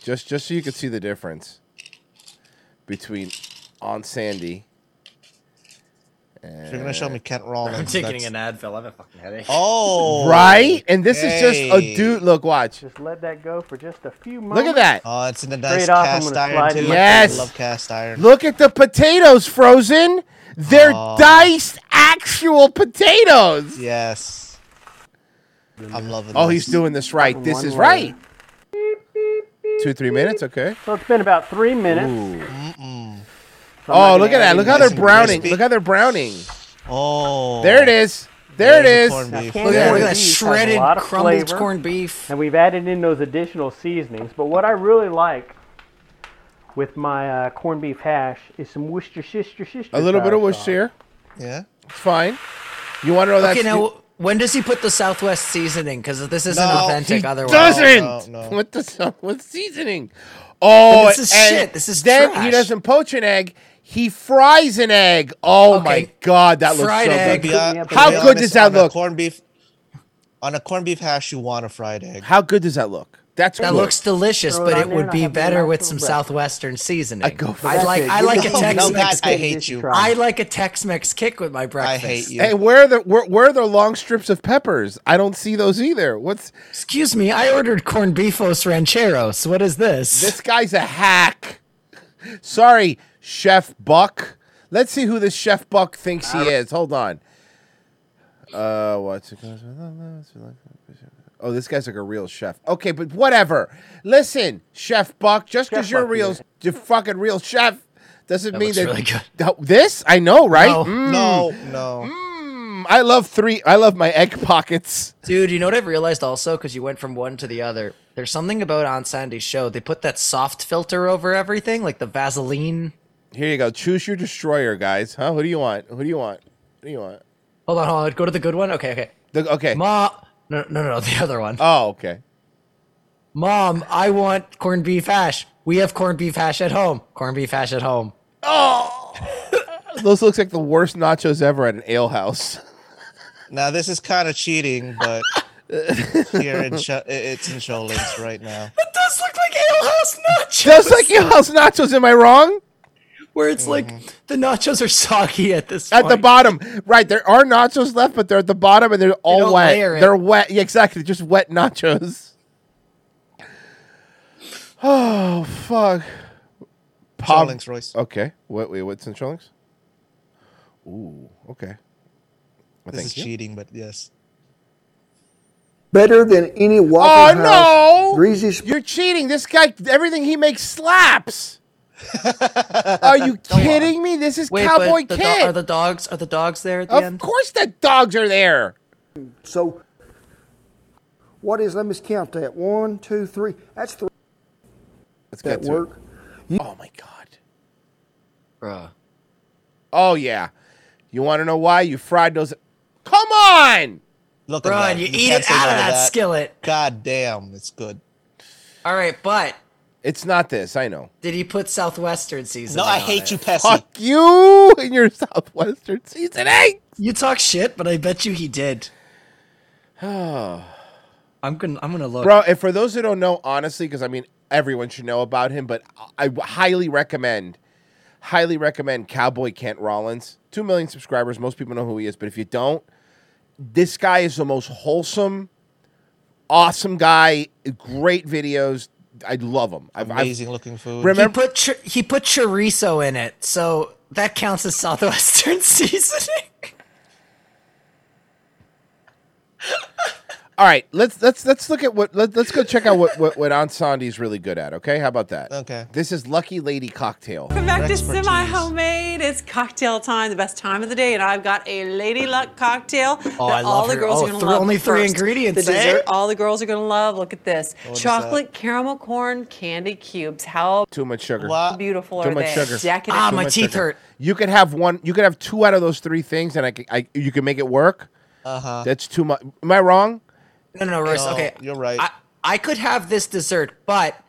S1: Just just so you can see the difference between Aunt Sandy. And
S3: If you're gonna show me Kent Rollins. that's-
S4: Advil. I have a fucking headache.
S3: Oh,
S1: right, and this is just a
S3: Hey.
S1: dude. Look, watch.
S9: Just let that go for just a few moments.
S1: Look at that.
S3: Oh, it's in a
S9: Straight
S3: nice
S9: off, I'm
S3: cast
S9: gonna
S3: iron
S9: slide
S3: too.
S9: in
S1: my Yes.
S3: I love cast iron.
S1: Look at the potatoes frozen. They're
S3: Oh.
S1: diced actual potatoes.
S3: Yes. I'm loving.
S1: Oh,
S3: this.
S1: he's doing this right. This
S9: One
S1: is
S9: layer.
S1: right. Two, three minutes. Okay.
S9: So it's been about three minutes.
S1: Ooh.
S9: So I'm not
S1: Oh, look
S9: gonna add
S1: at that.
S9: any
S1: Look how
S9: more.
S1: they're browning. Look how they're browning.
S3: Oh.
S1: There it is. There it
S9: There's
S1: is.
S9: the corned beef.
S1: Look at
S9: Corned beef
S1: that.
S9: has a lot of flavor,
S19: beef.
S9: And we've added in those additional seasonings. But what I really like with my uh, corned beef hash is some Worcestershire.
S1: A little bit of Worcestershire.
S3: Yeah.
S1: It's fine. You want to know that?
S4: okay, now when does he put the Southwest seasoning? Because this isn't
S1: No,
S4: authentic.
S1: he
S4: otherwise,
S1: doesn't! No, no, no. What the hell? What seasoning? Oh,
S4: this is
S1: and
S4: shit. This is
S1: then he
S4: trash.
S1: doesn't poach an egg. He fries an egg. Oh my god, that looks
S3: fried
S1: so
S3: egg.
S1: good.
S3: Be hon-
S1: How
S3: be
S1: good
S3: honest,
S1: does that
S3: on a
S1: look?
S3: Corned beef. On a corned beef hash, you want a fried egg.
S1: How good does that look? That's
S4: That
S1: good.
S4: looks delicious,
S3: Throw
S4: but
S3: it on
S4: it
S3: there
S4: would
S3: and
S4: be
S3: I'll have
S4: better
S3: your
S4: with some
S3: breakfast.
S4: southwestern seasoning. I
S1: go for
S4: I
S1: that
S4: like
S1: shit.
S4: I
S1: You
S4: like
S1: know
S4: a
S1: God,
S4: Tex Mex.
S3: I hate you.
S4: I like a Tex Mex kick with my breakfast. I hate
S1: Hey, where are the where, where are the long strips of peppers? I don't see those either. What's
S4: Excuse me, I ordered corned beefos rancheros. What is this?
S1: This guy's a hack. Sorry, Chef Buck. Let's see who this Chef Buck thinks he is. Hold on. Uh, what's it called? Oh, this guy's like a real chef. Okay, but whatever. Listen, Chef Buck, just because
S6: Chef
S1: you're
S6: Buck,
S1: real,
S6: yeah.
S1: you're fucking real chef, doesn't
S6: That
S1: mean
S6: looks
S1: that.
S6: really good.
S1: Th- This I know, right?
S4: No,
S1: Mm.
S4: no,
S3: no.
S4: Hmm.
S1: Mm, I love three. I love my egg pockets.
S4: Dude, you know what I realized also because you went from one to the other. There's something about on Sandy's show. They put that soft filter over everything, like the Vaseline.
S1: Here you go. Choose your destroyer, guys. Huh? Who do you want? Who do you want? Who do you want?
S4: Hold on, hold on. Go to the good one. Okay, okay.
S1: The, okay.
S4: Ma. No, no, no, no, the other one.
S1: Oh, okay.
S4: Mom, I want corned beef hash. We have corned beef hash at home. Corned beef hash at home.
S1: Oh, those looks like the worst nachos ever at an ale house.
S3: Now this is kind of cheating, but here in Cho- it's in Cholin's right now.
S4: It does look like ale house nachos.
S1: Just like ale house nachos. Am I wrong?
S4: Where it's
S1: Mm-hmm.
S4: like the nachos are soggy at this.
S1: At the bottom, right? There are nachos left, but they're at the bottom and they're all
S4: don't
S1: wet.
S4: layer it.
S1: They're wet. Yeah, exactly. Just wet nachos. Oh fuck. Pop-
S3: Cholin's, Royce.
S1: Okay. What? Wait. What's in Shillings? Ooh. Okay. Well,
S3: This
S1: thank
S3: is
S1: you.
S3: cheating, but yes.
S10: Better than any
S1: Oh
S10: Waffle House.
S1: no!
S10: Greasy sp-
S1: You're cheating. This guy, everything he makes slaps. Are you kidding me? This is
S4: Wait,
S1: Cowboy
S4: but the do-
S1: Kid.
S4: are the dogs? Are the dogs there at the
S1: of
S4: end?
S1: course, the dogs are there.
S10: So, what is? Let me count that. One, two, three. That's three.
S1: Let's
S10: that
S1: get to it.
S10: work.
S1: Oh my god. Bruh. Oh yeah. You want to know why you fried those? Come on.
S3: Look,
S4: Bruh,
S3: at that.
S4: you eat
S3: can't
S4: it
S3: say
S4: out of
S3: none
S4: that skillet.
S3: God damn, it's good.
S4: All right, but
S1: It's not this. I know.
S4: did he put Southwestern season?
S3: No, I hate you, Pessy.
S1: Fuck you and your Southwestern season eight.
S4: You talk shit, but I bet you he did.
S1: Oh.
S4: I'm gonna I'm gonna look.
S1: Bro, and for those who don't know, honestly, because I mean, everyone should know about him, but I I highly recommend, highly recommend Cowboy Kent Rollins. Two million subscribers. Most people know who he is, but if you don't, this guy is the most wholesome, awesome guy. Great videos. I love him. I've, I've-
S3: Amazing looking food.
S1: Remember-
S4: he put chor- he put chorizo in it, so that counts as Southwestern seasoning.
S1: All right, let's let's let's look at what let, let's go check out what what, what Aunt Sandy's really good at. Okay, how about that?
S3: Okay.
S1: This is Lucky Lady Cocktail.
S8: Welcome back to Semi Homemade. It's cocktail time, the best time of the day, and I've got a Lady Luck cocktail
S4: Oh, I
S8: that all
S4: love
S8: the
S4: her-
S8: girls
S4: oh,
S8: are going to
S4: three-
S8: love.
S4: only three
S8: first.
S4: ingredients,
S8: The
S4: eh?
S8: dessert, all the girls are going to love. Look at this:
S1: What is that?
S8: chocolate caramel corn candy cubes. How
S1: Too much sugar.
S8: beautiful
S1: Too
S8: are
S1: much
S8: they?
S1: sugar.
S8: Decadent.
S4: Ah,
S1: Too much sugar. You could have one. You could have two out of those three things, and I, c- I- you can make it work.
S3: Uh huh.
S1: That's too much. Am I wrong?
S4: No, no, no, Royce.
S1: No,
S4: okay,
S3: you're right.
S4: I, I could have this dessert, but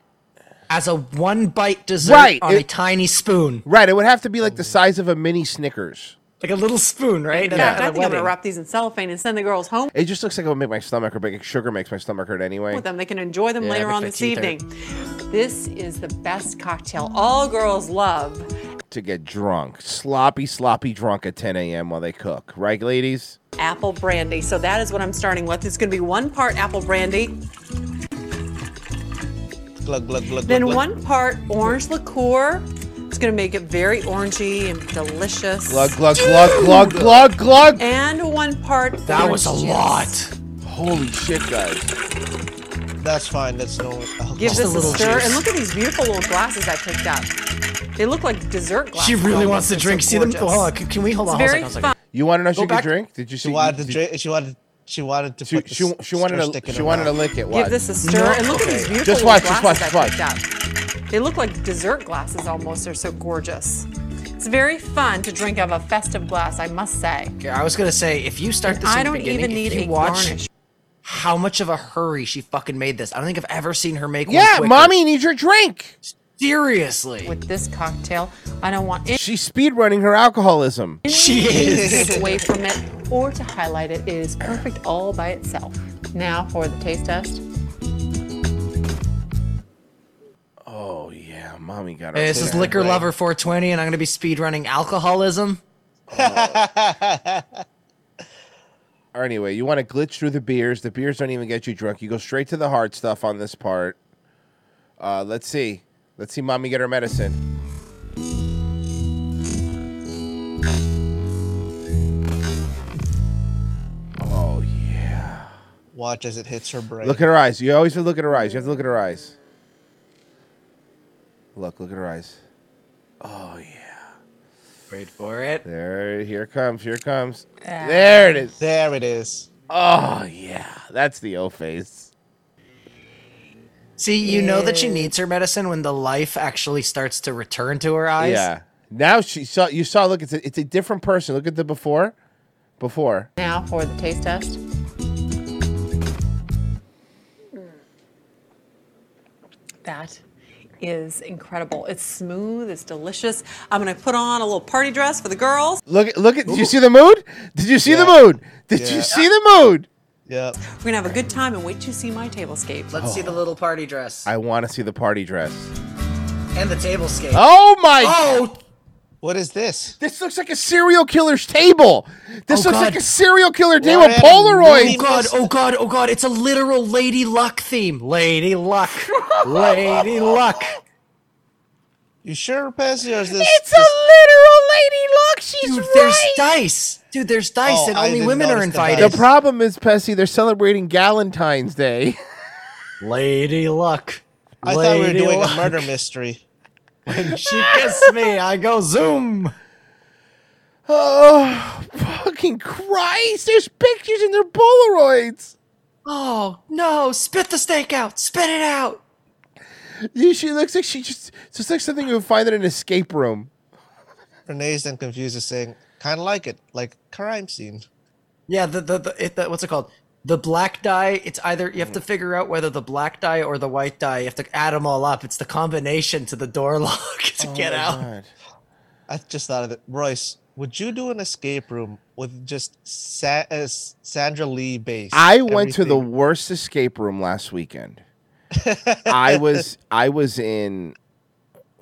S4: as a one bite dessert
S1: Right,
S4: on a
S1: it-
S4: tiny spoon,
S1: Right. It would have to be like
S3: Oh,
S1: the size of a mini Snickers.
S4: like a little spoon, right? At a-
S8: In fact,
S4: at a
S8: I think I'm going
S4: wedding.
S8: to wrap these in cellophane and send the girls home.
S1: It just looks like it would make my stomach hurt. But sugar makes my stomach hurt anyway.
S8: with them. They can enjoy them
S1: Yeah,
S8: later
S1: makes
S8: on
S1: my
S8: this
S1: teeth hurt.
S8: evening. This is the best cocktail all girls love.
S1: To get drunk, sloppy, sloppy drunk at 10 a.m. while they cook. Right, ladies.
S8: Apple brandy. So that is what I'm starting with. It's going to be one part apple brandy,
S3: Glug, glug, glug,
S8: then
S3: glug, glug.
S8: one part orange liqueur. It's going to make it very orangey and delicious.
S1: Glug glug glug glug glug glug.
S8: And one part.
S3: That was
S8: orange
S3: a
S8: juice.
S3: lot.
S1: Holy shit, guys.
S3: That's fine. That's no.
S8: Give this a, stir, and look at these beautiful little glasses I picked up. They look like dessert glasses.
S4: She really
S8: almost.
S4: wants to
S8: They're so
S4: drink. See them? Oh,
S8: gorgeous.
S4: Hold on, can, can we hold
S8: It's
S4: on? Hold on
S8: very
S4: a second. hold on a second.
S1: You want to know if
S3: Go
S1: she could
S3: back-
S1: drink? Did you see?
S3: She wanted to
S1: did-
S3: drink. She wanted. She wanted to.
S1: She
S3: put the
S1: she, she wanted
S3: stir stick
S1: to
S3: in
S1: she
S3: her
S1: wanted to
S3: mouth.
S1: lick it.
S8: Give
S1: Wad.
S8: this a stir. and look at these beautiful
S1: Just watch.
S8: little
S1: Just watch.
S8: glasses
S1: Just
S8: I
S1: watch.
S8: picked up. They look like dessert glasses almost. They're so gorgeous. It's very fun to drink out of a festive glass, I must say.
S4: I was gonna say if you start this, in
S8: I
S4: the
S8: don't
S4: beginning,
S8: even
S4: if
S8: need
S4: you
S8: a
S4: watch
S8: garnish.
S4: How much of a hurry she fucking made this? I don't think I've ever seen her make
S1: Yeah,
S4: one.
S1: mommy needs your drink.
S4: Seriously.
S8: With this cocktail, I don't want any
S1: She's speed running her alcoholism.
S8: anything to take away from it or to highlight it. It is perfect all by itself. Now for the taste test.
S1: Oh yeah, mommy got her.
S4: Hey, this is
S1: hand
S4: Liquor
S1: right.
S4: Lover 420, and I'm gonna be speed running alcoholism.
S1: Or anyway, you want to glitch through the beers. The beers don't even get you drunk. You go straight to the hard stuff on this part. Uh, let's see. Let's see mommy get her medicine. Oh yeah.
S3: Watch as it hits her brain.
S1: Look at her eyes. You always have to look at her eyes. You have to look at her eyes. Look, look at her eyes. Oh yeah.
S4: Wait for it.
S1: There, here it comes. Here it comes. There it is.
S3: There it is.
S1: Oh yeah. That's the O face.
S4: See, you know that she needs her medicine when the life actually starts to return to her eyes.
S1: Yeah. Now she saw you saw look it's a, it's a different person. Look at the before. Before.
S8: Now for the taste test. That is incredible. It's smooth, it's delicious. I'm gonna put on a little party dress for the girls.
S1: Look look at did you see the mood? Did you see the mood? Did
S8: Yeah.
S1: you see the mood?
S3: Yeah.
S8: We're gonna have a good time and wait to see my tablescape.
S1: Let's see the
S4: little party dress
S1: I want to see the party dress.
S4: and the table scape.
S1: Oh my
S4: Oh,
S3: What is this?
S1: This looks like a serial killer's table. This
S4: Oh,
S1: looks
S4: God.
S1: like a serial killer table.
S4: What a
S1: Polaroid.
S4: Oh god, oh god, oh god, it's a literal Lady Luck theme. Lady Luck. Lady Luck.
S3: You sure, Pez? Or is this?
S1: It's a literal lady luck. She's
S4: Dude, there's dice. Dude, there's dice
S3: Oh,
S4: and
S3: I
S4: only
S3: didn't
S4: women are
S3: notice the dice.
S4: invited.
S1: The problem is, Pessy, they're celebrating Galentine's Day.
S4: Lady Luck.
S3: I thought we were
S4: Lady
S3: doing
S4: Luck.
S3: a murder mystery.
S4: When she kissed me, I go zoom.
S1: Oh, fucking Christ. There's pictures in their Polaroids.
S4: Oh no, spit the steak out. Spit it out.
S1: Dude, She looks like she just, it's just like something you would find in an escape room.
S3: Renee's then confused, is saying, "Kind of like it, like crime scene."
S4: Yeah, the the, the, it, the what's it called? The black dye. It's either you have to figure out whether the black dye or the white dye. You have to add them all up. It's the combination to the door lock to get
S3: Oh my
S4: out.
S1: Oh God.
S3: I just thought of it, Royce. Would you do an escape room with just Sa- uh, S- Sandra Lee base?
S1: I went to the worst escape room last weekend. I was I was in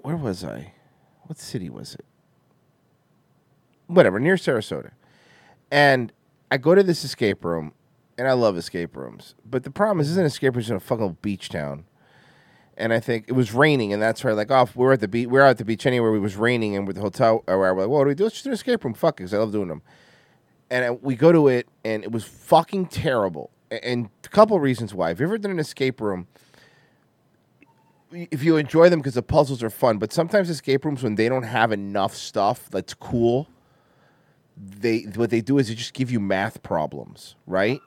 S1: where was I? What city was it? Whatever, near Sarasota. And I go to this escape room, and I love escape rooms. But the problem is, this is an escape room it's in a fucking beach town. And I think it was raining, and that's where like, oh, we're at the beach. We're at the beach anyway. It was raining, and with the hotel, or we're like, what do we do? Let's just do an escape room. Fuck, because I love doing them and I, we go to it, and it was fucking terrible. A- And a couple reasons why. If you've ever done an escape room, y- if you enjoy them because the puzzles are fun, but sometimes escape rooms when they don't have enough stuff that's cool, they what they do is they just give you math problems, right?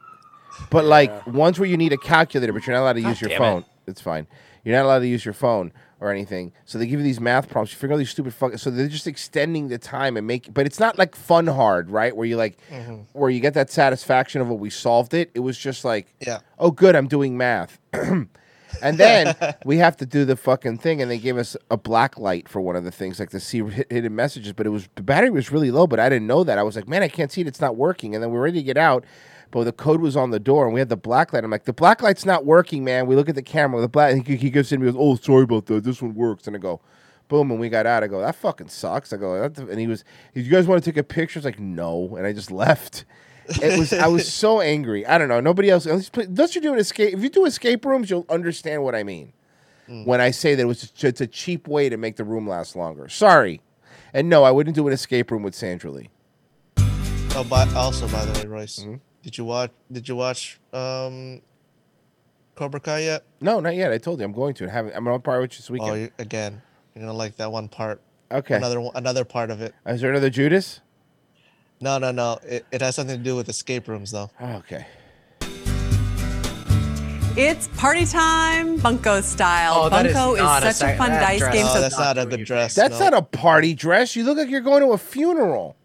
S1: But like ones where you need a calculator, but you're not allowed to use your
S4: damn it.
S1: phone. It's fine. You're not allowed to use your phone or anything. So they give you these math problems. You figure out these stupid fuck. So they're just extending the time and make. But it's not like fun hard, right? Where you like,
S4: Mm-hmm.
S1: where you get that satisfaction of what we solved it. It was just like,
S3: Yeah.
S1: oh good, I'm doing math. and then we have to do the fucking thing, and they gave us a black light for one of the things, like to see hi- hidden messages. But it was the battery was really low, but I didn't know that. I was like, man, I can't see it; it's not working. And then we were ready to get out, but the code was on the door, and we had the black light. I'm like, the black light's not working, man. We look at the camera, the black. And he, he gives in, he goes, oh, sorry about that. This one works, and I go. Boom, and we got out. I go, that fucking sucks. I go, that, and he was, you guys want to take a picture? I was like, no, and I just left. It was I was so angry. I don't know. Nobody else. unless- Unless you do an escape, if you do escape rooms, you'll understand what I mean
S21: Mm-hmm.
S1: when I say that it was it's a cheap way to make the room last longer. Sorry, and no, I wouldn't do an escape room with Sandra Lee.
S3: Oh, but also, by the way, Royce,
S1: Mm-hmm.
S3: did you watch? Did you watch um, Cobra Kai yet?
S1: No, not yet. I told you I'm going to. I haven't, I'm on par with you this
S3: Oh,
S1: weekend.
S3: you again, you're gonna like that one part.
S1: Okay.
S3: Another one- another part of it.
S1: Is there another Judas?
S3: No, no, no. It, it has something to do with escape rooms, though.
S1: Okay.
S8: It's party time, Bunko style.
S4: Oh,
S8: Bunko is, such a, fun dice game.
S3: No,
S8: so
S3: Oh, that's not a good dress.
S1: That's
S3: no.
S1: not a party dress. You look like you're going to a funeral.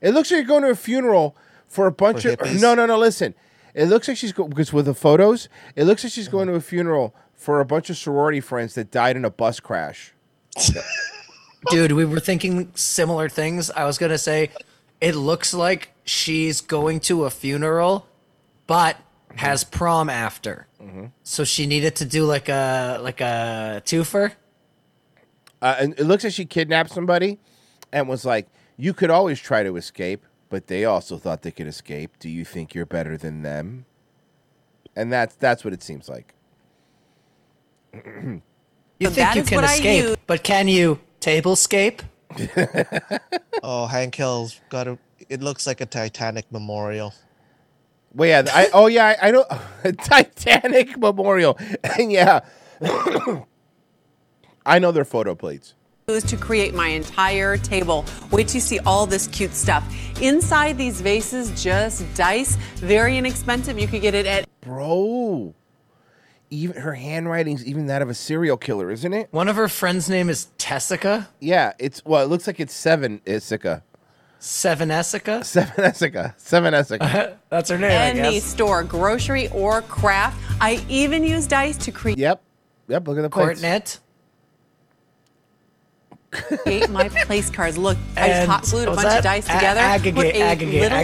S1: It looks like you're going to a funeral for a bunch
S3: For
S1: of
S3: hippies.
S1: no, no, no. Listen, it looks like she's go- because with the photos, it looks like she's
S3: Uh-huh.
S1: going to a funeral for a bunch of sorority friends that died in a bus crash.
S4: Dude, we were thinking similar things. I was gonna say, it looks like she's going to a funeral, but has prom after. So she needed to do like a like a twofer.
S1: Uh, and it looks like she kidnapped somebody and was like, "You could always try to escape, but they also thought they could escape. Do you think you're better than them?" And that's that's what it seems like.
S4: You
S1: So
S4: think
S1: that
S4: you
S1: is
S4: can
S1: what I
S4: escape,
S1: use-
S4: but can you tablescape?
S3: Oh, Hank Hill's got a. It looks like a Titanic memorial.
S1: Well, yeah. I, oh, yeah. I, I don't. Titanic Memorial. And yeah, I know they're photo plates.
S8: used to create my entire table. Wait till you see all this cute stuff. Inside these vases, just dice. Very inexpensive. You could get it at
S1: Bro, even her handwriting's even that of a serial killer, isn't it?
S4: One of her friends' name is Tessica.
S1: Yeah, it's well. It looks like it's seven Issaka.
S4: Seven Essica.
S1: Seven Essica. Seven Essica.
S4: That's her
S8: any store, grocery or craft. I even use dice to create
S1: Yep. Yep. Look at the plates.
S4: Courtnet.
S8: create my place cards. Look, I just
S4: And
S8: hot glued a
S4: what was
S8: bunch of
S4: that?
S8: dice
S4: A-
S8: together. put
S4: aggregate-
S8: a
S4: aggregate-
S8: little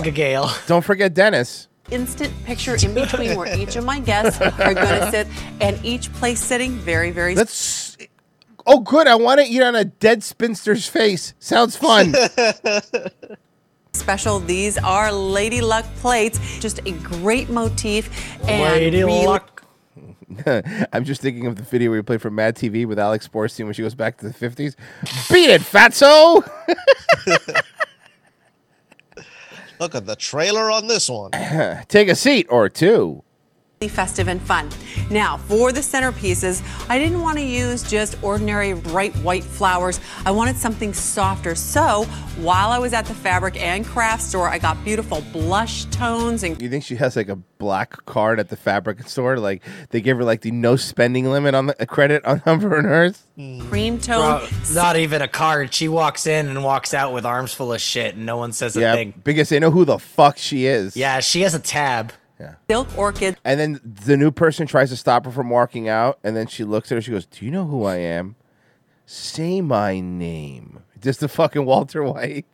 S4: aggregale.
S1: Don't forget Dennis.
S8: instant picture in between where each of my guests are going to sit, and each place sitting very, very.
S1: Let's. Oh, good. I want to eat on a dead spinster's face. Sounds fun.
S8: special. These are Lady Luck plates. Just a great motif. And
S1: Lady
S8: really
S1: Luck. I'm just thinking of the video we played from Mad TV with Alex Borstein when she goes back to the 50s. Beat it, fatso!
S3: Look at the trailer on this one.
S1: Take a seat or two.
S8: festive and fun. Now, for the centerpieces, I didn't want to use just ordinary bright white flowers. I wanted something softer. So, while I was at the fabric and craft store, I got beautiful blush tones and
S1: You think she has like a black card at the fabric store? Like they give her like the no spending limit on the a credit on her and hers?
S8: cream tone.
S4: Bro, not even a card. She walks in and walks out with arms full of shit, and no one says a
S1: Yeah,
S4: thing.
S1: because they know who the fuck she is.
S4: Yeah, she has a tab.
S1: Yeah.
S8: Silk orchid.
S1: And then the new person tries to stop her from walking out, and then she looks at her. She goes, "Do you know who I am? Say my name." Just the fucking Walter White.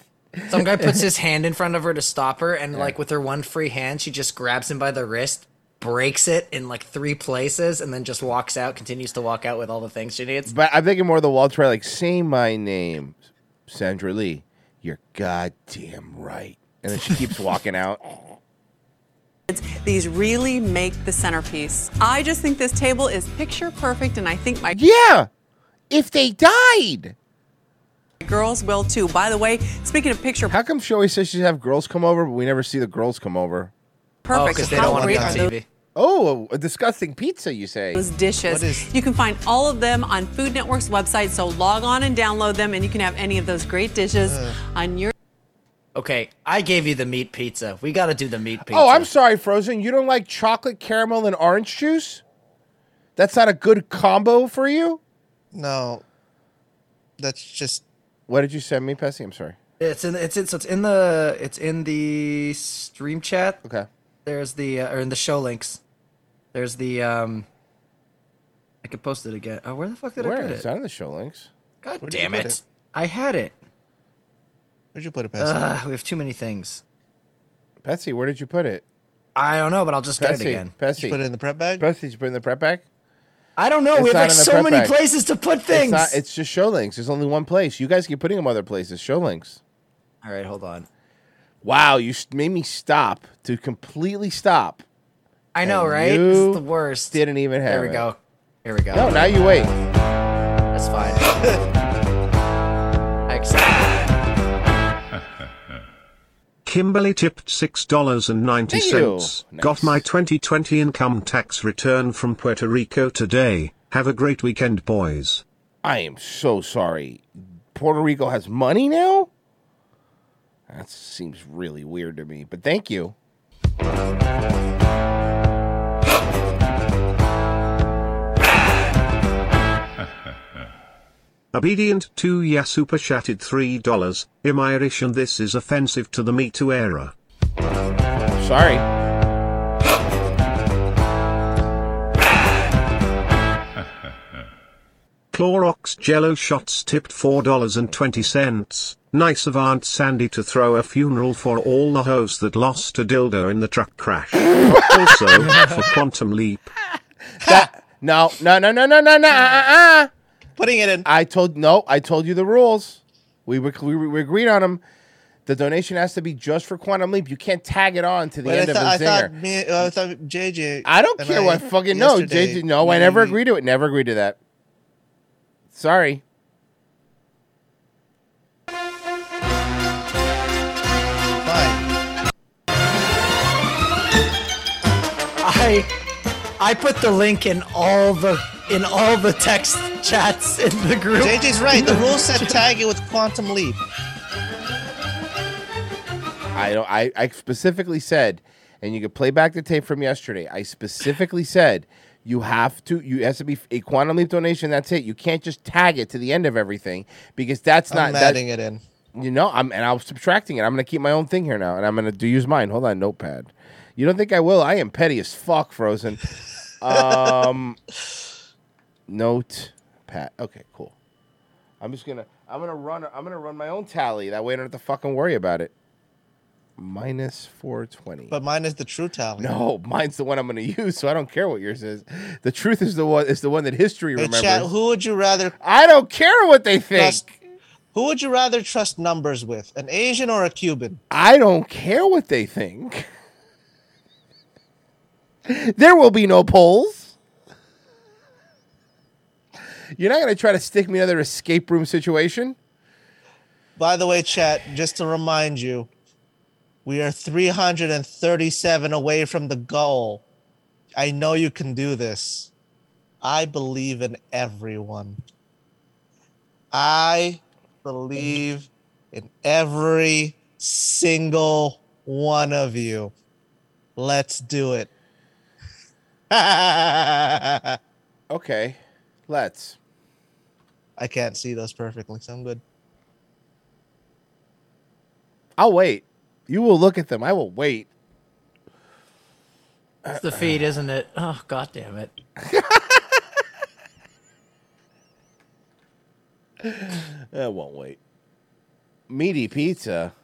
S4: Some guy puts his hand in front of her to stop her, and like with her one free hand, she just grabs him by the wrist, breaks it in like three places, and then just walks out. Continues to walk out with all the things she needs.
S1: But I'm thinking more of the Walter White, like, "Say my name, Sandra Lee. You're goddamn right." And then she keeps walking out.
S8: These really make the centerpiece. I just think this table is picture perfect, and I think my
S1: yeah, if they died,
S8: girls will too. By the way, speaking of picture
S1: How come she always says she have girls come over, but we never see the girls come over?
S3: Oh,
S8: perfect, how great are those-
S1: Oh, a disgusting pizza, you say?
S8: those dishes. you can find all of them on Food Network's website, so log on and download them, and you can have any of those great dishes on your.
S4: Okay, I gave you the meat pizza. We got to do the meat pizza.
S1: Oh, I'm sorry, Frozen. You don't like chocolate caramel and orange juice? That's not a good combo for you?
S3: No. That's just.
S1: What did you send me, Pessy? I'm sorry.
S4: It's in. It's in. So it's in the. It's in the stream chat.
S1: Okay.
S4: There's the uh, or in the show links. There's the. um I could post it again. Oh, where the fuck did I
S1: Where?
S4: put
S1: It's
S4: it?
S1: not in the show links.
S4: God
S1: Where did
S4: damn
S1: you put
S4: it. I had it.
S3: Where'd you put it,
S1: Betsy?
S4: Ugh, we have too many things.
S1: Petsy, where did you put it?
S4: I don't know, but I'll just get it
S1: Pessy,
S4: again.
S1: Pessy.
S3: prep bag?
S1: Pessy, did you put it in the prep bag?
S4: I don't know.
S1: It's
S4: Oh, we have
S1: not
S4: like
S1: in the
S4: so
S1: prep
S4: many
S1: bag.
S4: places to put
S1: It's,
S4: things.
S1: not, it's just show links. There's only one place. You guys keep putting them other places. Show links.
S4: All right, hold on.
S1: Wow, you s- made me stop to completely stop.
S4: I know,
S1: And
S4: right? It's
S1: you
S4: the worst.
S1: Didn't even have
S4: There we
S1: it.
S4: go. Here we go.
S1: No, now you wait.
S4: That's fine. I accept.
S12: Kimberly tipped $6.90.
S1: Thank you.
S12: Got my 2020 income tax return from Puerto Rico today. Have a great weekend, boys.
S1: I am so sorry. Puerto Rico has money now? That seems really weird to me, but thank you.
S12: Obedient to Ya Super chatted $3. Am Irish and this is offensive to the Me Too era.
S1: Sorry.
S12: Clorox Jello shots tipped $4.20. Nice of Aunt Sandy to throw a funeral for all the hoes that lost a dildo in the truck crash. also, for Quantum Leap.
S1: That, no, no, no, no, no, no, no. Uh, uh, Putting it in. I told no. I told you the rules. We were we, were- we agreed on them. The donation has to be just for Quantum Leap. You can't tag it on to the
S3: But
S1: end
S3: I thought,
S1: of the
S3: I
S1: zinger.
S3: thought, me, I thought JJ.
S1: I don't
S3: and
S1: care what fucking no.
S3: yesterday- Mm.
S1: JJ, no, I never agreed to it. Never agreed to that. Sorry.
S4: I I put the link in all the in all the text chats in the group.
S3: JJ's right. The rules said tag it with Quantum Leap.
S1: I don't. I, I specifically said, and you could play back the tape from yesterday. I specifically said you have to. You it has to be a quantum leap donation. That's it. You can't just tag it to the end of everything because that's not.
S3: I'm
S1: that-
S3: adding it in.
S1: You know, I'm and I'm subtracting it. I'm gonna keep my own thing here now, and I'm gonna do use mine. Hold on, notepad. You don't think I will? I am petty as fuck, Frozen. Um, note, Pat. Okay, cool. I'm just gonna I'm gonna run I'm gonna run my own tally. That way I don't have to fucking worry about it. Minus four twenty.
S3: But mine is the true tally.
S1: No, mine's the one I'm gonna use, so I don't care what yours is. The truth is the one is the one that history
S3: Hey,
S1: remembers.
S3: chat, who would you rather?
S1: I don't care what they think.
S3: who would you rather trust numbers with, an Asian or a Cuban?
S1: I don't care what they think. there will be no polls. You're not gonna try to stick me in another escape room situation.
S3: By the way, chat, just to remind you, we are 337 away from the goal. I know you can do this. I believe in everyone. I believe in every single one of you. Let's do it.
S1: okay, let's.
S3: I can't see those perfectly, so I'm good.
S1: I'll wait. You will look at them. I will wait.
S4: It's the feed, isn't it? Oh god damn it.
S1: I won't wait. Meaty pizza.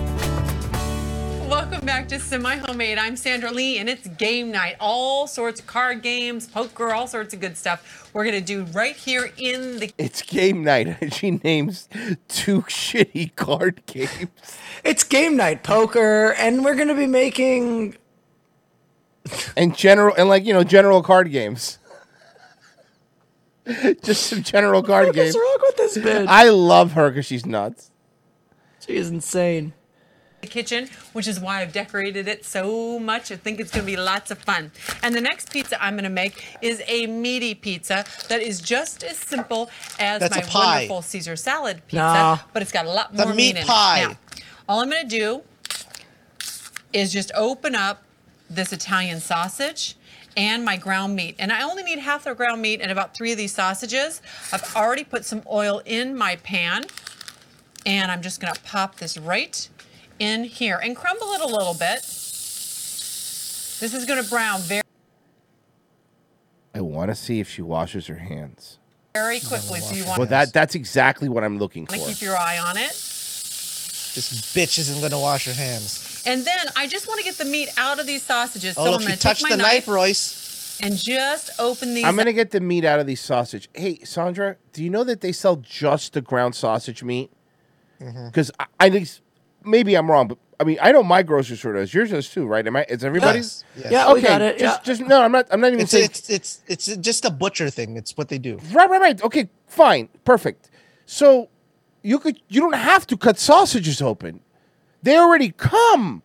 S8: Welcome back to Semi Homemade. I'm Sandra Lee, and it's game night. All sorts of card games, poker, all sorts of good stuff. We're gonna do right here in the
S1: It's game night. she names two shitty card games.
S4: It's game night poker, and we're gonna be making
S1: and general and like you know general card games. Just some general card
S4: What is
S1: games.
S4: wrong with this bitch?
S1: I love her because she's nuts.
S4: She is insane.
S8: the kitchen, which is why I've decorated it so much. I think it's gonna be lots of fun. And the next pizza I'm gonna make is a meaty pizza that is just as simple as
S3: That's a
S8: my
S3: pie.
S8: wonderful Caesar salad pizza,
S3: Nah.
S8: but it's got a lot
S3: It's a
S8: more
S3: meat
S8: meat in it.
S3: pie.
S8: Now, all I'm gonna do is just open up this Italian sausage and my ground meat. And I only need half the ground meat and about three of these sausages. I've already put some oil in my pan and I'm just gonna pop this right in here and crumble it a little bit. This is gonna brown very,
S1: I want to see if she washes her hands.
S8: very quickly, so you want
S1: Well, that that's exactly what I'm looking
S8: to
S1: for.
S8: keep your eye on it.
S3: This bitch isn't gonna wash her hands.
S8: And then I just wanna get the meat out of these sausages.
S3: Oh,
S8: so
S3: look,
S8: I'm
S3: you
S8: gonna
S3: touched
S8: take my
S3: the knife,
S8: knife,
S3: Royce.
S8: and just open these
S1: I'm gonna get the meat out of these sausage. Hey, Sandra, do you know that they sell just the ground sausage meat?
S3: Mm-hmm.
S1: Because I, I think s- maybe I'm wrong, but I mean I know my grocery store does. Yours does too, right? Am I? It's everybody's.
S3: Yes. Yeah, we got it,
S1: Just,
S3: yeah.
S1: just no. I'm not. I'm not even
S3: It's,
S1: saying
S3: it's it's it's just a butcher thing. It's what they do.
S1: Right, right, right. Okay, fine, perfect. So you could you don't have to cut sausages open. They already come.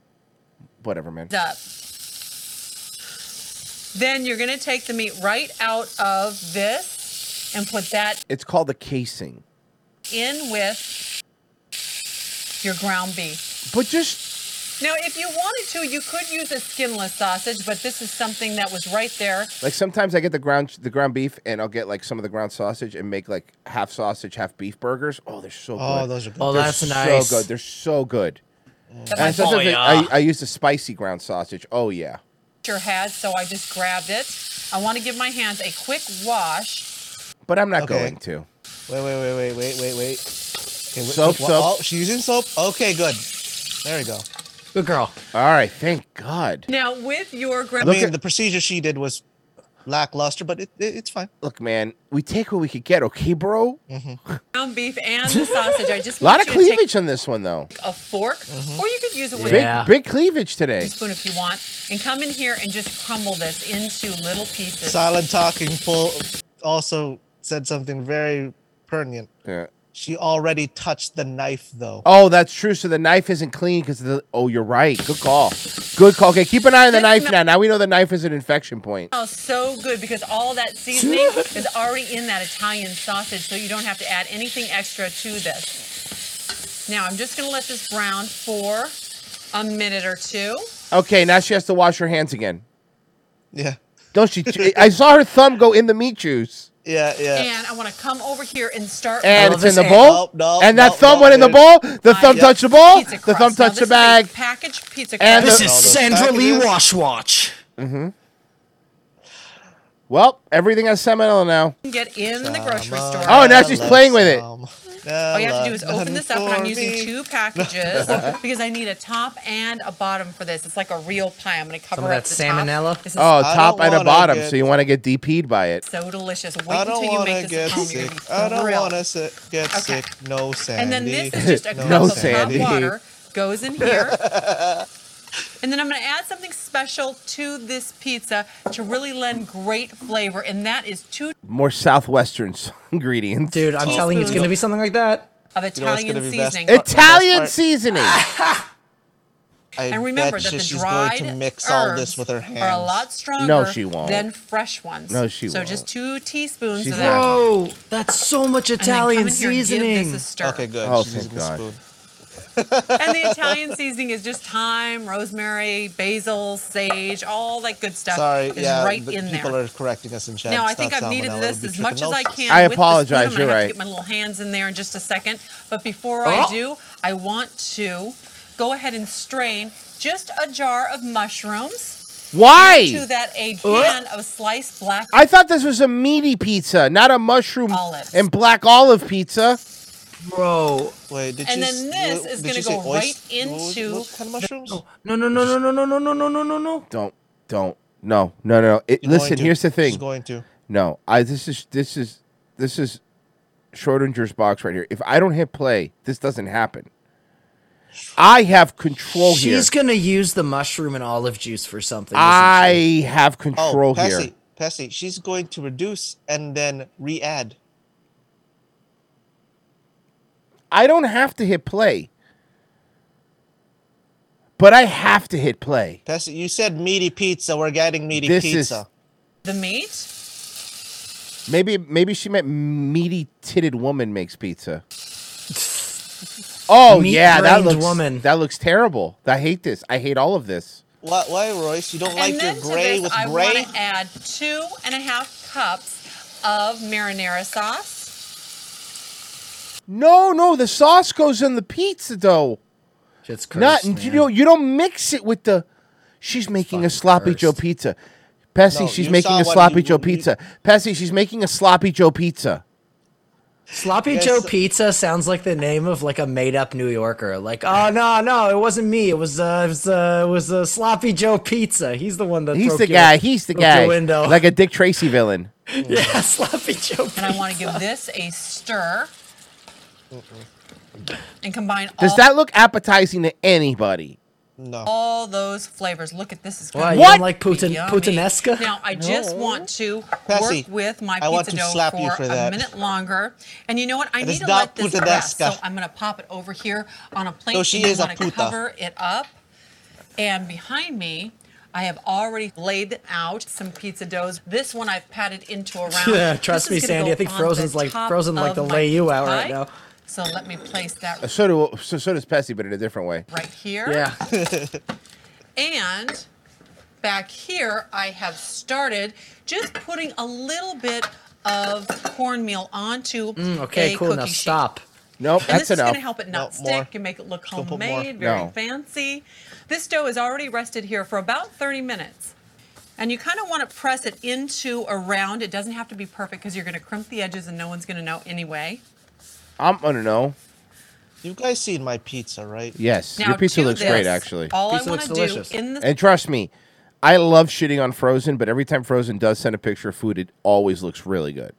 S1: Whatever, man.
S8: up. Then you're gonna take the meat right out of this and put that
S1: It's called the casing.
S8: in with your ground beef.
S1: But just
S8: Now, if you wanted to, you could use a skinless sausage, but this is something that was right there.
S1: like sometimes I get the ground the ground beef and I'll get like some of the ground sausage and make like half sausage, half beef burgers. Oh, they're so good.
S3: Oh, those are good. Oh,
S1: They're
S3: that's nice.
S1: So good. They're so good.
S8: That's
S1: And
S8: like-
S1: sometimes
S8: Oh,
S1: I-
S8: yeah.
S1: I, I use the spicy ground sausage. Oh yeah.
S8: Sure has, so I just grabbed it. I want to give my hands a quick wash.
S1: But I'm not
S3: Okay.
S1: going to.
S3: Wait, wait, wait, wait, wait, wait, wait. Okay, wait
S1: Soap,
S3: wha-
S1: soap.
S3: Oh, she's using soap. Okay, good. There we go.
S1: Good girl. All right. Thank God.
S8: Now, with your
S3: I
S8: grandma,
S3: mean, the procedure she did was lackluster, but it, it, it's fine.
S1: Look, man, we take what we could get, okay, bro?
S3: Mm-hmm.
S8: ground beef and the sausage, I just
S1: A lot
S8: want
S1: of
S8: you to take
S1: cleavage on this one, though.
S8: a fork, or you could use it with a
S1: Big, big cleavage today.
S8: teaspoon if you want, and come in here and just crumble this into little pieces.
S3: Silent talking full also said something very pertinent.
S1: Yeah.
S3: She already touched the knife, though.
S1: Oh, that's true. So the knife isn't clean because the. Oh, you're right. Good call. Good call. Okay, keep an eye on the knife now. Now we know the knife is an infection point.
S8: smells so good because all that seasoning is already in that Italian sausage, so you don't have to add anything extra to this. Now I'm just gonna let this brown for a minute or two.
S1: Okay, now she has to wash her hands again.
S3: Yeah.
S1: Don't she? I saw her thumb go in the meat juice.
S3: Yeah,
S8: And I want to come over here and start.
S1: And it's in the bowl. and that thumb went in the bowl. The thumb
S8: Yep.
S1: touched the bowl.
S8: Pizza
S1: The thumb
S8: crust. Now,
S1: touched
S8: this
S1: the
S8: is a
S1: bag.
S8: Packaged pizza.
S1: And
S8: crust.
S1: the-
S19: Wash Watch.
S1: Mm-hmm. Well, everything has salmonella now.
S8: You can Get in the grocery store.
S1: Oh, now she's playing with it.
S8: All you have to do is
S3: Salad
S8: open this up, and
S3: for
S8: I'm using
S3: me.
S8: two packages because I need a top and a bottom for this. It's like a real pie. I'm going to cover
S19: Some of
S8: up
S19: that
S8: the
S19: salmonella?
S8: Top. This is
S1: Oh, top and a bottom. So you want to get DP'd by it.
S8: so delicious. Wait
S3: I don't
S8: until you
S3: want
S8: make this
S3: to get
S8: at home. You're gonna
S3: sick.
S8: be
S3: I don't
S8: thrilled.
S3: want to get sick. No, Sandy.
S8: And then this is just a cup of
S1: Sandy.
S8: hot water goes in here. and then I'm going to add something special to this pizza to really lend great flavor, and that is two
S1: More southwestern ingredients.
S4: Dude, I'm telling you, it's gonna be something like that.
S8: of
S4: You know what's
S8: Italian
S4: gonna be best?
S8: seasoning.
S1: Italian seasoning.
S3: I
S8: and remember
S3: bet
S8: that
S3: you
S8: the
S3: she's
S8: dried
S3: going to mix
S8: herbs
S3: all this with her
S8: are a
S3: hands.
S8: lot stronger
S1: she won't.
S8: than fresh ones.
S1: No, she
S8: so just two teaspoons
S1: She's
S8: of that.
S4: Whoa, that's so much
S8: And then come
S4: Italian
S8: in here and give this
S4: seasoning.
S8: a stir. Okay,
S3: good.
S1: Oh,
S3: She's
S1: thank
S3: using a
S1: God.
S8: and the Italian seasoning is just thyme, rosemary, basil, sage, all that good stuff
S3: Sorry,
S8: is
S3: yeah,
S8: right
S3: the
S8: in there.
S3: people are correcting us in chat.
S8: Now I
S3: It's
S8: think
S3: not
S8: I've needed
S3: salmonella,
S8: this
S3: it'll be
S8: as much as I
S3: trichinosis.
S8: can.
S1: I
S8: with the spoon. I'm
S1: apologize, you're
S8: gonna have
S1: right.
S8: To get my little hands in there in just a second, but before
S1: Oh.
S8: I do, I want to go ahead and strain just a jar of mushrooms.
S1: Why?
S8: Into that a can of sliced black.
S1: I thought this was a meaty pizza, not a mushroom
S8: Olives.
S1: and black olive pizza.
S4: Bro,
S3: wait, did
S8: and
S3: you
S8: then
S3: s-
S8: this
S3: wh-
S8: is
S3: did
S8: going
S3: you
S8: to
S3: say
S8: go
S3: oyster-
S8: right into
S3: what kind of mushrooms?
S4: No, no, no, no, no, no, no, no, no, no, no, no.
S1: Don't, don't, no, no, no. It,
S3: You're going
S1: listen,
S3: to.
S1: here's the thing.
S3: She's going to.
S1: No, I. This is this is this is Schrodinger's box right here. If I don't hit play, this doesn't happen. I have control here.
S4: She's gonna use the mushroom and olive juice for something. isn't
S1: I have
S3: Oh,
S1: control here.
S3: Pessy, Pessy, she's going to reduce and then re-add.
S1: I don't have to hit play, but I have to hit play.
S3: Pessy, you said meaty pizza. We're getting meaty
S1: This is-
S3: pizza.
S8: the meat.
S1: Maybe maybe she meant meaty titted woman makes pizza. Oh yeah, that
S4: Meat-brained
S1: looks
S4: woman.
S1: that looks terrible. I hate this. I hate all of this.
S3: Why, why, Royce? You don't
S8: and
S3: like
S8: then
S3: your gray
S8: to this,
S3: with
S8: I
S3: gray?
S8: want to add two and a half cups of marinara sauce.
S1: No, no, the sauce goes in the pizza dough.
S4: It's
S1: Not you don't you don't mix it with the. She's making a sloppy Joe pizza. Pessy,
S3: No,
S1: she's
S3: you
S1: making
S3: saw
S1: a
S3: what
S1: sloppy
S3: he-
S1: Joe
S3: what he-
S1: pizza. Pessy, she's making a sloppy Joe pizza.
S4: Sloppy
S3: Yes.
S4: Joe Pizza sounds like the name of like a made-up New Yorker. Like, oh no, no, it wasn't me. It was uh, it was uh, it was uh, Sloppy Joe Pizza. He's the one that
S1: He's
S4: broke
S1: the
S4: your-
S1: guy. He's the
S4: broke your
S1: guy.
S4: window.
S1: Like a Dick Tracy villain.
S4: yeah, Sloppy Joe.
S8: And I want to give this a stir.
S4: Oh,
S8: And combine
S1: Does
S3: Uh,
S8: all,
S1: that look appetizing to anybody?
S8: all those flavors. Look at this. It's
S4: Why,
S8: gonna
S4: you
S8: be
S4: don't like putin-
S8: yummy.
S4: putanesca?
S8: Now, I just want to work
S3: Pessy,
S8: with my
S3: I want
S8: pizza
S3: to
S8: dough
S3: slap
S8: for,
S3: you for
S8: a
S3: that.
S8: minute longer. And you know what? I
S3: It
S8: need
S3: is
S8: to
S3: not
S8: let this rest. So
S3: putanesca.
S8: I'm going to pop it over here on a plate.
S3: No, she
S8: and
S3: is a
S8: I want to
S3: puta.
S8: cover it up. And behind me, I have already laid out some pizza doughs. This one I've patted into a round.
S4: Yeah, trust
S8: This is
S4: me,
S8: gonna
S4: Sandy,
S8: go
S4: I think
S8: on the
S4: Frozen's like-
S8: top
S4: Frozen like
S8: of
S4: to
S8: my
S4: lay you out right
S8: pie.
S4: now.
S8: So let me place that
S1: Uh, So do so, so does Pessy, but in a different way.
S8: right here. And back here, I have started just putting a little bit of cornmeal onto
S4: Mm, okay,
S8: a
S4: cool.
S8: cookie
S4: Now
S8: sheet.
S4: stop. Oh,
S1: Nope,
S8: and this is going to help it not stick and make it look
S4: Don't put more.
S8: homemade, very
S4: No.
S8: fancy. This dough is already rested here for about 30 minutes. And you kind of want to press it into a round. It doesn't have to be perfect because you're going to crimp the edges and no one's going to know anyway.
S1: I'm gonna know.
S3: You guys seen my pizza, right?
S1: Yes,
S8: Now
S1: your pizza
S8: do
S1: looks
S8: this.
S1: great, actually.
S8: All I Pizza looks wanna do delicious. in this-
S1: and trust me, I love shitting on Frozen, but every time Frozen does send a picture of food, it always looks really good.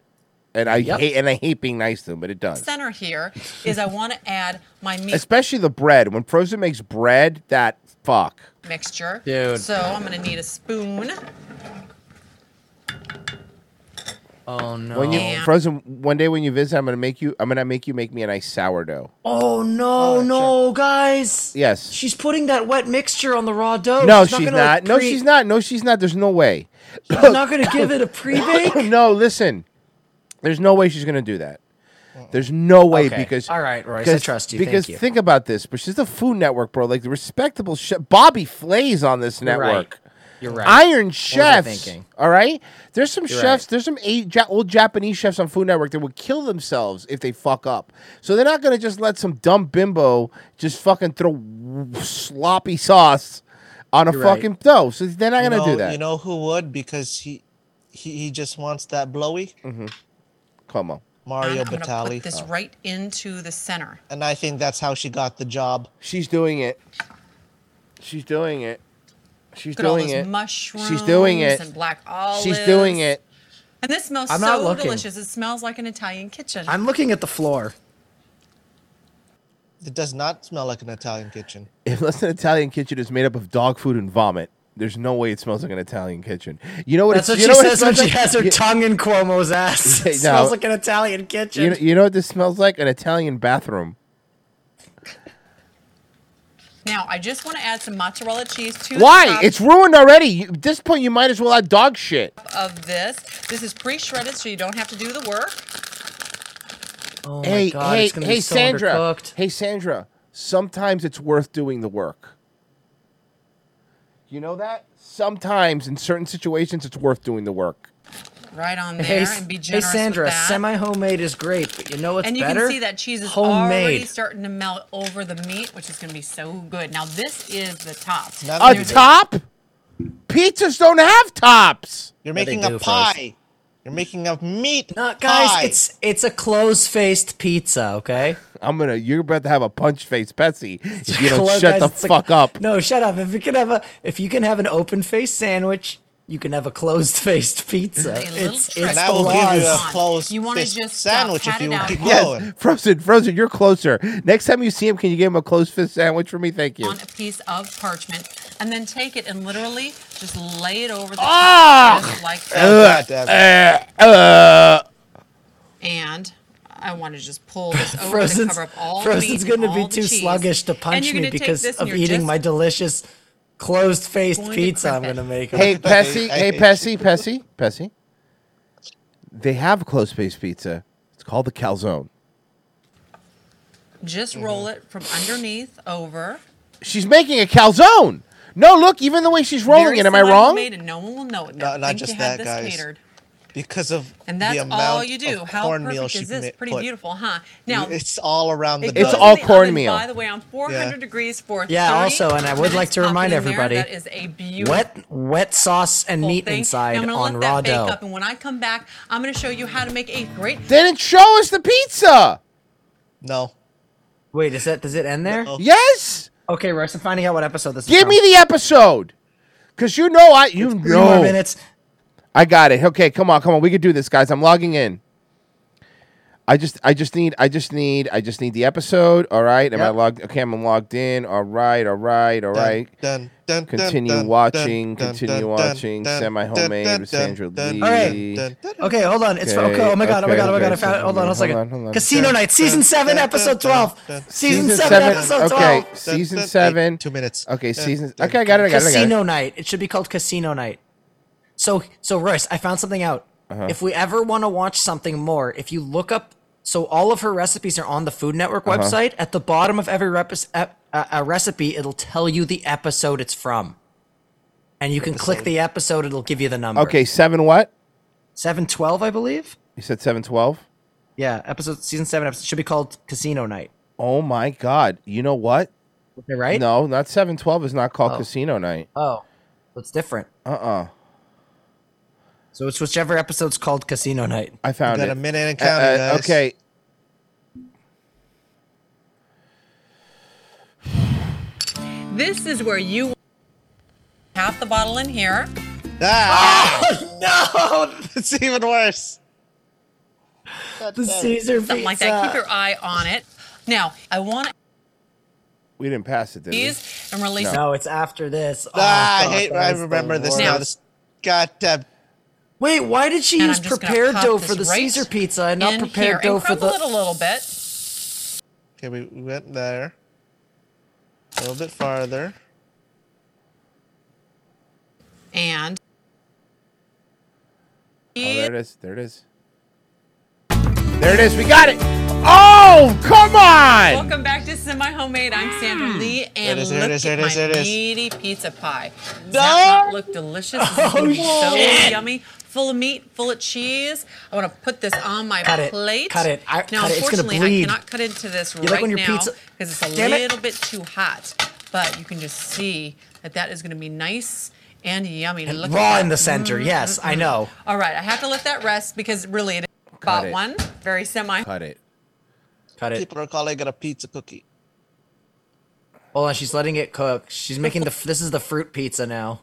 S1: And I
S8: Yep.
S1: hate and I hate being nice to them, but it does.
S8: Center here is I want to add my meat
S1: Especially the bread. When Frozen makes bread, that fuck.
S8: mixture.
S1: Dude.
S8: So I'm going to need a spoon.
S4: Oh no.
S1: When you
S4: Yeah.
S1: Frozen, one day when you visit, I'm gonna make you. I'm gonna make you make me a nice sourdough.
S4: Oh no, no, guys.
S1: Yes.
S4: She's putting that wet mixture on the raw dough.
S1: no, she's
S4: gonna,
S1: not.
S4: like,
S1: No,
S4: pre-
S1: she's not. No, she's not. There's no way. She's
S4: not gonna give it a pre-bake?
S1: no, listen. There's no way she's gonna do that. There's no way
S4: Okay.
S1: because
S4: All right, Royce, I
S1: because-
S4: trust you. Thank
S1: Because
S4: you.
S1: think about this, but she's the Food Network, bro. Like the respectable chef Bobby Flay's on this
S4: You're right.
S1: network.
S4: You're right.
S1: Iron
S4: What was I
S1: chefs.
S4: thinking?
S1: All right. There's some
S4: You're
S1: chefs. There's some eight, ja- old Japanese chefs on Food Network that would kill themselves if they fuck up. So they're not gonna just let some dumb bimbo just fucking throw w- sloppy sauce on a
S3: You're right.
S1: fucking dough. So they're not
S3: You
S1: gonna
S3: know-
S1: do that.
S3: You know who would because he he, he just wants that blowy.
S1: Mm-hmm. Come on, Oh.
S3: Mario
S8: I'm going to
S3: Batali.
S8: put this right into the center.
S3: And I think that's how she got the job.
S1: She's doing it. She's doing it. She's
S8: Look at all
S1: doing
S8: those
S1: it.
S8: mushrooms
S1: She's doing it.
S8: and black
S1: She's doing
S8: olives.
S1: it.
S8: And this smells
S4: I'm not
S8: so
S4: looking.
S8: delicious. It smells like an Italian kitchen.
S4: I'm looking at the floor.
S3: It does not smell like an Italian kitchen.
S1: Unless an Italian kitchen is made up of dog food and vomit, there's no way it smells like an Italian kitchen. You know what?
S4: That's
S1: it,
S4: what
S1: you
S4: she
S1: know it
S4: says when
S1: smells
S4: she
S1: like?
S4: has her
S1: You-
S4: tongue in Cuomo's ass.
S1: Yeah,
S4: It
S1: no.
S4: smells like an Italian kitchen.
S1: You know, you know what this smells like? An Italian bathroom.
S8: Now, I just want to add some mozzarella cheese to
S1: Why?
S8: the top
S1: It's ruined already. You, at this point, you might as well add dog shit.
S8: of this. This is pre-shredded, so you don't have to do the work.
S4: oh my
S1: hey,
S4: god,
S1: hey,
S4: it's gonna
S1: hey,
S4: be so
S1: Sandra.
S4: undercooked.
S1: Hey, Sandra. Sometimes it's worth doing the work. You know that? Sometimes, in certain situations, it's worth doing the work.
S8: Right on there,
S4: Hey,
S8: and be
S4: hey
S8: generous
S4: Sandra,
S8: with that.
S4: semi homemade is great, but you know what's
S8: and you
S4: better?
S8: can see that cheese is already
S4: homemade.
S8: starting to melt over the meat, which is going to be so good. Now, this is the top.
S1: A top? Pizzas don't have tops.
S3: You're
S4: Yeah, they
S3: making a
S4: do, Froze.
S3: pie. You're making a meat
S4: Guys,
S3: pie.
S4: it's it's a close faced pizza, okay?
S1: I'm gonna. You're about to have a punch face, Betsy. If you don't
S4: Close- guys,
S1: shut the
S4: it's a-
S1: fuck up.
S4: No, shut up. If you can have a if you can have an open faced sandwich, you can have a closed faced pizza.
S8: A little
S4: It's it's
S8: trick.
S4: the
S8: And I will give you
S4: laws.
S8: a closed You wanna fist just, uh, sandwich if pat you it out. keep
S1: Yes,
S8: going.
S1: frozen, frozen. You're closer. Next time you see him, can you give him a closed fist sandwich for me? Thank you.
S8: on a piece of parchment, and then take it and literally just lay it over the
S1: Ah!
S8: top just like
S1: Ugh,
S8: that.
S1: uh, uh.
S8: And I want to just pull this over to
S4: Frozen's,
S8: cover up all the
S4: Frozen's
S8: meat
S4: going
S8: and
S4: to
S8: all
S4: be
S8: the
S4: too
S8: cheese.
S4: sluggish to
S8: And
S4: punch
S8: you're
S4: me
S8: gonna take
S4: because
S8: this
S4: of
S8: and you're
S4: eating
S8: just-
S4: my delicious closed faced
S8: Going to
S4: pizza I'm
S8: crimp
S4: going to make.
S1: Hey,
S4: him.
S1: Pessy. hey, Pessy. Pessy. Pessy. They have closed face pizza. It's called the calzone.
S8: Just roll it from underneath over.
S1: She's making a calzone. No, look. Even the way she's rolling
S8: Very
S1: it. Am I
S8: semi
S1: wrong?
S8: homemade And no one will know it. Now.
S3: not
S8: Think
S3: just
S8: you had
S3: that,
S8: this
S3: guys.
S8: Catered.
S3: because of
S8: And that's
S3: the
S8: all
S3: amount
S8: you do.
S3: of
S8: How
S3: cornmeal
S8: perfect
S3: she
S8: is this?
S3: ma-
S8: Pretty
S3: put.
S8: beautiful, huh? Now
S3: it's all around the.
S8: It
S3: dough.
S8: goes in the oven, By the way, on 400 degrees for
S4: Yeah,
S8: 30
S4: also, and I would like
S8: minutes.
S4: to
S8: Pop it
S4: remind
S8: in there.
S4: everybody,
S8: That is a beautiful
S4: wet wet sauce and meat
S8: thing.
S4: inside
S8: Now I'm gonna
S4: on
S8: let
S4: raw
S8: that bake
S4: dough.
S8: up, and when I come back, I'm gonna show you how to make a great
S1: They didn't show us the pizza.
S3: No.
S4: Wait, is that does it end there?
S1: Yes.
S4: Okay, Russ, I'm finding out what episode this is.
S1: Give me the episode, cause you know I you
S4: three
S1: know.
S4: more minutes.
S1: I got it. Okay, come on, come on. We can do this, guys. I'm logging in. I just, I just need, I just need, I just need the episode. All right, am I
S3: Yep.
S1: logged? Okay, I'm logged in. All right, all right, all
S3: Dun,
S1: right.
S3: dun, dun, dun,
S1: continue
S3: dun,
S1: watching.
S3: dun, dun,
S1: continue
S3: dun,
S1: watching.
S3: dun,
S1: Semi homemade
S3: dun,
S1: with
S3: dun,
S1: Sandra
S3: dun,
S1: Lee.
S3: dun,
S4: Okay, hold on. It's okay. Oh my god. oh my god. Oh my god. I found. Hold on. Hold on a second. Casino Night, season seven, episode twelve. Season seven, episode
S1: Okay,
S4: twelve.
S1: season seven. Two
S3: minutes.
S1: Okay, season. Okay, I got it. I got it. I got it.
S4: Casino Night. It should be called Casino Night. So, so Royce, I found something out.
S1: Uh-huh.
S4: If we ever want to watch something more, if you look up So all of her recipes are on the Food Network
S1: Uh-huh.
S4: website. At the bottom of every rep- ep- uh, uh, recipe, it'll tell you the episode it's from, and you can click the episode. It'll give you the number.
S1: Okay, seven what?
S4: seven twelve, I believe.
S1: You said seven twelve.
S4: Yeah, episode season seven episode should be called Casino Night.
S1: Oh my God! You know what?
S4: right?
S1: No, not seven twelve is not called
S4: Oh.
S1: Casino Night.
S4: Oh, that's different.
S1: Uh uh
S4: So it's whichever episode's called Casino Night.
S1: I found
S3: got
S1: it.
S3: a minute and
S1: Uh,
S3: counting,
S1: uh,
S3: guys.
S1: Okay.
S8: This is where you half the bottle in here.
S3: Ah!
S4: Oh,
S3: no! It's even worse.
S8: the
S3: Caesar
S8: something like that.
S3: pizza.
S8: Keep your eye on it. Now I want to
S1: We didn't pass it, did we?
S8: ease and release.
S1: No. No,
S4: Oh, it's after this.
S3: Ah, I hate. I remember this now. This got. Uh,
S4: Wait, why did she
S8: And
S4: use
S8: I'm just gonna
S4: prepared
S8: pop
S4: dough
S8: this
S4: for the
S8: right
S4: Caesar pizza and not
S8: in here
S4: prepared dough
S8: and
S4: for
S8: crumble
S4: the?
S8: it a little bit.
S3: okay, we, we went there. A little bit farther.
S8: And
S1: Oh, there it is. There it is. There it is. We got it. Oh, come on!
S8: welcome back to Semi Homemade. I'm Sandra
S4: Mm.
S8: Lee, and
S3: is, there it
S8: look
S3: is,
S8: at
S3: there it is, there it
S8: my
S3: is.
S8: meaty pizza pie. Does that not look delicious? This
S4: Oh,
S8: is so
S4: shit.
S8: yummy. Full of meat, full of cheese. I want to put this on my
S4: Cut it.
S8: plate.
S4: Cut it. I-
S8: now,
S4: cut it. It's gonna
S8: unfortunately,
S4: bleed.
S8: I cannot cut into this
S4: You like
S8: right
S4: when your
S8: now
S4: pizza-
S8: because it's a
S4: Damn it.
S8: little bit too hot. But you can just see that that is going to be nice and yummy.
S4: And
S8: Look at
S4: raw
S8: that.
S4: in the center.
S8: Mm,
S4: Yes,
S8: mm,
S4: I
S8: mm.
S4: know.
S8: All right, I have to let that rest because really it is about
S3: it.
S8: one. Very semi.
S1: Cut it.
S4: Cut it.
S3: People are calling it a pizza cookie.
S4: Hold on, she's letting it cook. She's making the. This is the fruit pizza now.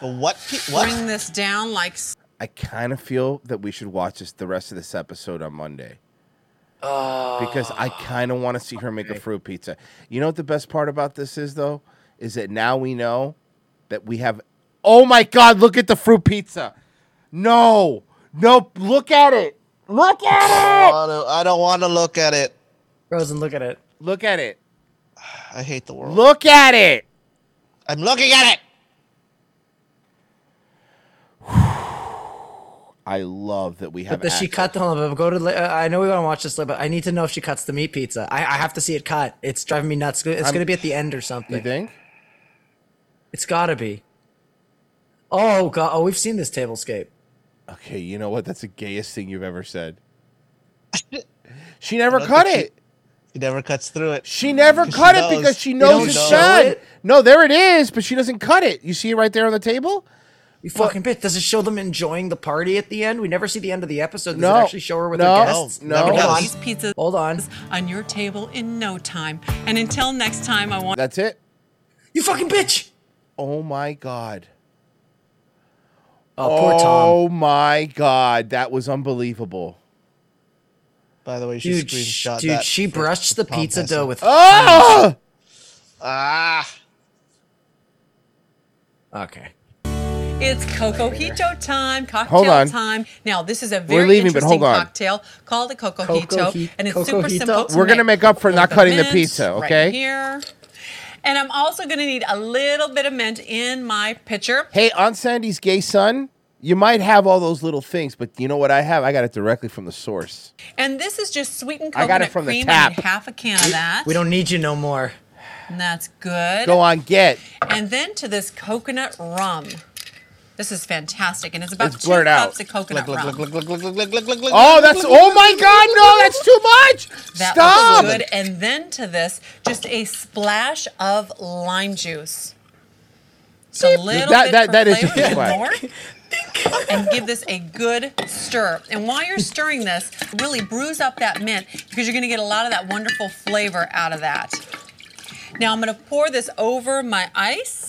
S3: The what?
S8: Bring this down like s-
S1: I kind of feel that we should watch this the rest of this episode on Monday. because I
S4: Ah,
S1: kind of want to see her make a fruit pizza. You know what the best part about this is though, is that now we know that we have. Oh my God! Look at the fruit pizza. No, no, look at it. Look at it.
S3: I don't want to look at it.
S4: Rosen, look at it.
S1: Look at it.
S3: I hate the world.
S1: Look at it.
S3: I'm looking at it.
S1: I love that we have.
S4: But does she
S1: access-
S4: cut the hold on, Go to. la- Uh, I know we want to watch this, later, but I need to know if she cuts the meat pizza. I, I have to see it cut. It's driving me nuts. It's
S1: I'm-
S4: going to be at the end or something.
S1: You think?
S4: It's got to be. Oh god! Oh, we've seen this tablescape.
S1: Okay, you know what? That's the gayest thing you've ever said. she never
S3: Look
S1: cut
S3: at
S1: it.
S3: She never cuts through it.
S1: She never
S3: She
S1: cut
S3: knows.
S1: it because she
S3: You
S1: knows
S3: don't
S1: it's
S3: show
S1: bad.
S3: it?
S1: No, there it is, but she doesn't cut it. You see it right there on the table?
S4: You fucking bitch! Does it show them enjoying the party at the end? We never see the end of the episode. Does
S1: No,
S4: it actually show her with
S1: no,
S4: her guests?
S1: no. Never
S4: Hold
S1: does.
S4: on.
S8: pizzas
S4: Hold on.
S8: on your table in no time. And until next time, I want
S1: That's it.
S4: You fucking bitch!
S1: Oh my god.
S4: Oh, poor Tom.
S1: Oh my god, that was unbelievable.
S3: By the way, she
S4: Dude, sh-
S3: screenshot
S4: dude,
S3: that.
S4: she brushed the
S3: Tom
S4: pizza
S3: Pesci.
S4: dough with.
S1: Oh!
S3: Ah.
S4: Okay.
S8: It's Coco Hito time, cocktail
S1: Hold on.
S8: time. Now, this is a
S1: We're
S8: very
S1: leaving, but
S8: interesting
S1: hold on.
S8: cocktail called the Coco,
S4: Coco
S8: Hito,
S4: Hi-
S8: and it's
S4: Coco
S8: super
S4: Hito?
S8: simple. To
S1: We're gonna make up for not cutting the
S8: mint
S1: pizza, okay?
S8: Right here. And I'm also gonna need a little bit of mint in my pitcher.
S1: Hey, Aunt Sandy's gay son, you might have all those little things, but you know what I have? I got it directly from the source.
S8: And this is just sweetened
S1: I
S8: coconut
S1: got it from the
S8: cream. I
S1: tap.
S8: need half a can of that.
S4: We don't need you no more.
S8: And that's good.
S1: Go on, get.
S8: And then to this coconut rum. This is fantastic, and it's about
S1: It's
S8: two
S1: blurred out.
S8: cups of coconut
S3: Look,
S8: rum.
S3: look, look, look, look, look, look, look, look, look.
S1: Oh, that's oh my god, no, that's too much.
S8: That
S1: Stop.
S8: looks good. And then to this, just a splash of lime juice. So a little
S1: That-
S8: bit
S1: that-
S8: for
S1: that is
S8: flavor,
S1: a
S8: and
S1: splash.
S8: more. and give this a good stir. And while you're stirring this, really bruise up that mint because you're going to get a lot of that wonderful flavor out of that. Now I'm going to pour this over my ice.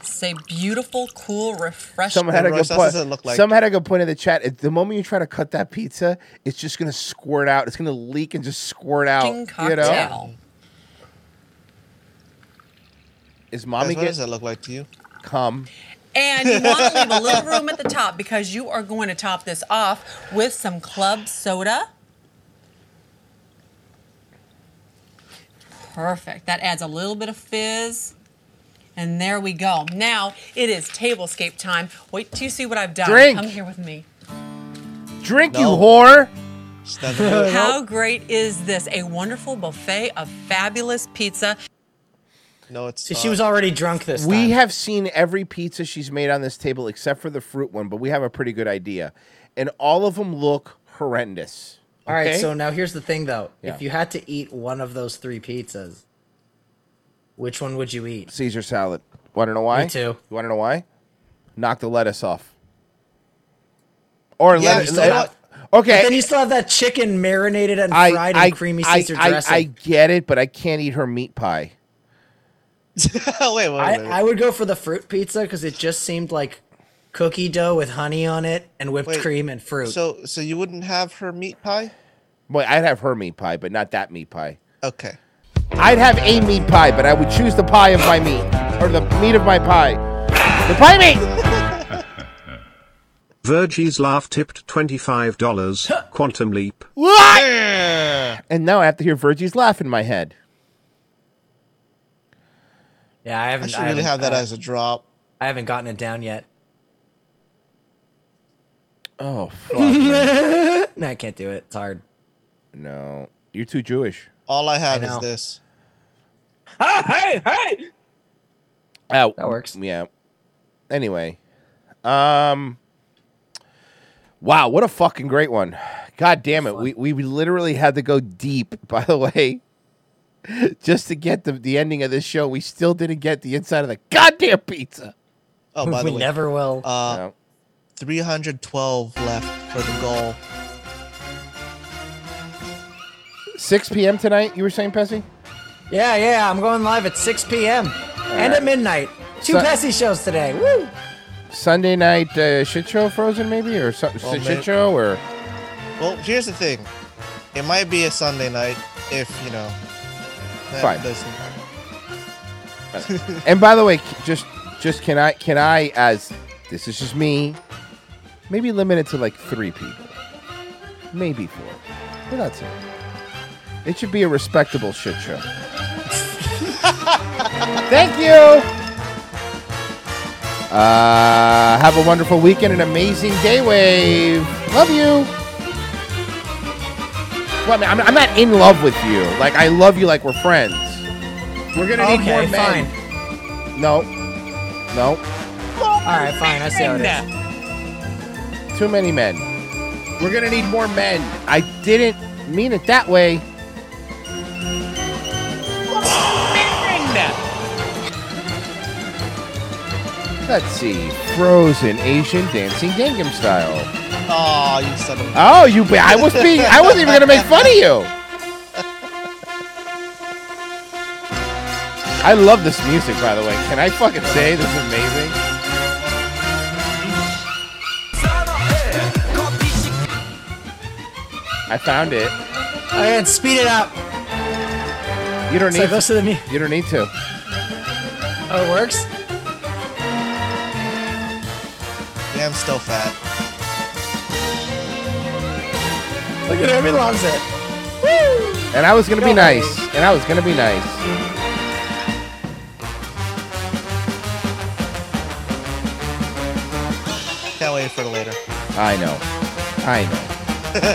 S8: It's a beautiful, cool, refreshing.
S1: Someone had a good point. Someone had a good point in the chat. At the moment you try to cut that pizza, it's just gonna squirt out. It's gonna leak and just squirt out. You know?
S8: cocktail.
S1: Is mommy
S3: Guys, what
S1: get
S3: does that look like to you?
S1: Come.
S8: And you want to leave a little room at the top because you are going to top this off with some club soda. Perfect. That adds a little bit of fizz. And there we go. Now it is tablescape time. Wait till you see what I've done.
S1: Drink.
S8: Come here with me.
S1: drink, you whore.
S8: How great is this? A wonderful buffet of fabulous pizza.
S3: No, it's
S4: See, she was already drunk this
S1: we
S4: time.
S1: have seen every pizza she's made on this table except for the fruit one, but we have a pretty good idea. And all of them look horrendous.
S4: All right,
S1: okay?
S4: so now here's the thing though.
S1: Yeah.
S4: If you had to eat one of those three pizzas, which one would you eat?
S1: Caesar salad. Want to know why?
S4: Me too.
S1: You want to know why? Knock the lettuce off. Or
S4: Yeah,
S1: lettuce.
S4: you still have-
S1: okay.
S4: But then you still have that chicken marinated and fried in creamy
S1: I-
S4: Caesar
S1: I-
S4: dressing.
S1: I get it, but I can't eat her meat pie.
S3: wait, wait,
S4: I,
S3: wait.
S4: I would go for the fruit pizza because it just seemed like cookie dough with honey on it and whipped
S3: Wait,
S4: cream and fruit.
S3: So, so you wouldn't have her meat pie?
S1: Well, I'd have her meat pie, but not that meat pie.
S3: Okay.
S1: I'd have a meat pie, but I would choose the pie of my meat or the meat of my pie. The pie meat.
S12: Virgie's laugh tipped $25. Quantum leap.
S1: What? And now I have to hear Virgie's laugh in my head.
S4: yeah, I haven't. uh,
S3: I should really have that as a drop.
S4: I haven't gotten it down yet.
S1: Oh, fuck.
S4: no, I can't do it. It's hard.
S1: No, you're too Jewish.
S3: All I have
S4: I
S3: is
S4: know.
S3: this.
S4: hey, hey!
S1: Ow. That works. Yeah. Anyway, um, wow, what a fucking great one! God damn it, we we literally had to go deep. By the way, just to get the the ending of this show, we still didn't get the inside of the goddamn pizza.
S3: Oh, by the
S1: We
S3: way,
S1: never
S4: will.
S3: Uh, 312 left for the goal.
S1: Six p.m. tonight. You were saying, Pessy?
S4: Yeah, yeah, I'm going live at 6 p.m. and at midnight. Two
S1: So-
S4: Pessy shows today. Woo!
S1: Sunday night uh, shit show, Frozen maybe, or something
S3: Well,
S1: shit
S3: may-
S1: show, or
S3: Well, here's the thing. It might be a Sunday night if, you know, that
S1: Fine.
S3: doesn't.
S1: and by the way, c- just just can I can I as this is just me, maybe limit it to like three people, maybe four, but that's it. It should be a respectable shit show. Thank you. Uh, have a wonderful weekend, an amazing day wave. Love you. Well, I mean, I'm, I'm not in love with you. Like I love you, like we're friends. We're gonna need
S4: Okay,
S1: more
S4: fine.
S1: men. No, no,
S4: All right, fine. I see how it is.
S1: too many men. We're gonna need more men. I didn't mean it that way. Let's see, Frozen Asian dancing Gangnam style.
S3: Oh, you son of a.
S1: Oh, you! ba- I was being. I wasn't even gonna make fun of you. I love this music, by the way. Can I fucking say this is amazing? I found it.
S4: All right, speed it up.
S1: You don't
S4: So
S1: need.
S4: those
S1: to, you don't need to.
S4: Oh, it works?
S3: Yeah, I'm still fat.
S4: Look at him. He loves it.
S1: And I was gonna be nice. And I was gonna be nice.
S3: Can't wait for later.
S1: I know. I know.